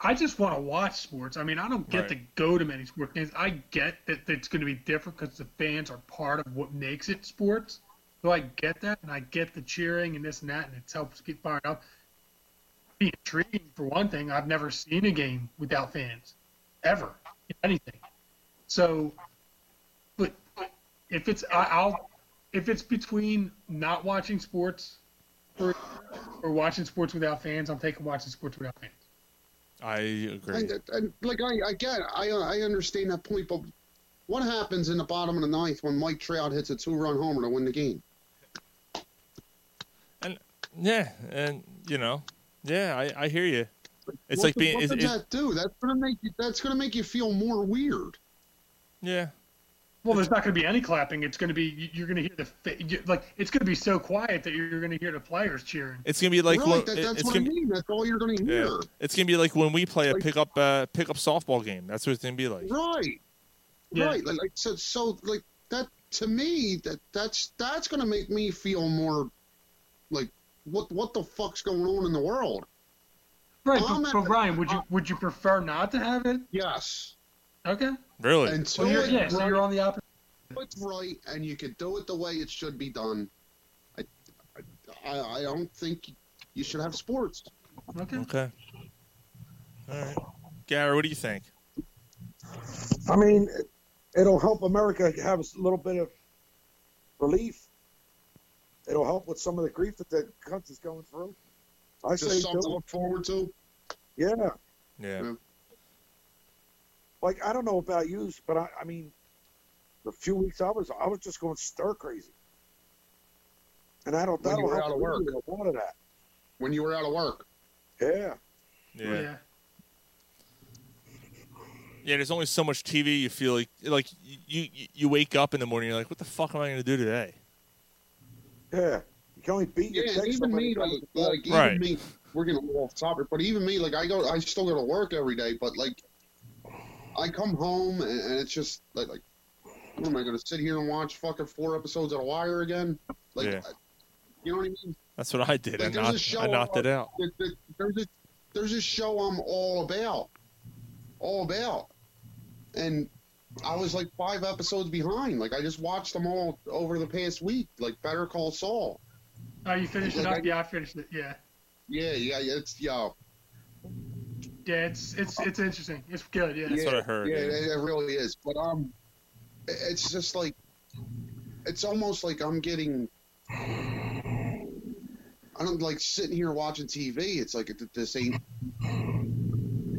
I just want to watch sports. I mean, I don't get
Right.
to go to many sport games. I get that it's going to be different because the fans are part of what makes it sports. So I get that, and I get the cheering and this and that, and it helps get fired up. Be intriguing for one thing. I've never seen a game without fans, ever, in anything. So, but if it's I, I'll if it's between not watching sports for, or watching sports without fans, I'm taking watching sports without fans.
I agree.
I, I, like I, I get, it. I I understand that point, but what happens in the bottom of the ninth when Mike Trout hits a two-run homer to win the game?
Yeah, and you know, yeah, I, I hear you. It's
What
like
the-
being.
What
it's-
does
it's-
that do? That's gonna make you. That's gonna make you feel more weird.
yeah.
Well, there's not going to be any clapping. It's going to be you- you're going to hear the fa- you- like it's going to be so quiet that you're going to hear the players cheering.
It's gonna be like
Right,
when-
that-
it-
that's
it's
what
gonna
I
be-
mean. That's all you're gonna hear.
Yeah. It's gonna be like when we play a pickup uh, pickup softball game. That's what it's gonna be like.
Right. Right. Like, like so. So like that to me that that's that's gonna make me feel more like what what the fuck's going on in the world?
Right,
I'm
but,
at
but
the-
Ryan, would you would you prefer not to have it?
Yes.
Okay.
Really?
Until
Well, you're-
it
yeah, so
right-
you're on the opposite.
It's right, and you could do it the way it should be done. I, I, I don't think You should have sports.
Okay.
Okay. All right. Gary, what do you think?
I mean, it- it'll help America have a s- little bit of relief. It'll help with some of the grief that the country's going through. I
Just
say,
something
do
to
it.
look forward to.
yeah.
Yeah.
Like I don't know about you, but I, I mean, the few weeks I was, I was just going stir crazy, and I don't.
When
That'll
you were
help
out of work.
alleviate A lot of that.
When you were out of work.
Yeah.
Yeah. yeah. there's only so much TV. You feel like like you you, you wake up in the morning. You're like, what the fuck am I going to do today?
Yeah. You can only beat your
Yeah,
text
even
somebody
me, like,
down with
like even
Right.
me, we're getting a little off topic, but even me, like, I go, I still go to work every day, but like, I come home and, and it's just like, like, what am I going to sit here and watch fucking four episodes of The Wire again? Like,
Yeah.
I- you know what I mean?
That's what I did.
Like,
I knocked I knocked it out.
there- there- There's a, there's a show I'm all about, all about, and I was like five episodes behind. Like, I just watched them all over the past week. Like, Better Call Saul.
Oh, you finished it
Like,
up? Yeah, I finished it. Yeah.
Yeah, yeah, yeah, it's yeah.
Yeah, it's it's it's interesting. It's good. Yeah.
what I heard,
Yeah,
yeah.
It, it really is. But um, i- it's just like it's almost like I'm getting. I don't like sitting here watching TV. It's like th- this ain't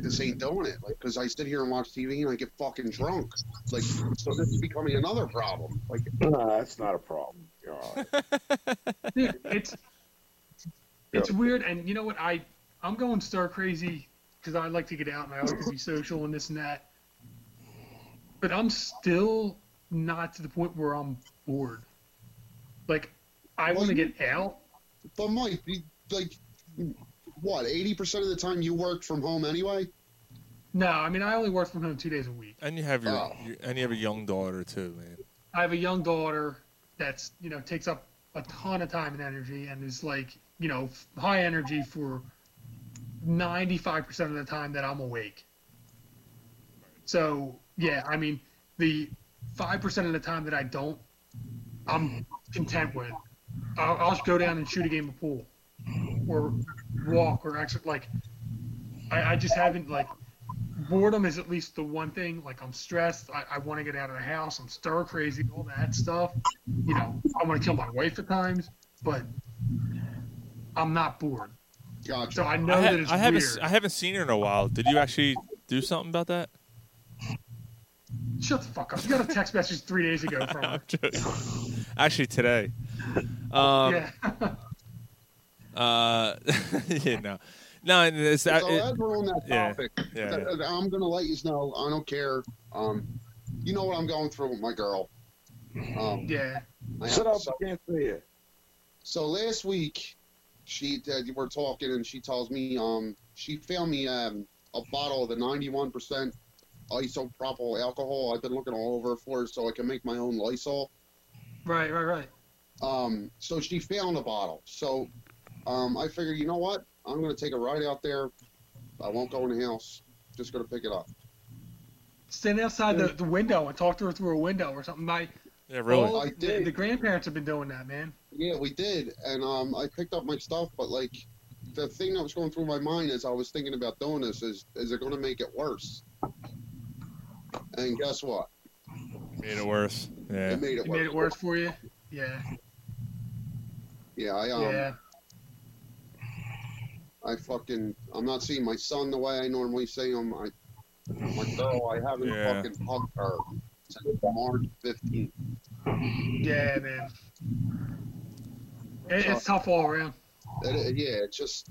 this ain't doing it. Like, cause I sit here and watch TV and I get fucking drunk. Like, so this is becoming another problem. Like,
No, that's not a problem. You're all right.
Dude, it's it's weird, and you know what? I I'm going stir crazy because I like to get out and I like to be social and this and that. But I'm still not to the point where I'm bored. Like I want to get out.
but Mike, you- like, what? Eighty percent of the time you work from home anyway.
No, I mean I only work from home two days a week.
And you have your,
Oh.
your and you have a young daughter too, man.
I have a young daughter that's you know takes up a ton of time and energy and is like you know f- high energy for 95% of the time that I'm awake. So yeah, I mean the 5% of the time that I don't, I'm content with. I'll, I'll just go down and shoot a game of pool, or walk, or actually like I, I just haven't like boredom is at least the one thing. Like I'm stressed. I, I want to get out of the house. I'm stir crazy. All that stuff. You know, I want to kill my wife at times, but I'm not bored.
Gotcha.
So I know
I, ha-
that it's
I haven't
weird.
I haven't seen her in a while. Did you actually do something about that?
Shut the fuck up. You got a text message three days ago from her.
actually today. Um,
yeah.
Uh, yeah, no, no, and it's that.
so
it-
as we're on that
yeah,
topic,
yeah,
th-
yeah.
th- I'm gonna let you know. I don't care. Um, you know what I'm going through with my girl. Um,
Yeah.
I-
Shut up!
So,
I can't see you.
so last week, she uh, we're talking, and she tells me um she found me um a bottle of the 91 percent isopropyl alcohol. I've been looking all over for it so I can make my own Lysol.
Right. Right. Right.
Um, so she found a bottle. So um, I figured, you know what? I'm gonna take a ride out there. I won't go in the house. Just gonna pick it up.
Stand outside the, the window and talk to her through a window or something. My
Yeah, really.
all
I
the-
did.
the grandparents have been doing that, man.
Yeah, we did, and um, I picked up my stuff, but like, the thing that was going through my mind as I was thinking about doing this is, is it going to make it worse? And guess what?
Made it worse. Yeah.
It made it
It
worse.
made it worse for you. Yeah.
Yeah, I um,
yeah.
I fucking, I'm not seeing my son the way I normally see him. I, my girl, I haven't
Yeah.
fucking hugged her since March 15th.
Yeah, man. It, it's tough all around.
It- it- yeah, it's just,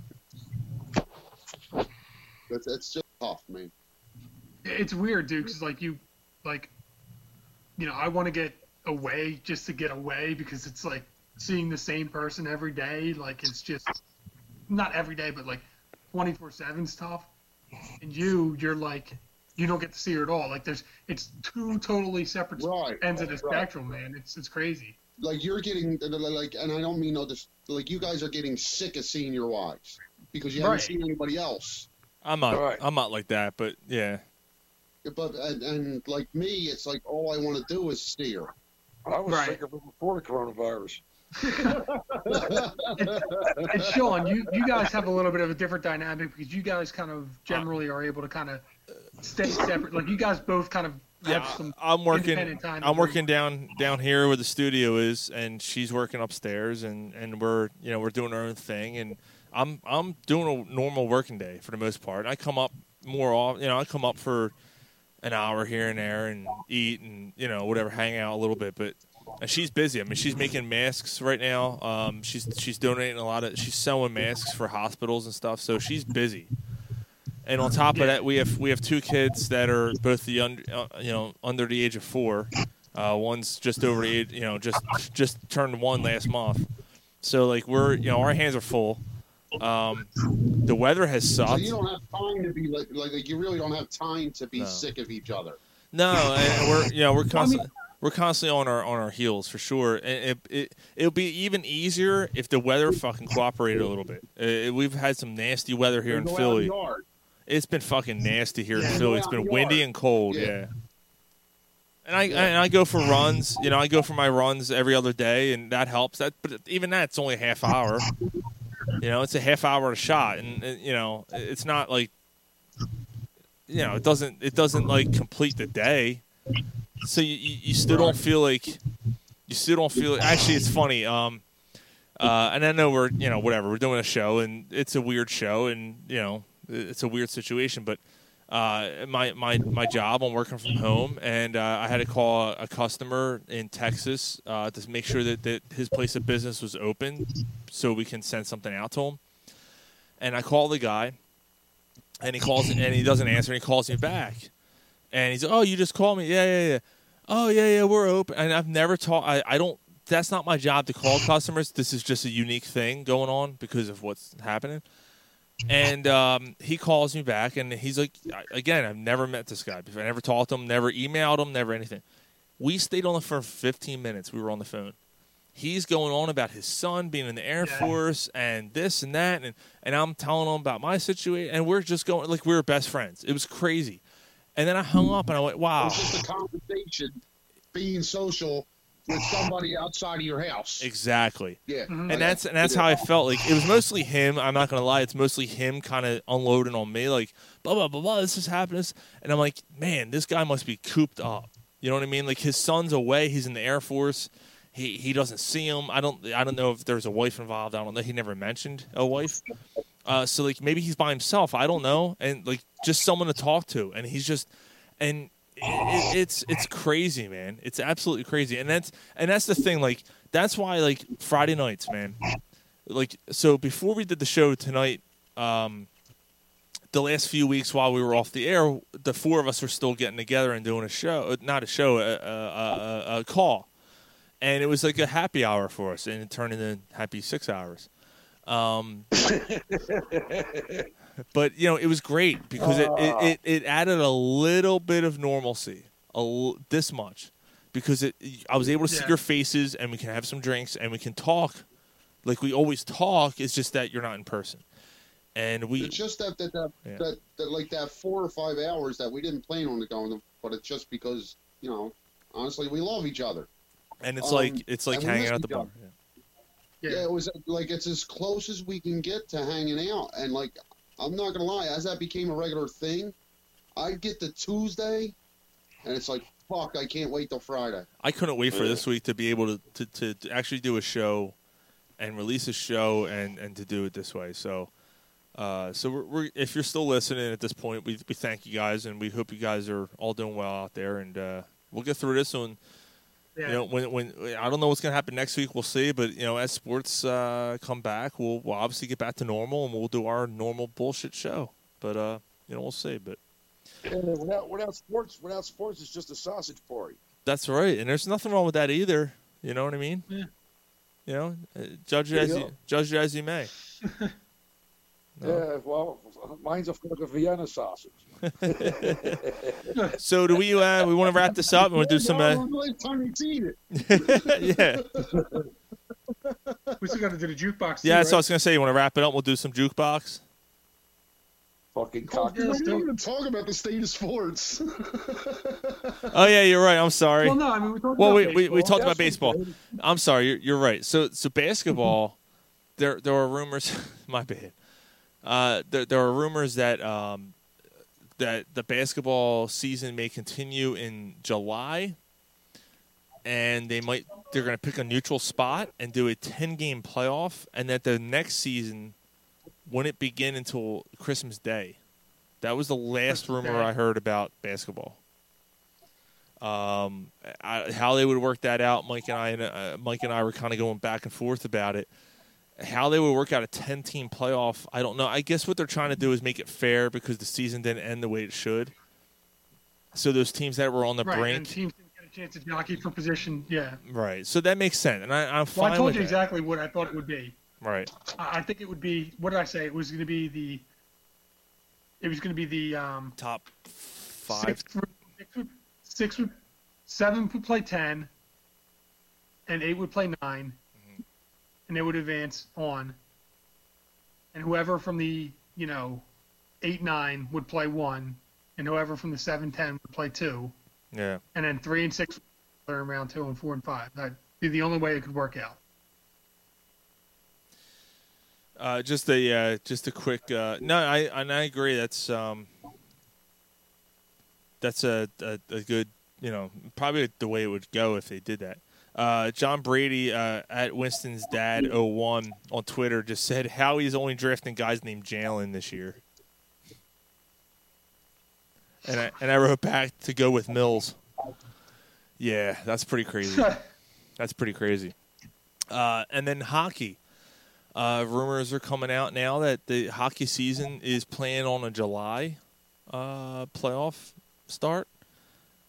it's, it's just tough, man.
It's weird, dude, 'cause, like you, like, you know, I want to get away just to get away because it's like seeing the same person every day. Like it's just not every day, but like twenty four seven's tough. And you, you're like, you don't get to see her at all. Like there's, it's two totally separate
Right,
ends of the
right.
spectrum, man. It's it's crazy.
like you're getting like and i don't mean no dis like you guys are getting sick of seeing your wives because you
Right.
haven't seen anybody else
I'm not.
Right.
I'm not like that, but yeah.
but and, and like me it's like all i want to do is see her
I was
Right.
sick of it before the coronavirus.
and Sean, you, you guys have a little bit of a different dynamic because you guys kind of generally are able to kind of stay separate. Like you guys both kind of have
Yeah, Uh,
some.
I'm working.
independent time
I'm
to-
working down down here where the studio is, and she's working upstairs, and and we're you know we're doing our own thing, and I'm I'm doing a normal working day for the most part. I come up more off, you know, I come up for an hour here and there and eat and you know whatever, hang out a little bit, but. And she's busy. I mean, she's making masks right now. Um, she's she's donating a lot of. She's selling masks for hospitals and stuff. So she's busy. And on top of that, we have we have two kids that are both the under, uh, you know under the age of four. Uh, one's just over the age, you know, just just turned one last month. So like we're you know our hands are full. Um, the weather has
So
sucked.
you don't have time to be like, like, like you really don't have time to be
No.
sick of each other.
No, and we're you know we're constantly we're constantly on our on our heels for sure. And it it it'll be even easier if the weather fucking cooperated a little bit. Uh, we've had some nasty weather here in
Go out
Philly.
yard.
It's been fucking nasty here
Yeah,
in
go
Philly.
out
It's
in
been
the
windy
yard.
and cold.
Yeah.
Yeah. And I and I go for runs. You know, I go for my runs every other day, and that helps. That, but even that's only a half hour. You know, it's a half hour a shot, and uh, you know, it's not like, you know, it doesn't it doesn't like complete the day. So you you, you still don't feel like you still don't feel. Actually, it's funny. Um, uh, and I know we're you know whatever we're doing a show and it's a weird show and you know it's a weird situation, but uh, my my my job I'm working from home and uh, I had to call a customer in Texas uh, to make sure that, that his place of business was open so we can send something out to him. And I call the guy and he calls and he doesn't answer and he calls me back and he's oh you just called me yeah yeah yeah oh yeah yeah we're open and i've never taught I, I don't that's not my job to call customers this is just a unique thing going on because of what's happening and um, he calls me back and he's like I- again i've never met this guy before i never talked to him never emailed him never anything we stayed on the phone for 15 minutes we were on the phone he's going on about his son being in the Air Force and this and that, and and I'm telling him about my situation, and we're just going like we were best friends. It was crazy, and then I hung up and I went, "Wow,
It's just a conversation, being social with somebody outside of your house.
exactly."
Yeah.
And that's and that's how I felt. Like it was mostly him. I'm not gonna lie. It's mostly him kind of unloading on me, like blah blah blah blah. This is happening, This- and I'm like, man, this guy must be cooped up. You know what I mean? Like his son's away. He's in the Air Force. He he doesn't see him. I don't I don't know if there's a wife involved. I don't know. He never mentioned a wife. Uh, so like maybe he's by himself. I don't know. And like just someone to talk to. And he's just and it, it, it's it's crazy, man. It's absolutely crazy. And that's and that's the thing. Like that's why like Friday nights, man. Like so before we did the show tonight, um, the last few weeks while we were off the air, the four of us were still getting together and doing a show, uh, not a show, a, a, a, a call. And it was like a happy hour for us, and it turned into happy six hours. Um, but you know, it was great because it, it, it, it added a little bit of normalcy, a l- this much, because it I was able to see your faces, and we can have some drinks, and we can talk, like we always talk. It's just that you're not in person, and we
It's just that that that,
Yeah.
that that like that four or five hours that we didn't plan on it going, but it's just because you know, honestly, we love each other.
and it's
Um,
like it's like
and we
hanging
miss
out at the
each other.
bar.
Yeah. it was like it's as close as we can get to hanging out. And like, I'm not gonna lie, as that became a regular thing, I'd get to Tuesday, and it's like, fuck, I can't wait till Friday.
I couldn't wait for this week to be able to, to, to actually do a show and release a show and, and to do it this way. So, uh, so we're, we're, if you're still listening at this point, we, we thank you guys and we hope you guys are all doing well out there. And uh, we'll get through this one.
Yeah.
You know, when when I don't know what's gonna happen next week, we'll see. But you know, as sports uh, come back, we'll, we'll obviously get back to normal and we'll do our normal bullshit show. But uh, you know, we'll see. But
Yeah, without, without sports, without sports, it's just a sausage party.
That's right, and there's nothing wrong with that either. You know what I mean? Yeah. You know, uh, judge it
There
as
you
you,
go.
judge it as you may.
Oh.
Yeah, well, mine's a fucking Vienna sausage.
so do we? Uh, we want to wrap this up. We want to do some. Uh, yeah,
We still got to do the jukebox.
yeah. So
too,
I
right?
was gonna say, you want to wrap it up? We'll do some jukebox.
Fucking
What
cock.
are you even talking about the state of sports?
Oh yeah, you're right. I'm sorry.
Well, no, I mean, we talked
Well,
about
we, we,
baseball.
we talked
Yeah,
about
sure.
baseball. I'm sorry. You're, you're right. So so
Mm-hmm.
basketball, there there are rumors. my bad. Uh, there there are rumors that um, that the basketball season may continue in July, and they might they're going to pick a neutral spot and do a 10 game playoff, and that the next season wouldn't begin until Christmas Day. That was the last rumor
Day.
I heard about basketball. Um, I, how they would work that out, Mike and I, uh, Mike and I were kind of going back and forth about it. How they would work out a ten-team playoff, I don't know. I guess what they're trying to do is make it fair because the season didn't end the way it should. So those teams that were on the
right, and
brink,
teams didn't get a chance to jockey for position. Yeah.
right? So that makes sense, and I, I'm
Well,
fine
I told
with
you
that.
exactly what I thought it would be.
Right.
I I think it would be. What did I say? It was going to be the. It was going to be the um,
top
five. Six, would- six, would, six would, seven would play ten, and eight would play 9 and they would advance on. And whoever from the you know, eight nine would play one, and whoever from the seven ten would play two,
Yeah.
and then three and six would in round two and four and five. That'd be the only way it could work out.
Uh, just a uh, just a quick. Uh, no, I and I agree. That's um, that's a, a a good you know probably the way it would go if they did that. Uh, John Brady uh, at Winston's dad 01 on Twitter just said how he's only drafting guys named Jalen this year. And I and I wrote back to go with Mills. Yeah, that's pretty crazy. that's pretty crazy. Uh, and then hockey. Uh, rumors are coming out now that the hockey season is planned on a July uh, playoff start.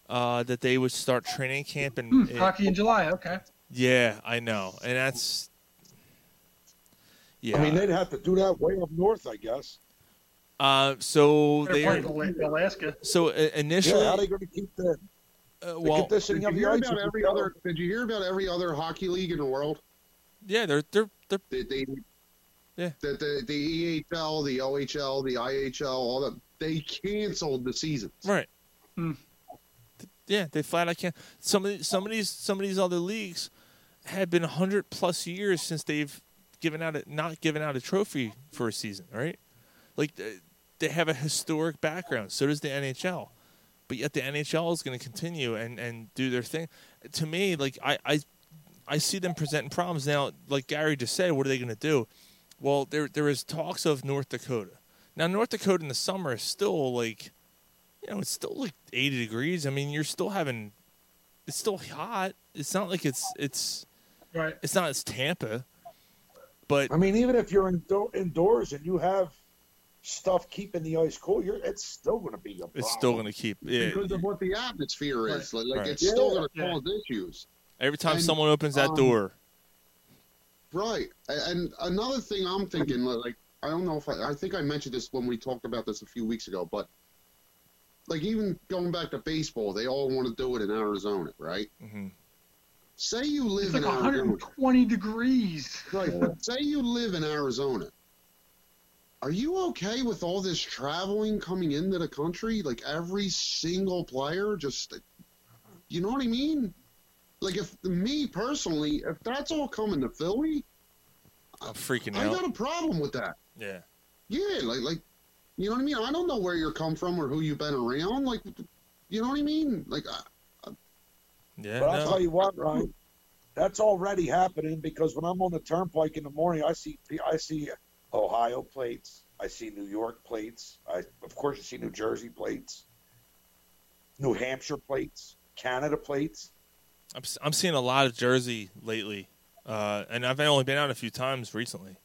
Uh, that they would start training camp and
Hmm, hockey in July. Okay.
Yeah, I know, and that's yeah.
I mean, they'd have to do that way up north, I guess.
uh, so
They're
they are,
playing Ala- Alaska.
so uh, initially
yeah, how are they going to keep the,
uh,
the
well
conditioning
Did
of
you
the
hear
ice?
about
if
every
you
other? Did you hear about every other hockey league in the world?
yeah they're they're they're
They, they,
Yeah.
The, the the EHL, the OHL, the IHL, all that. They canceled the season.
Right. Yeah, they flat out can't. Some of the- some of these some of these other leagues have been hundred plus years since they've given out a, not given out a trophy for a season, right? Like uh, they have a historic background. So does the NHL, but yet the NHL is going to continue and and do their thing. To me, like I I I see them presenting problems now. Like Gary just said, what are they going to do? Well, there there is talks of North Dakota. Now North Dakota in the summer is still like you know, it's still like 80 degrees. I mean, you're still having, it's still hot. It's not like it's it's
right.
It's not as Tampa, but
I mean, even if you're indoor, indoors and you have stuff keeping the ice cool, you're it's still going to be a problem.
it's still gonna keep. Yeah,
Because of what the atmosphere is, like, like
Right.
it's still
Yeah.
going to cause issues.
every time
And,
someone opens that
um,
door,
Right. A- And another thing I'm thinking, like, I don't know if I, I think I mentioned this when we talked about this a few weeks ago, but like, even going back to baseball, they all want to do it in Arizona, right?
Mm-hmm.
Say you live
It's like
in Arizona.
120 degrees.
Right. Say you live in Arizona. Are you okay with all this traveling coming into the country? Like every single player, just you know what I mean? Like if me personally, if that's all coming to Philly,
I'm freaking
I
out.
got a problem with that.
yeah,
Yeah, like like you know what I mean? I don't know where you're come from or who you've been around. Like you know what I mean? Like uh, I,
yeah.
But
no.
I'll tell you what, Ryan, that's already happening because when I'm on the turnpike in the morning, I see I see Ohio plates, I see New York plates, I of course you see New Jersey plates, New Hampshire plates, Canada plates.
I'm s- I'm seeing a lot of Jersey lately, uh, and I've only been out a few times recently.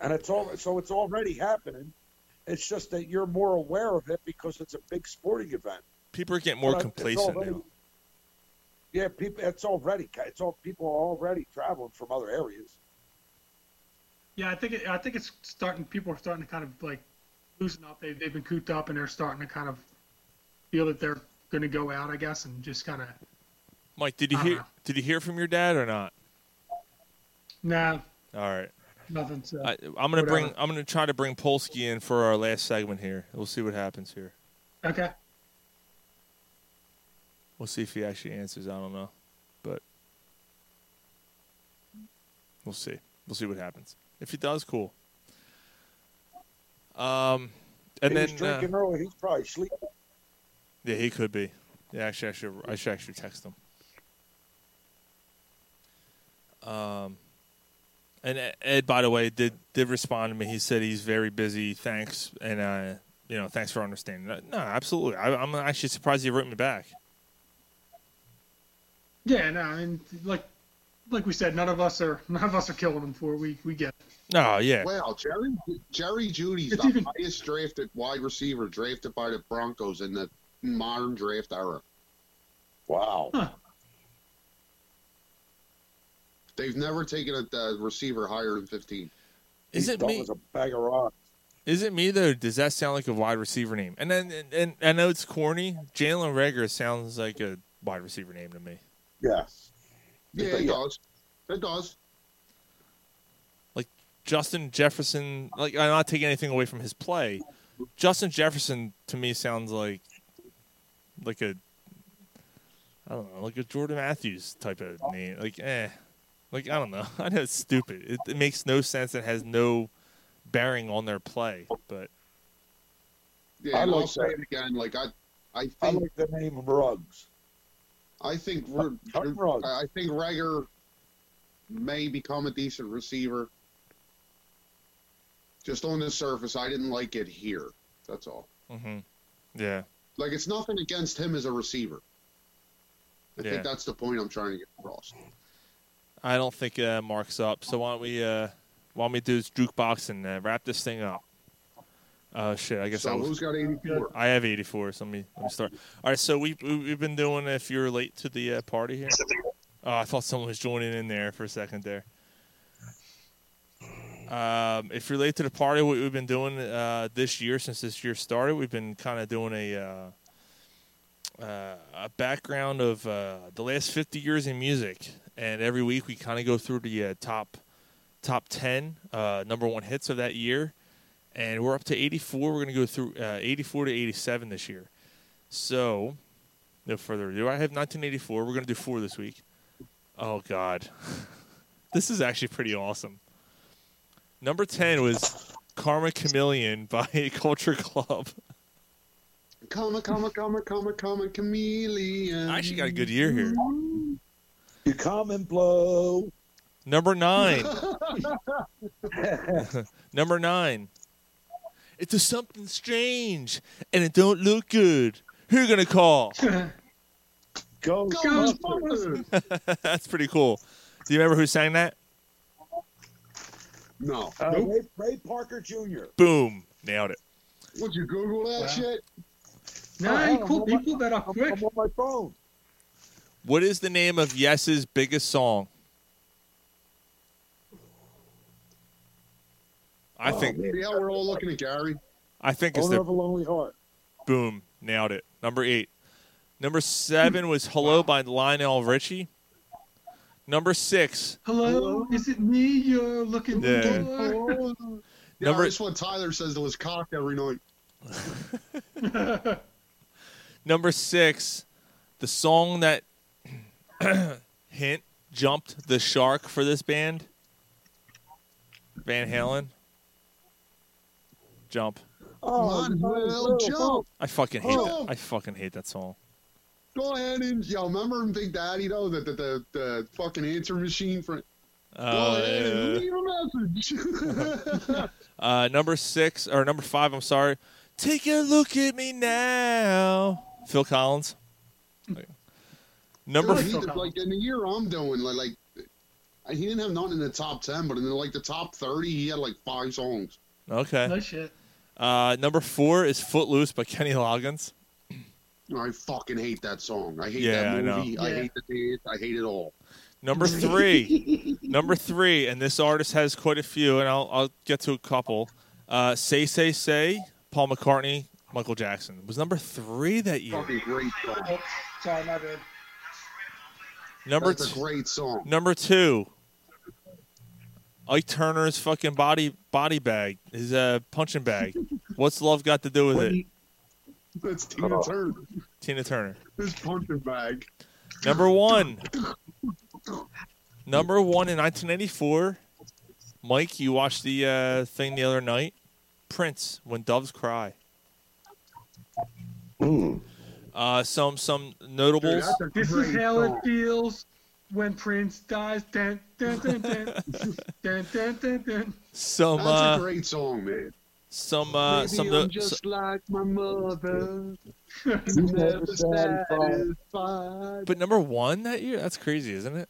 And it's all so it's already happening. It's just that you're more aware of it because it's a big sporting event.
People are getting more
But I- it's
complacent
already-
now.
Yeah, people. It's already. It's all people are already traveling from other areas.
Yeah, I think it, I think it's starting. People are starting to kind of like loosen up. They they've been cooped up and they're starting to kind of feel that they're going to go out, I guess, and just kind of
Mike, did you
I
hear?
dunno.
Did you hear from your dad or not?
nah.
All right.
nothing. So
I, I'm gonna bring.
whatever.
I'm gonna try to bring Polsky in for our last segment here. We'll see what happens here.
Okay.
We'll see if he actually answers. I don't know, but we'll see. We'll see what happens. If he does, cool. Um, and
he was
then uh,
drinking early. He's probably sleeping.
yeah, he could be. Yeah, actually, I should. I should actually text him. Um, and E- Ed, by the way, did did respond to me. He said he's very busy. Thanks, and uh, you know, thanks for understanding. Uh, No, absolutely. I, I'm actually surprised he wrote me back.
Yeah, no, I mean, like, like we said, none of us are none of us are killing him for it. We we get. it.
No, yeah.
Well, Jerry Jerry Judy's the highest drafted wide receiver drafted by the Broncos in the modern draft era.
Wow.
They've never taken a, a receiver higher than 15.
Is it me?
a bag of rocks.
Is it me though? Does that sound like a wide receiver name? And then, and, and I know it's corny. Jalen Rager sounds like a wide receiver name to me.
Yeah.
Yeah, it does. It does.
Like Justin Jefferson. Like I'm not taking anything away from his play. Justin Jefferson to me sounds like like a I don't know, like a Jordan Matthews type of name. Like eh, like I don't know. I know it's stupid. It, it makes no sense. It has no bearing on their play. But
Yeah,
I
and
like
I'll say
that.
it again. Like I, I
I
think
like the name Ruggs.
I think we're,
Cut Ruggs.
I think Rager may become a decent receiver. Just on the surface, I didn't like it here. That's all.
hmm yeah.
Like it's nothing against him as a receiver. I
Yeah.
think that's the point I'm trying to get across.
I don't think uh, Mark's up. So why don't we uh, why don't we do this jukebox and uh, wrap this thing up? Oh shit! I guess I
So
was.
who's got 84?
I have 84. So let me let me start. All right. So we we- we've been doing. If you're late to the uh, party here, oh, I thought someone was joining in there for a second there. Um, if you're late to the party, what we've been doing uh, this year since this year started, we've been kind of doing a. Uh, uh, a background of uh, the last 50 years in music, and every week we kind of go through the uh, top top 10 uh, number one hits of that year, and we're up to 84. We're going to go through uh, 84 to 87 this year. So, no further ado, I have 1984. We're going to do four this week. Oh God, this is actually pretty awesome. Number 10 was Karma Chameleon by Culture Club.
Comma, comma, comma, comma, comma, chameleon.
I actually got a good year here.
You come and blow.
Number nine. Number nine. It's a something strange, and it don't look good. Who you gonna call?
Go.
That's pretty cool. Do you remember who sang that?
No.
Uh, Ray, Ray Parker Jr.
Boom, nailed it.
Would you Google that
Wow.
shit?
Oh,
Nah,
hell,
he cool.
I'm
He
on my-
pulled that off
I'm,
quick.
I'm on my phone.
What is the name of Yes's biggest song? I think
Yeah, we're all looking at Gary.
I think it's
Oh, Owner of
the
a lonely heart.
boom, nailed it. Number eight. Number seven was "Hello" by Lionel Richie. Number six,
Hello, is it me you're looking
Yeah.
for?
Yeah,
Number-
that's what Tyler says to his cock every night.
Number six, the song that hint jumped the shark for this band, Van Halen. Jump.
Oh,
Mine will jump.
I fucking hate that.
Jump.
I fucking hate that song.
Go ahead and yo, remember in Big Daddy though that the, the the fucking answer machine for Go
Uh,
ahead and
yeah.
leave a message.
Uh, number six or number five. I'm sorry. Take a look at me now, Phil Collins. Number
Dude,
f-
he did, like in the year I'm doing like, like he didn't have none in the top ten, but in like the top thirty, he had like five songs.
okay.
no shit.
Uh, number four is "Footloose" by Kenny Loggins.
I fucking hate that song. I hate
Yeah, I
that
know.
movie. I,
Yeah.
hate the dance. I hate it all.
Number three, number three, and this artist has quite a few, and I'll, I'll get to a couple. Uh, say, say, say, Paul McCartney, Michael Jackson was number three that year.
Fucking great song.
Oh, sorry, my bad.
Number
That's a
t-
great song.
number two, Ike Turner's fucking body body bag, his uh, punching bag. What's love got to do with it?
That's Tina Turner.
Tina Turner.
This punching bag.
Number one. Number one in 1984. Mike, you watched the uh, thing the other night. Prince, When Doves Cry. Uh, some some notables.
This is how it feels when Prince dies. Dun, dun, dun, dun. dun, dun, dun, dun.
Some
That's
uh,
a great song, man.
some uh,
Maybe
some
I'm
no-
just
so-
like my mother.
never
never
satisfied.
satisfied.
but number one that year. That's crazy, isn't it?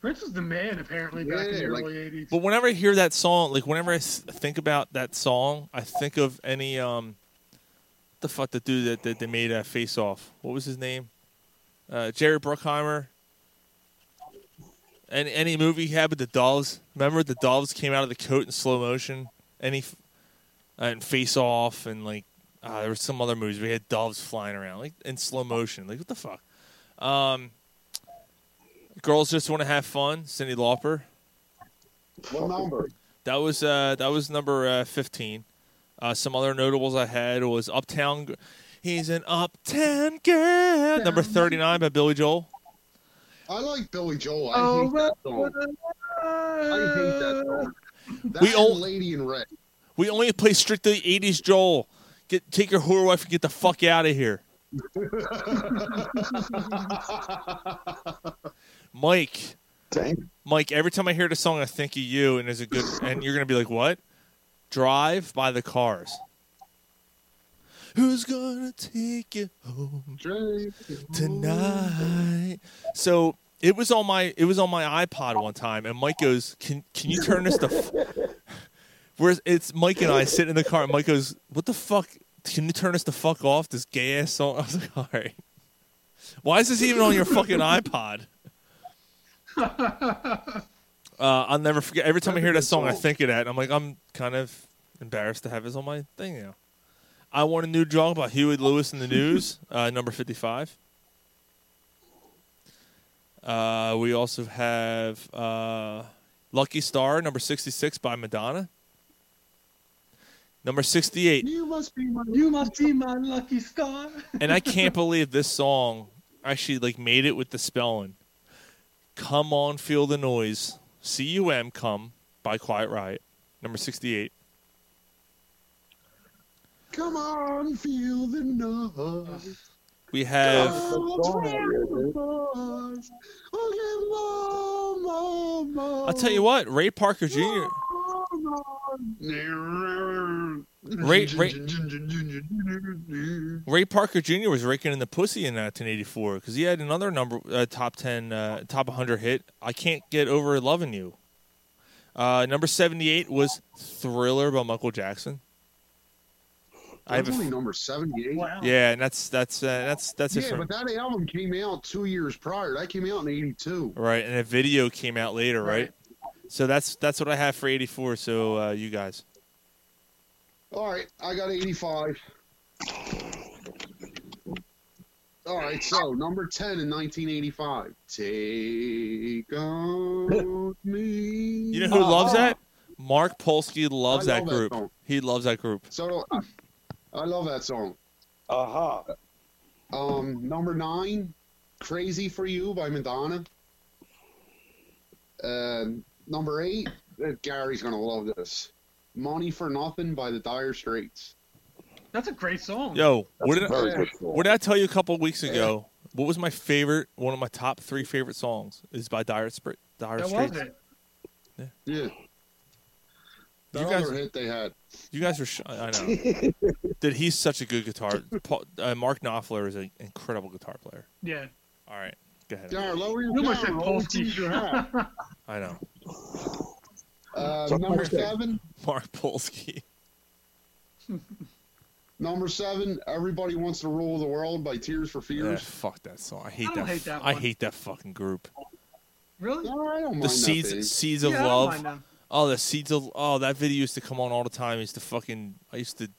Prince was the man apparently back in the
Yeah, like-
early '80s.
But whenever I hear that song, like whenever I s- think about that song, I think of any um, the fuck the dude that, that they made uh, Face Off. What was his name? Uh, Jerry Bruckheimer. And any movie he had with the dolls. Remember the dolls came out of the coat in slow motion. Any f- uh, and Face Off and like uh, there were some other movies. We had dolls flying around like in slow motion. Like what the fuck? Um, girls just want to have fun. Cindy Lauper.
What number?
That was uh, that was number uh, fifteen. Uh, some other notables I had was Uptown. Gr- He's an Uptown girl. Number thirty nine by Billy Joel.
I like Billy Joel. I
Oh,
hate that song. I hate that song. That
We
and
all-
Lady in Red.
We only play strictly eighties Joel. Get take your whore wife and get the fuck out of here, Mike. Mike. Every time I hear the song, I think of you, and is a good. And you're gonna be like, what? Drive by the cars. Who's gonna take you home tonight? So it was on my it was on my iPod one time, and Mike goes, "Can can you turn this to?" F-? Where's it's Mike and I sitting in the car. And Mike goes, "What the fuck? Can you turn this the fuck off? This gay ass song." I was like, "All right, why is this even on your fucking iPod?" Uh, I'll never forget. Every time I hear that song, I think of that. and I'm like, I'm kind of embarrassed to have this on my thing now. I want a new drug by Huey Lewis in the News, uh, number 55. Uh, we also have uh, Lucky Star, number 66 by Madonna. Number 68.
You must be my, you must be my lucky star.
And I can't believe this song actually like made it with the spelling. Come on, feel the noise. C U M come by Quiet Riot, number 68.
Come on, feel the noise.
We have
Oh,
I'll tell you what, Ray Parker Jr. Ray, Ray, Ray Parker Jr. was raking in the pussy in 1984 because he had another number uh, top 10, uh, top 100 hit. I can't get over loving you. Uh, number 78 was Thriller by Michael Jackson. I have
That's
a
only
f-
number seventy-eight.
yeah, and that's that's uh, that's that's it
yeah,
from
but that album came out two years prior. That came out in '82.
right, and a video came out later, right? So that's that's what I have for 84. So uh, you guys.
All right, I got 85. All right, so number 10 in 1985. Take on me.
You know who loves that? Mark Polsky loves
I
that
love that
group.
song.
he loves that group.
So do I, I love that song. Aha. Uh-huh. Um, number 9, Crazy for You by Madonna. Um, number 8, uh, Gary's going to love this. Money for Nothing by the Dire Straits.
That's a great song.
Yo, what
That's
did,
a very
I,
good song.
what did I tell you a couple weeks ago? What was my favorite? One of my top three favorite songs is by Dire, Spr- Dire
That
Straits.
was it.
Yeah.
Yeah. The
You
other
guys-
hit they had.
You guys are. Sh- I know. Dude, he's such a good guitar. Paul, uh, Mark Knopfler is an incredible guitar player.
Yeah.
All right, go ahead.
Yeah, lower your
You must
down,
have
lower
Polsky.
your hat.
I know.
Uh, number seven.
Mark Polsky.
Number seven. Everybody wants to rule the world by Tears for
Yeah,
Fears.
fuck that song. I hate
I don't
that.
hate
f-
that
I
one.
hate that fucking group.
Really?
No, I don't mind
the
that
seeds
big.
seeds of
Yeah, I don't mind
love
them.
oh the seeds of oh that video used to come on all the time I used to fucking i used to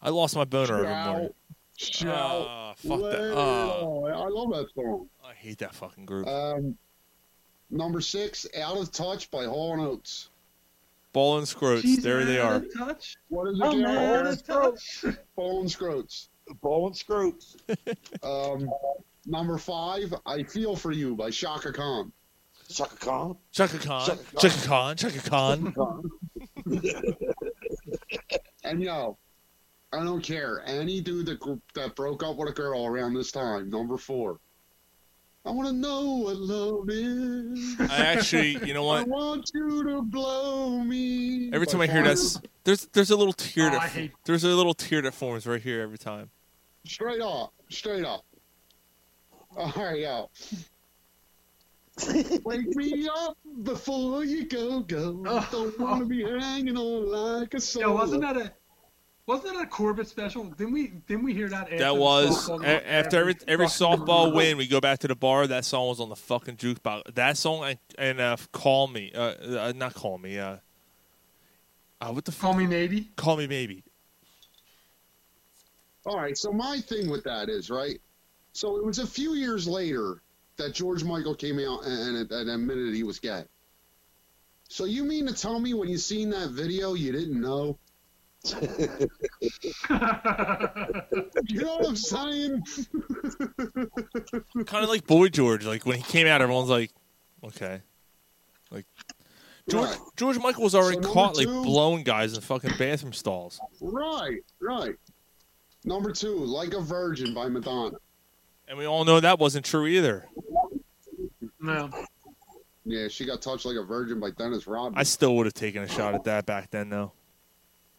i lost my boner every
Shout,
morning
Shout,
Ah, fuck that.
let it
Ah.
on. I love that song.
i hate that fucking group
Um, Number six, Out of Touch by Hall and Oates.
Ball and Scroats. there they are.
Touch? What is it,
Oh,
Jerry?
man. Ball and
Touch? Ball and Scroats. Ball and Scroats. um, number five, I Feel For You by Shaka Khan. Shaka Khan?
Chaka Khan.
Chaka Khan.
Chaka Khan. Chaka Khan.
and yo, I don't care. Any dude that gr- that broke up with a girl around this time, number four. I want to know what love is.
I actually- you know what?
I want you to blow me.
Every time I hear that, s- there's there's a little tear
Oh,
that f- there's a little tear that forms right here every time.
Straight up, straight up. All right, yo. Wake me up before you go go. Don't want to be hanging on like a soul.
Yeah, wasn't that a wasn't that a Corbett special? Didn't we didn't we hear that? After
that
the
was
softball
a-
game?
after every every softball win, we go back to the bar. That song was on the fucking jukebox. That song and, and uh, call me, uh, uh, not call me. Uh, uh, what the call
me maybe?
Call me maybe.
All right, so my thing with that is right. So it was a few years later that George Michael came out and, and, and admitted he was gay. So you mean to tell me when you seen that video you didn't know? you know what I'm saying?
kind of like Boy George. Like when he came out, everyone's like, okay, like George
Right.
George Michael was already
So number
caught like
two-
blowing guys in fucking bathroom stalls.
Right, right. Number two, Like a Virgin by Madonna.
And we all know that wasn't true either.
No.
Yeah, she got touched like a virgin by Dennis Rodman.
I still would have taken a shot at that back then, though.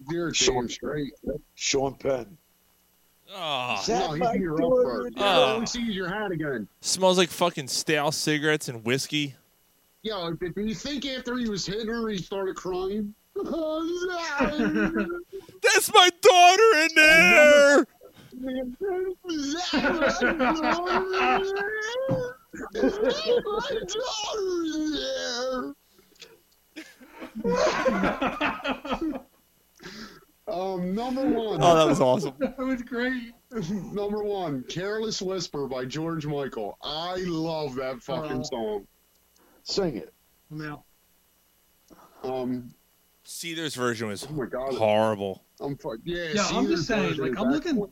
You're damn straight.
Sean Penn.
Oh,
no, he's in your
door,
upper.
yeah.
I always see your hat again.
Smells like fucking stale cigarettes and whiskey.
Yo, did did you think after he was hitting her, he started crying?
That's my daughter in there.
Um, um, number one.
Oh, that was awesome.
That was great.
number one, "Careless Whisper" by George Michael. I love that fucking
Oh.
song. Sing it.
No.
Um, oh
Cedar's version was
God.
horrible.
I'm fuck. Yeah,
Yeah, I'm
Caesar's
just saying.
version
Like
is
I'm
that-
looking,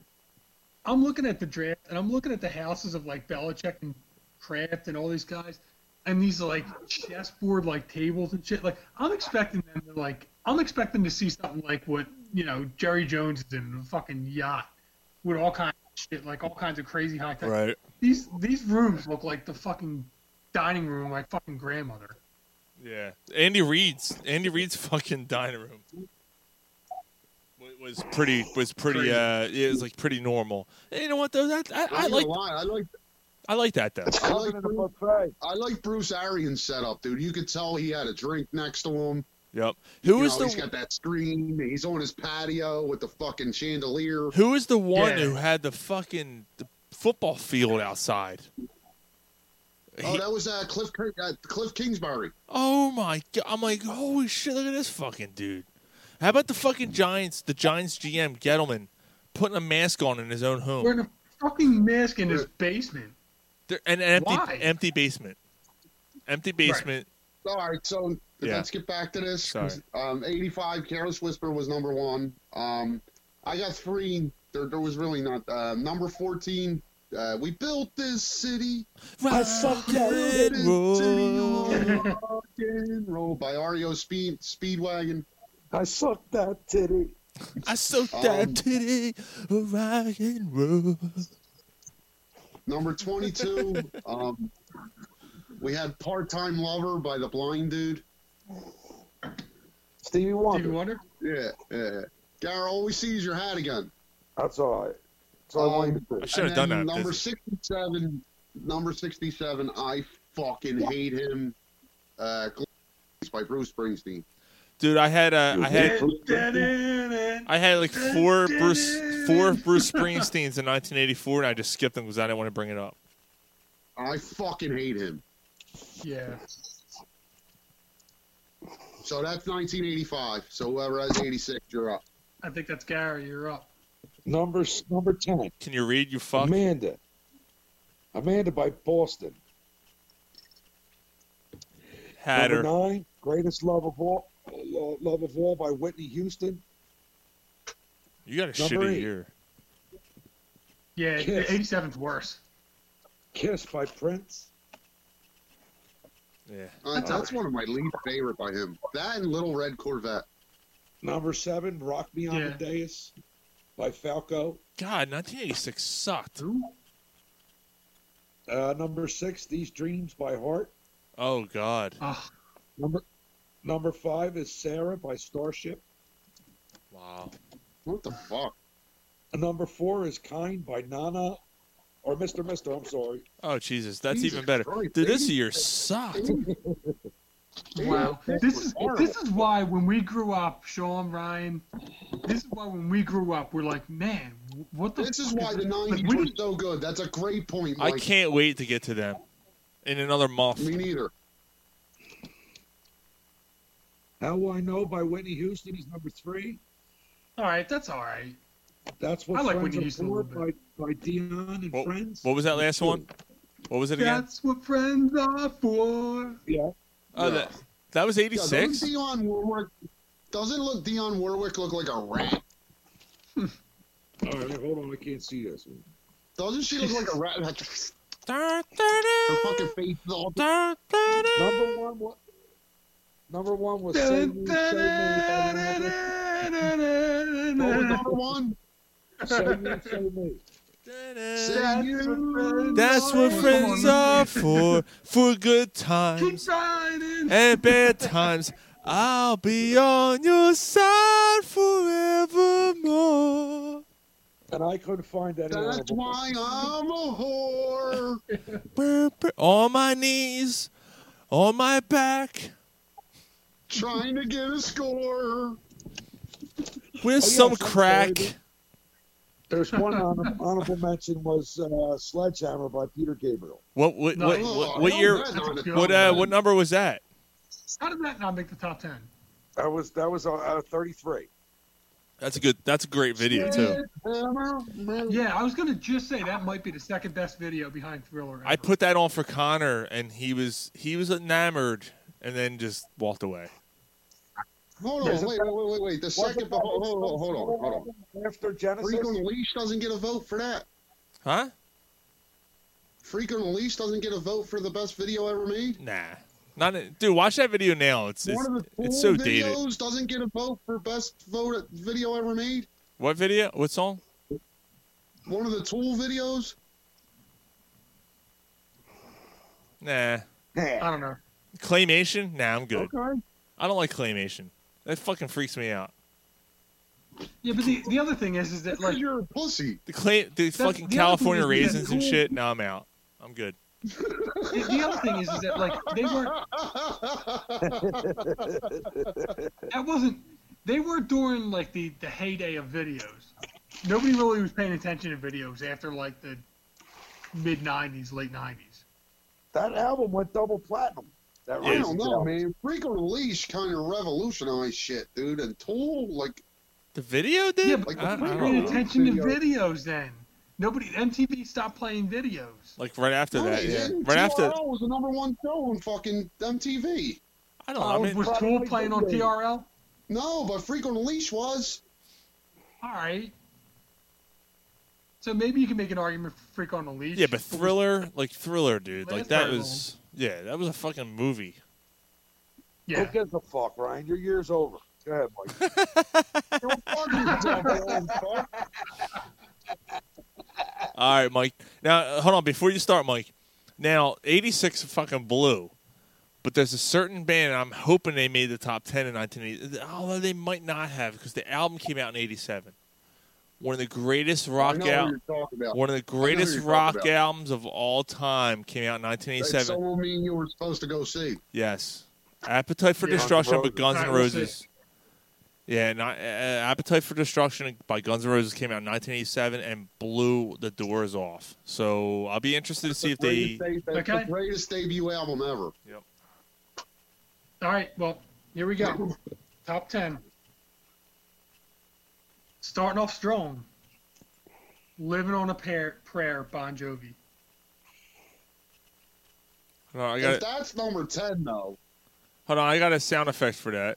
I'm looking at the draft, and I'm looking at the houses of like Belichick and Kraft and all these guys, and these like chessboard like tables and shit. Like I'm expecting them to like, I'm expecting to see something like what you know Jerry Jones is in a fucking yacht with all kinds of shit, like all kinds of crazy high tech.
Right.
These these rooms look like the fucking dining room of my fucking grandmother.
Yeah, Andy Reid's Andy Reid's fucking dining room wa- was pretty was pretty uh it was like pretty normal. Hey, you know what though? That I, I
I'm not
like
gonna lie, I like
I like that though.
I like, Bruce, I like Bruce Arians' setup, dude. You could tell he had a drink next to him.
Yep.
Who
Who is
He's
the
got that screen. He's on his patio with the fucking chandelier.
Who is the one who had the fucking the football field outside?
Oh, that was uh, Cliff King- uh, Cliff Kingsbury.
Oh my god! I'm like, holy shit! Look at this fucking dude. How about the fucking Giants? The Giants GM Gettleman putting a mask on in his own home.
Wearing a fucking mask in his basement.
There- and an empty
Why?
empty basement. Empty basement.
All right, so
Yeah.
let's get back to this.
Sorry.
Um, 85, Careless Whisper was number one. Um, I got three. There, there was really not. Uh, number 14, uh, We Built This City.
I
fucking
built this city
on rock and roll by REO Speed, Speedwagon. I sucked that titty.
I soaked
Um,
Oh.
that titty of rock and roll.
Number 22, um, we had Part Time Lover by the Blind Dude.
Stevie Wonder.
Stevie Wonder?
Yeah, yeah. Gar always sees your hat again.
That's all right. That's all I wanted to do.
I should've
And
done
then
that,
Number
Dizzy.
67, number 67, I fucking hate him. Uh, Glaze by Bruce Springsteen.
Dude, I had uh, I had I had like four Bruce four Bruce Springsteens in 1984, and I just skipped them because I didn't want to bring it up.
I fucking hate him.
Yeah.
So that's 1985. So whoever has 86, you're up.
I think that's Gary. You're up.
Number number ten.
Can you read? You fuck.
Amanda. Amanda by Boston.
Hatter.
Number nine, greatest love of all, Lo- love of all by Whitney Houston.
You got a
Number
shitty
eight.
year.
Yeah,
Kiss.
87's worse.
Kiss by Prince.
Yeah.
Uh, that's one of my least favorite by him. That and Little Red Corvette.
Number seven, Rock Me on
Yeah.
the Dais by Falco.
God, 1986 sucked.
Uh, number six, These Dreams by Hart.
Oh God.
Ah,
Number number five is Sarah by Starship.
Wow.
What the fuck?
Number four is Kind by Nana, or Mister Mister. I'm sorry.
Oh Jesus, that's
Jesus
even better.
Christ,
Dude, this
86.
year sucked.
Wow.
Yeah,
This is this is why when we grew up, Sean Ryan, this is why when we grew up, we're like, man, what the
This is
fuck
why the
Like,
'90s
we-
were so good. That's a great point.
I
Mike.
can't wait to get to them in another month.
Me neither.
How Will I Know by Whitney Houston is number three.
All right, that's all right.
That's what
I like
Friends
Whitney
Are
Houston a
For
little
by, by Dion and
What,
Friends.
what was that last one? What was it again?
That's what friends are for.
Yeah.
Oh, that, that was
Yeah, doesn't
86.
Dionne Warwick doesn't look Dion Warwick look like a rat?
All right, hold on. I can't see this one.
Doesn't she look like a rat? Her fucking face is all.
Number one, wa- number one was Save Me, Save Me by Rihanna.
What was number one?
Save Me, Save Me.
Say you.
That's what friends are for, for good times and bad times. I'll be on your side forevermore.
And I couldn't find that.
That's why I'm a whore.
Brr, brr, On my knees, on my back,
Trying to get a score.
with
Oh, yeah,
some
some
crack.
baby. There's one honor- honorable mention was uh, Sledgehammer by Peter Gabriel.
What what
No,
what, what,
no, no,
what
no,
year?
that's not a
What
good
uh,
one.
what number was that?
How did that not make the top ten?
That was that was uh, 33.
That's a good. That's a great video too.
Yeah, I was gonna just say that might be the second best video behind Thriller.
I put that on for Connor, and he was he was enamored, and then just walked away.
Hold on, wait, wait, wait, wait. The second, hold, hold, hold, hold on, hold on.
After
Freak on a
Genesis,
leash doesn't get a vote for that.
Huh?
Freak on a leash doesn't get a vote for the best video ever made.
Nah. Not a, dude. Watch that video now. It's it's,
One of the
it's so
cool
dated.
videos doesn't get a vote for best vote video ever made.
What video? What song?
One of the Tool videos.
Nah.
I don't know.
Claymation? Nah, I'm good.
Okay.
I don't like claymation. That fucking freaks me out.
Yeah, but the, the other thing is, is that like
you're a pussy.
The clay, the
the
fucking
other thing
California
is that
raisins and
cool-
shit. Nah, I'm out. I'm good.
The, the other thing is, is that like they weren't. That wasn't. They were during like the the heyday of videos. Nobody really was paying attention to videos after like the mid '90s, late '90s.
that album went double platinum. That
I
Raisin
don't know,
album.
man. Freak on a leash kind of revolutionized shit, dude. And Tool, like,
The video did?
Yeah, but
I, I
nobody
don't
paid
know.
attention to videos then. Nobody MTV stopped playing videos.
Like right after that,
hey,
yeah.
man,
Right after.
TRL was the number one show on fucking MTV.
I don't know. I mean,
was Tool playing on TRL?
No, but Freak on a leash was.
All right. So maybe you can make an argument for Freak on a Leash.
Yeah, but Thriller, like Thriller, dude, like
That's
that
terrible.
was, yeah, that was a fucking movie.
Yeah.
Who gives a fuck, Ryan? Your year's over. Go ahead, Mike.
Don't fuck yourself, man.
All right, Mike. Now, uh, hold on before you start, Mike. Now, '86 fucking blew, but there's a certain band I'm hoping they made the top ten in 1980. Although they might not have because the album came out in '87. One of the greatest
I
rock
know what
out,
you're talking about.
one of the
I know what
greatest
you're talking
rock
about.
albums of all time came out in
That
1987.
someone me and you were supposed to go see.
Yes. Appetite for
Yeah.
Destruction by Guns
Guns
N'
N'
Roses.
Roses.
Yeah, not, uh, Appetite for Destruction by Guns N' Roses came out in 1987 and blew the doors off. So I'll be interested to see if they.
Greatest de- that's
Okay.
the greatest debut album ever.
All right. Well, here we go. Top ten. Starting off strong. Living on a Prayer, prayer Bon Jovi.
No, I
If
got.
that's number ten, though,
Hold on, I got a sound effect for that.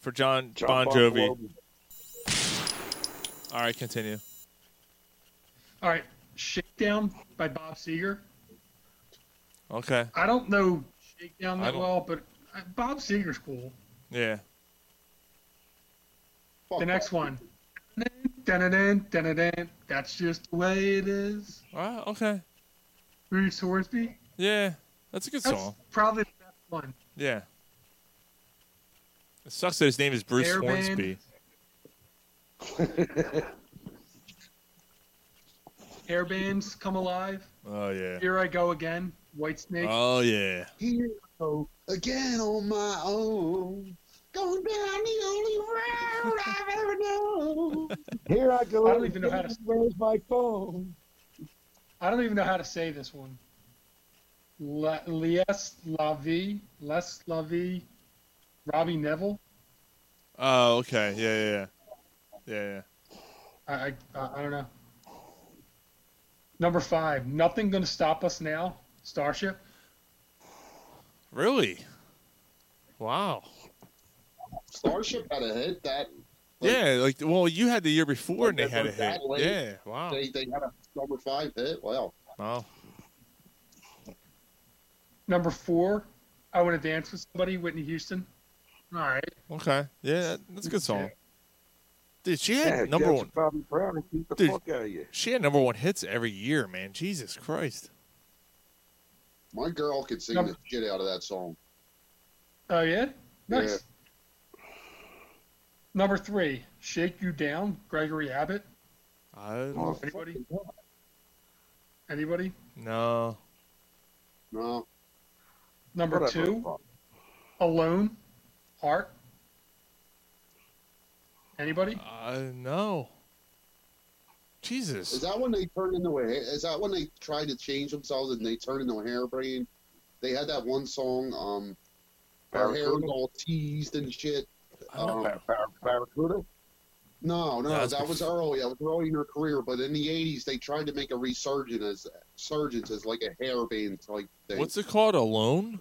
For John, Bon
Bon
Jovi. All right, continue.
All right, Shakedown by Bob Seger.
Okay.
I don't know Shakedown
I
that
don't-
well, but uh, Bob Seger's cool.
Yeah.
The next one. Dun-dun-dun, dun-dun-dun. That's just the way it is.
Wow, okay.
Bruce Hornsby.
Yeah, that's a good
That's
song.
probably the best one.
Yeah. It sucks that his name is Bruce
Air Band.
Hornsby.
Airbands, Come Alive.
Oh yeah.
Here I Go Again. White Snake.
Oh yeah.
Here I Go
Again on my own. Going down the only road I've ever known.
Here I go.
I don't even know how to-
Where's my phone?
I don't even know how to say this one. La, Les Lavie, Les Lavie, Robbie Neville.
Oh okay. Yeah yeah yeah. Yeah yeah.
I, I I don't know. Number five, nothing gonna stop us now. Starship.
Really? Wow.
Starship had a hit that
yeah, like well, you had the year before and they had a
was that
hit.
late.
Yeah. Wow.
They they had a number five hit. Wow.
Wow.
Number four, I want to dance with somebody. Whitney Houston. All right.
Okay. Yeah, that- that's a good song. Dude, she had
Yeah,
number
Jackson
one.
Bobby Brown and keep the
Dude.
fuck out of you.
She had number one hits every year, man. Jesus Christ.
My girl could sing
Number-
the shit out of that song.
Oh yeah. Nice. Number three, shake you down. Gregory Abbott.
I don't
know. Anybody? Anybody?
No.
No.
Number
Whatever.
two, alone. Heart. Anybody?
Uh, no. Jesus.
Is that when they turned into a? Is that when they tried to change themselves and they turned into a harebrain? They had that one song. Um, our hair was
Barracuda?
all teased and shit. Um,
Bar- bar- Barracuda?
no, no,
That
that
was
was, early. That was early in her career. But in the '80s, they tried to make a resurgence as surgeons as like a harebrain like thing.
What's it called? Alone?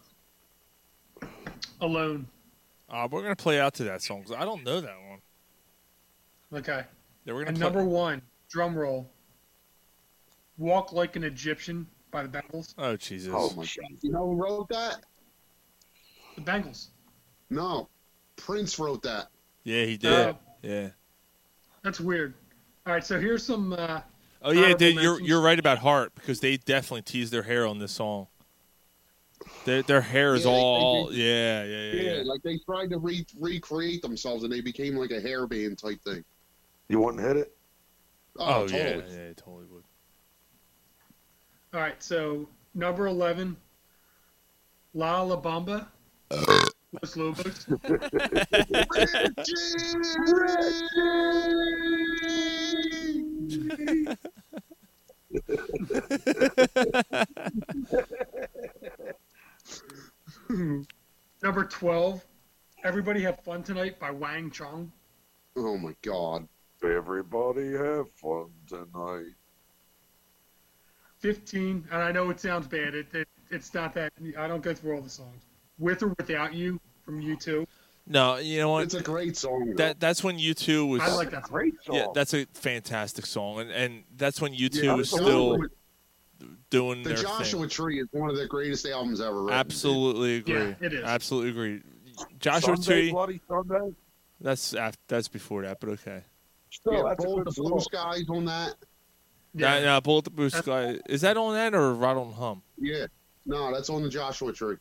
Alone.
Uh, we're gonna play out to that song 'cause I don't know that one.
Okay.
Yeah, we're gonna
And
play.
number one, drum roll. Walk like an Egyptian by the Bengals.
Oh Jesus.
Oh my god! You know who wrote that?
The Bengals.
No, Prince wrote that.
Yeah, he did.
Uh,
yeah.
That's weird. All right, so here's some. Uh,
Oh yeah,
honorable
dude, you're
mentions.
you're right about Heart because they definitely tease their hair on this song. Their their hair is
Yeah, they- they
all
do.
yeah, yeah, yeah,
Yeah,
yeah.
like they tried to re- recreate themselves and they became like a harebrain type thing.
You wouldn't hit it?
Oh, yeah,
totally.
yeah, it totally would.
All right, so number 11, La La Bamba. Los Lobos. number 12, Everybody Have Fun Tonight by Wang Chung.
Oh my god.
Everybody have fun tonight.
15, and I know it sounds bad. It, it It's not that. I don't go through all the songs. With or Without You from U2.
No, you know what?
It's a great song.
That that's when U two was.
I like that song.
Great song.
Yeah, that's a fantastic song, and and that's when U two
Yeah,
was still
absolutely.
doing
The
their
Joshua
thing.
Tree is one of the greatest albums ever written.
Absolutely agree.
Yeah, it is.
Absolutely agree. Joshua
Sunday,
Tree.
Bloody Sunday.
That's af- that's before that, but okay.
Still,
yeah,
Oh, that's a
Bold
good
Blue
song.
Skies on that.
Yeah,
Yeah.
yeah. Bullet the Blue Sky. Is that on that or right on Hum?
Yeah. No, that's on the Joshua Tree.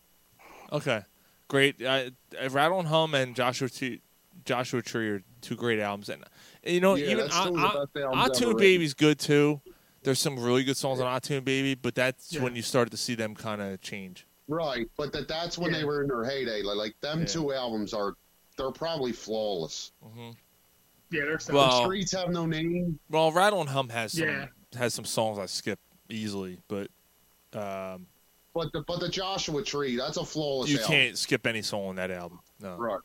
Okay, great. Uh, Rattle and Hum and Joshua T- Joshua Tree are two great albums, and you know
Yeah,
even
that's still the
I,
best albums
I,
ever
Tune
written.
Baby's good too. There's some really good songs on iTunes Baby, but that's
Yeah.
when you started to see them kind of change.
Right, but that that's when
Yeah.
they were in their heyday. Like, like them
Yeah.
two albums are they're probably flawless.
Mm-hmm.
Yeah, there's some.
Well- Oh.
The Streets have no name.
Well, Rattle and Hum has some
Yeah.
has some songs I skip easily, but um,
But the but the Joshua Tree, that's a flawless
you
album.
can't skip any song on that album. No.
Right.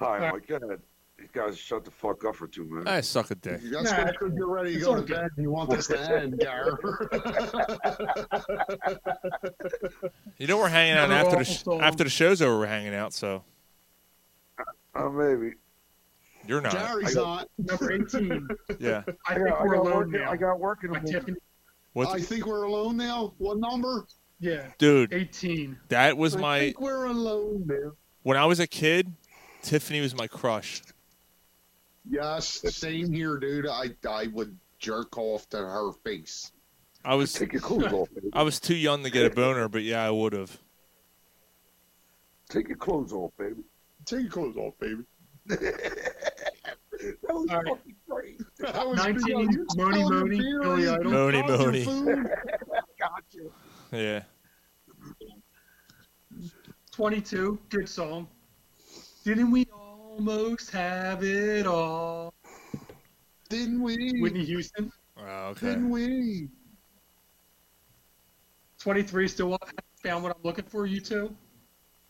Hi,
Uh,
Mike. Go ahead.
guys shut the fuck up for two minutes.
I suck a dick.
That's nah, because you're ready to go to bed and you want this to end, Gar.
You know we're hanging out
Never
after the
awful
sh-
song.
after the show's over. We're hanging out, so
Oh, maybe.
you're not.
Gary's not.
Number 18.
Yeah.
I think we're alone now.
I got work in the
morning.
What's-
I think we're alone now. What number?
Yeah.
Dude.
18.
That was
I
my
think we're alone now.
when I was a kid. Tiffany was my crush.
Yes, same here, dude. I I would jerk off to her face.
I was
Take your clothes off, baby.
I was too young to get a boner, but yeah, I would have.
Take your clothes off, baby.
Take your clothes off, baby.
that was
All right.
fucking great.
That was
19,
big. You
Moni
spilled your
Moni,
beer
Billy
on
Idol.
your-
Moni
on your
Moni.
food.
Yeah.
22. Good song. Didn't we almost have it all?
Didn't we?
Whitney Houston.
Oh,
Didn't we?
23. Still haven't found what I'm looking for, you two.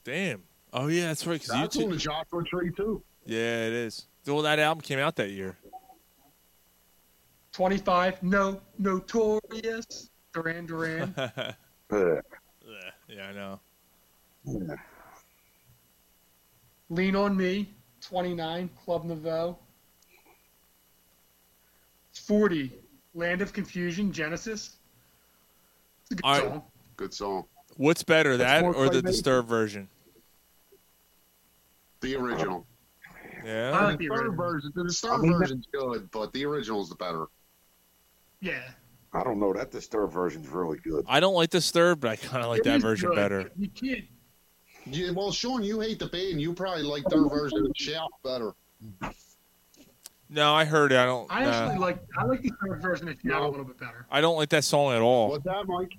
Damn. Oh yeah, that's right. Cause you
That's
two.
on the Joshua Tree too.
Yeah, it is. Well, that album came out that year.
25. No. Notorious. Duran Duran.
yeah,
Uh,
I know.
Lean on Me, 29, Club Nouveau. 40, Land of Confusion, Genesis. It's a good
All right.
song.
Good song.
What's better, that
That's more
or the
claymation.
Disturbed version?
The original.
Yeah.
like
the
the
third
original.
version. The third
I mean, that-
version's good, but the original's the better.
Yeah.
I don't know. That Disturbed version's really good.
I don't like Disturbed, but I kind of like
It
that
is
version
good.
better.
You can't.
Yeah, well, Sean, you hate the band. You probably like their version of Shout better.
No, I heard it. I don't.
I
nah.
actually like I like the third version of Shadow a little bit better.
I don't like that song at all.
What's that, Mike?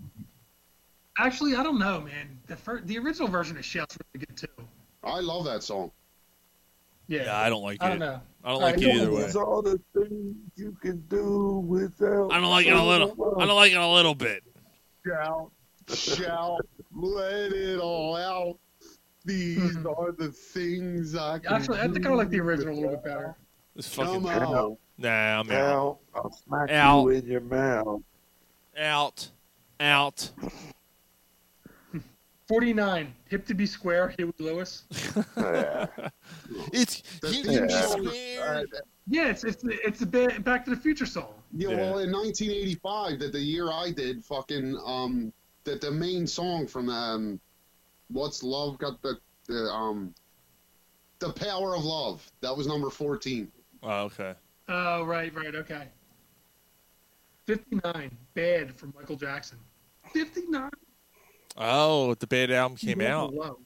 Actually, I don't know, man. The fir- the original version of Shout's really good too.
I love that song.
Yeah.
Nah, I don't like
I don't
it.
know.
I don't
I
like it either way.
There's all the things you can do without.
I don't like it a little. I don't like it a little bit.
Shout, shout, let it all out. These are the things I can
Hmm. Actually, I think I like the original a little bit better.
It's
Come
fucking
out.
nah. I'm out.
Ow, I'll smack
Ow.
you in your mouth.
Out. Out.
49, Hip to be Square, Huey Lewis.
Yeah.
It's
The
you
theme
can be
song-
square.
uh,
Yeah, it's it's it's a ba- Back to the Future song.
Yeah,
Yeah.
well, in 1985, that the year I did, fucking, um, that the main song from um, "What's Love" got the, the um, the power of love. That was number 14.
Oh, okay.
Oh, right, right, okay. 59, Bad from Michael Jackson. 59?
Oh, the bad album came out.
Low.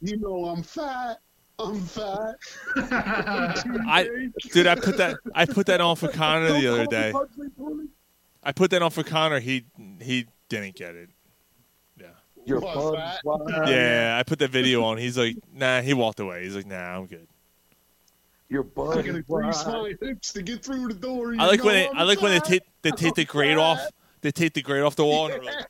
You know I'm fat. I'm fat.
I, dude, I put that I put that on for Connor the other day. I put that on for Connor. He he didn't get it. Yeah.
Your
What,
buns
fat?
fly.
Yeah, I put that video on. He's like, nah. He walked away. He's like, nah, I'm good.
Your
I
buns
gotta grease
fly.
my hips to get through the door. You
I like when
know
they,
I'm
I like when they
fat.
take they take the grate off. They take the grate off the wall. And they're like,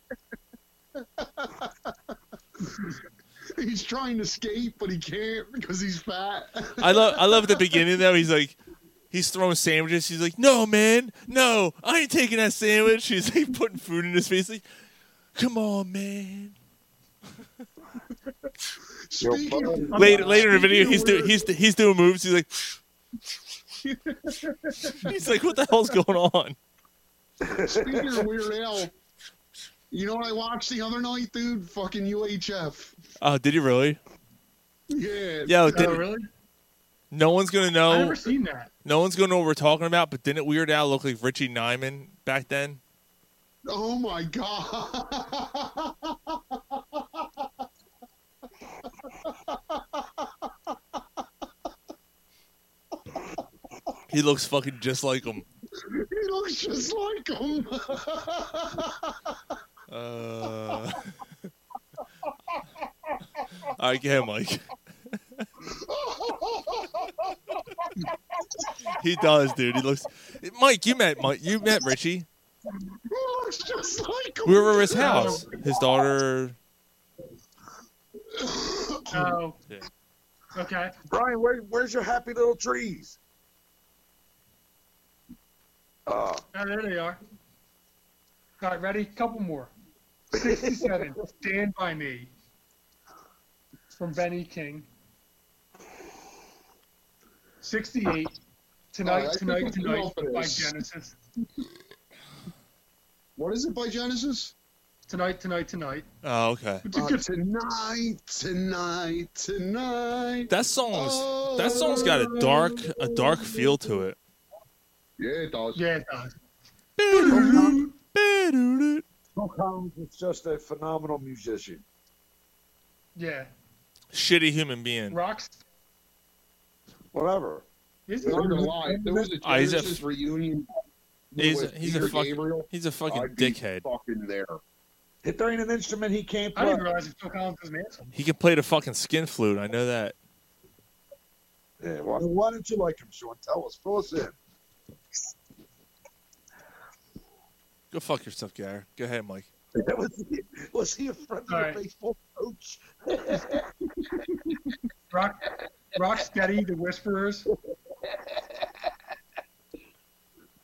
He's trying to skate, but he can't because he's fat.
I love I love at the beginning though. He's like, he's throwing sandwiches. He's like, no man, no, I ain't taking that sandwich. He's like putting food in his face. Like, come on, man.
Speaking of,
Later later in the video,
speaking
he's
of
doing
weird-
he's he's doing moves. He's like, he's like, what the hell's going on?
Speaking of Weird Al, you know what I watched the other night, dude? Fucking UHF.
Oh, did he really?
Yeah.
Yo,
Oh,
did,
really?
no one's gonna
I've
know.
never seen that.
No one's gonna know what we're talking about. But didn't Weird Al look like Richie Nyman back then?
Oh my god.
He looks fucking just like him.
he looks just like him.
Uh... All right, get him, Mike. he does, dude. He looks. Mike, you met Mike. You met Richie.
he looks just like him.
We were at his house. His daughter.
Oh.
Yeah.
Okay. Oh.
Brian, where, where's your happy little trees? Uh,
Oh, there they are. All right, ready? Couple more. 67, Stand By Me from Benny King. 68,
All right,
Tonight,
Oh, I
Tonight,
think we
Tonight
can go for
by
this.
Genesis.
What is it by Genesis?
Tonight, Tonight, Tonight.
Oh, okay.
Uh, tonight, tonight, tonight.
That song's that song's got a dark a dark feel to it.
Yeah, it does.
Yeah, it does.
Phil Collins is just a phenomenal musician.
Yeah.
Shitty human being.
Rocks.
Whatever.
Is
I'm not gonna lie. If there was a
Ah, he's a-
Genesis reunion.
He's a,
with
he's a
Peter
fucking
Gabriel,
he's a fucking
I'd be
dickhead.
Fucking there.
If there ain't an instrument he can't
I
play,
didn't realize that Phil Collins was an anthem.
He can play the fucking skin flute. I know that.
yeah, why, why don't you like him, Sean? Tell us. Fill us in.
Go fuck yourself, Gary. Go ahead, Mike.
was, he, was he a friend of
All
the
right.
baseball coach?
Rock, Rocksteady, The Whisperers.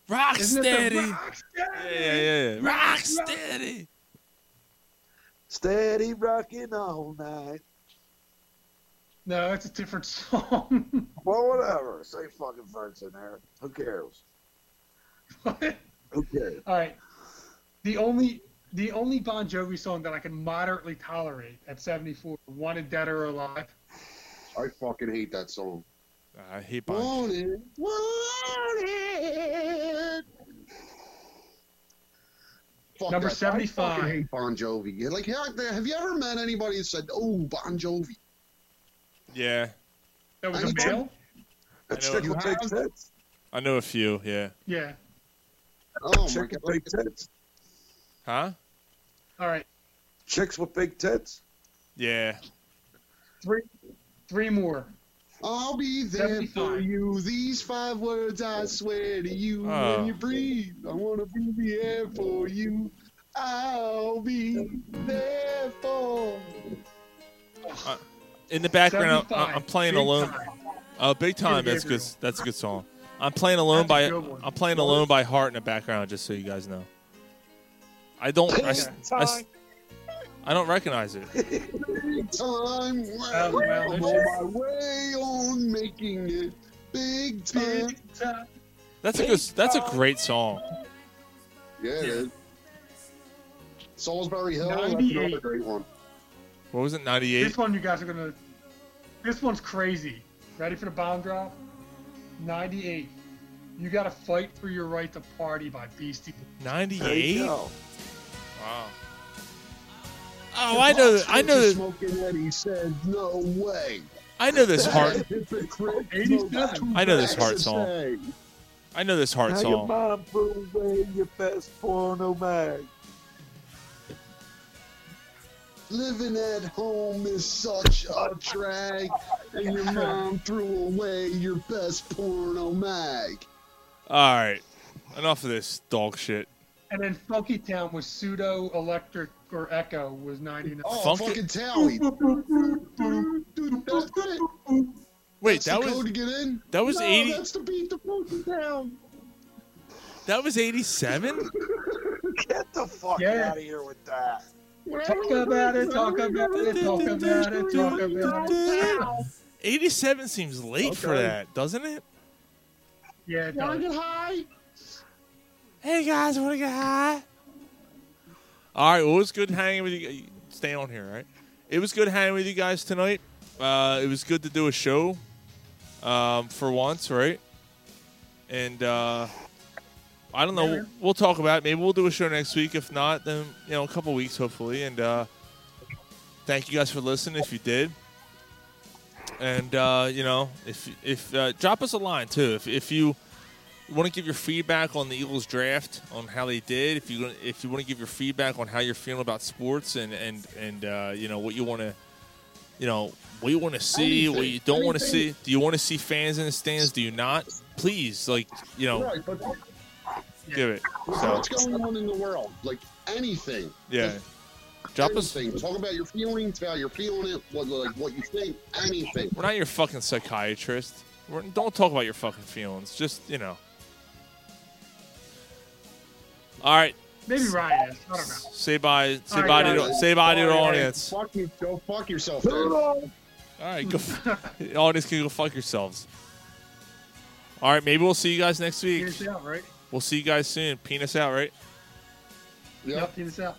Rock
Isn't it the
steady.
Rocksteady?
Yeah, yeah, yeah. Rock steady.
Steady rocking all night.
No, that's a different song.
Well, whatever. Say fucking words in there. Who cares?
What?
Who cares?
All right. The only the only Bon Jovi song that I can moderately tolerate at 74, Wanted Dead or Alive.
I fucking hate that song.
I hate Bon.
Wanted, wanted. Fuck
Number
that. I fucking
75.
hate Bon Jovi. You're Like, yeah, have you ever met anybody that said, "Oh, Bon Jovi"?
Yeah,
That was
I
a
know.
male?
That
know
chick
you
will take
have-
tits.
I know a few. Yeah.
Yeah.
Oh my
Chick
god!
with big tits.
Huh?
All right.
Chicks with big tits.
Yeah.
Three three more.
I'll be there for
75.
you. These five words I swear to you
Oh.
when you breathe. I wanna be in the air for you. I'll be there for.
In the background, I- I, I'm
75,
playing
Big
alone.
Time.
Oh, big time.
Peter
That's good.
Gabriel.
That's a good song. I'm playing alone by
That's a good one.
I'm playing alone by heart in the background, just so you guys know. I don't I, s- I s- I don't recognize it.
Big time.
Oh, well,
I'm
there's-
on my way on making it. Big time.
Big time.
That's a good. s- That's a great song.
Yeah, it is. Salisbury Hill. That's
98.
another great one.
What was it? 98.
This one you guys are gonna This one's crazy. Ready for the bomb drop? 98. You gotta fight for your right to party by Beastie. Boys.
There you
98.
go.
Wow. Oh, I know. I know. This,
Smoking Eddie said, "No way."
I know this heart.
Hypocrite.
87.
I know this heart
That's a
song.
shame.
I know this heart
now your
song.
mom threw away your best porno mag.
Living at home is such a drag, and your mom threw away your best porno mag.
All right. Enough of this dog shit.
And then Funky Town was pseudo electric or echo was 99.
Oh,
Funky-
fucking tally. That's it.
Wait,
That's
that
the code
was
to get in.
that was
no,
80
That's to beat the fucking town.
that was 87.
Get the fuck
Yeah.
out of here with that.
Talk about it, talk about it, talk about it, talk about it.
87 seems late for
Okay.
that, doesn't it?
Yeah, it
Wanna
does.
get high?
Hey guys, want to get high? All right, well, it was good hanging with you. Stay on here, all right? It was good hanging with you guys tonight. Uh, it was good to do a show um, for once, right? And uh, I don't know. We'll talk about it. Maybe we'll do a show next week. If not, then you know, a couple weeks hopefully. And uh, thank you guys for listening. If you did, and uh, you know, if if uh, drop us a line too. If if you want to give your feedback on the Eagles draft, on how they did. If you if you want to give your feedback on how you're feeling about sports and and and uh, you know what you want to, you know what you want to see, what you don't want to see. Do you want to see fans in the stands? Do you not? Please, like you know,
Right, but
give it. Oh. So
what's going on in the world? Like anything.
yeah, drop us.
anything. Talk about your feelings, how you're feeling it, what like what you think, anything.
We're not your fucking psychiatrist. We're, don't talk about your fucking feelings. Just you know. All right.
Maybe Ryan is. I don't know.
Say bye. Say
All right,
bye to
guys.
say bye to the
All right.
audience.
Fuck you. Go fuck yourself.
All right, go. the audience can go fuck yourselves. All right, maybe we'll see you guys next week.
Penis out, right?
We'll see you guys soon. Penis out, right?
Yep. Penis out.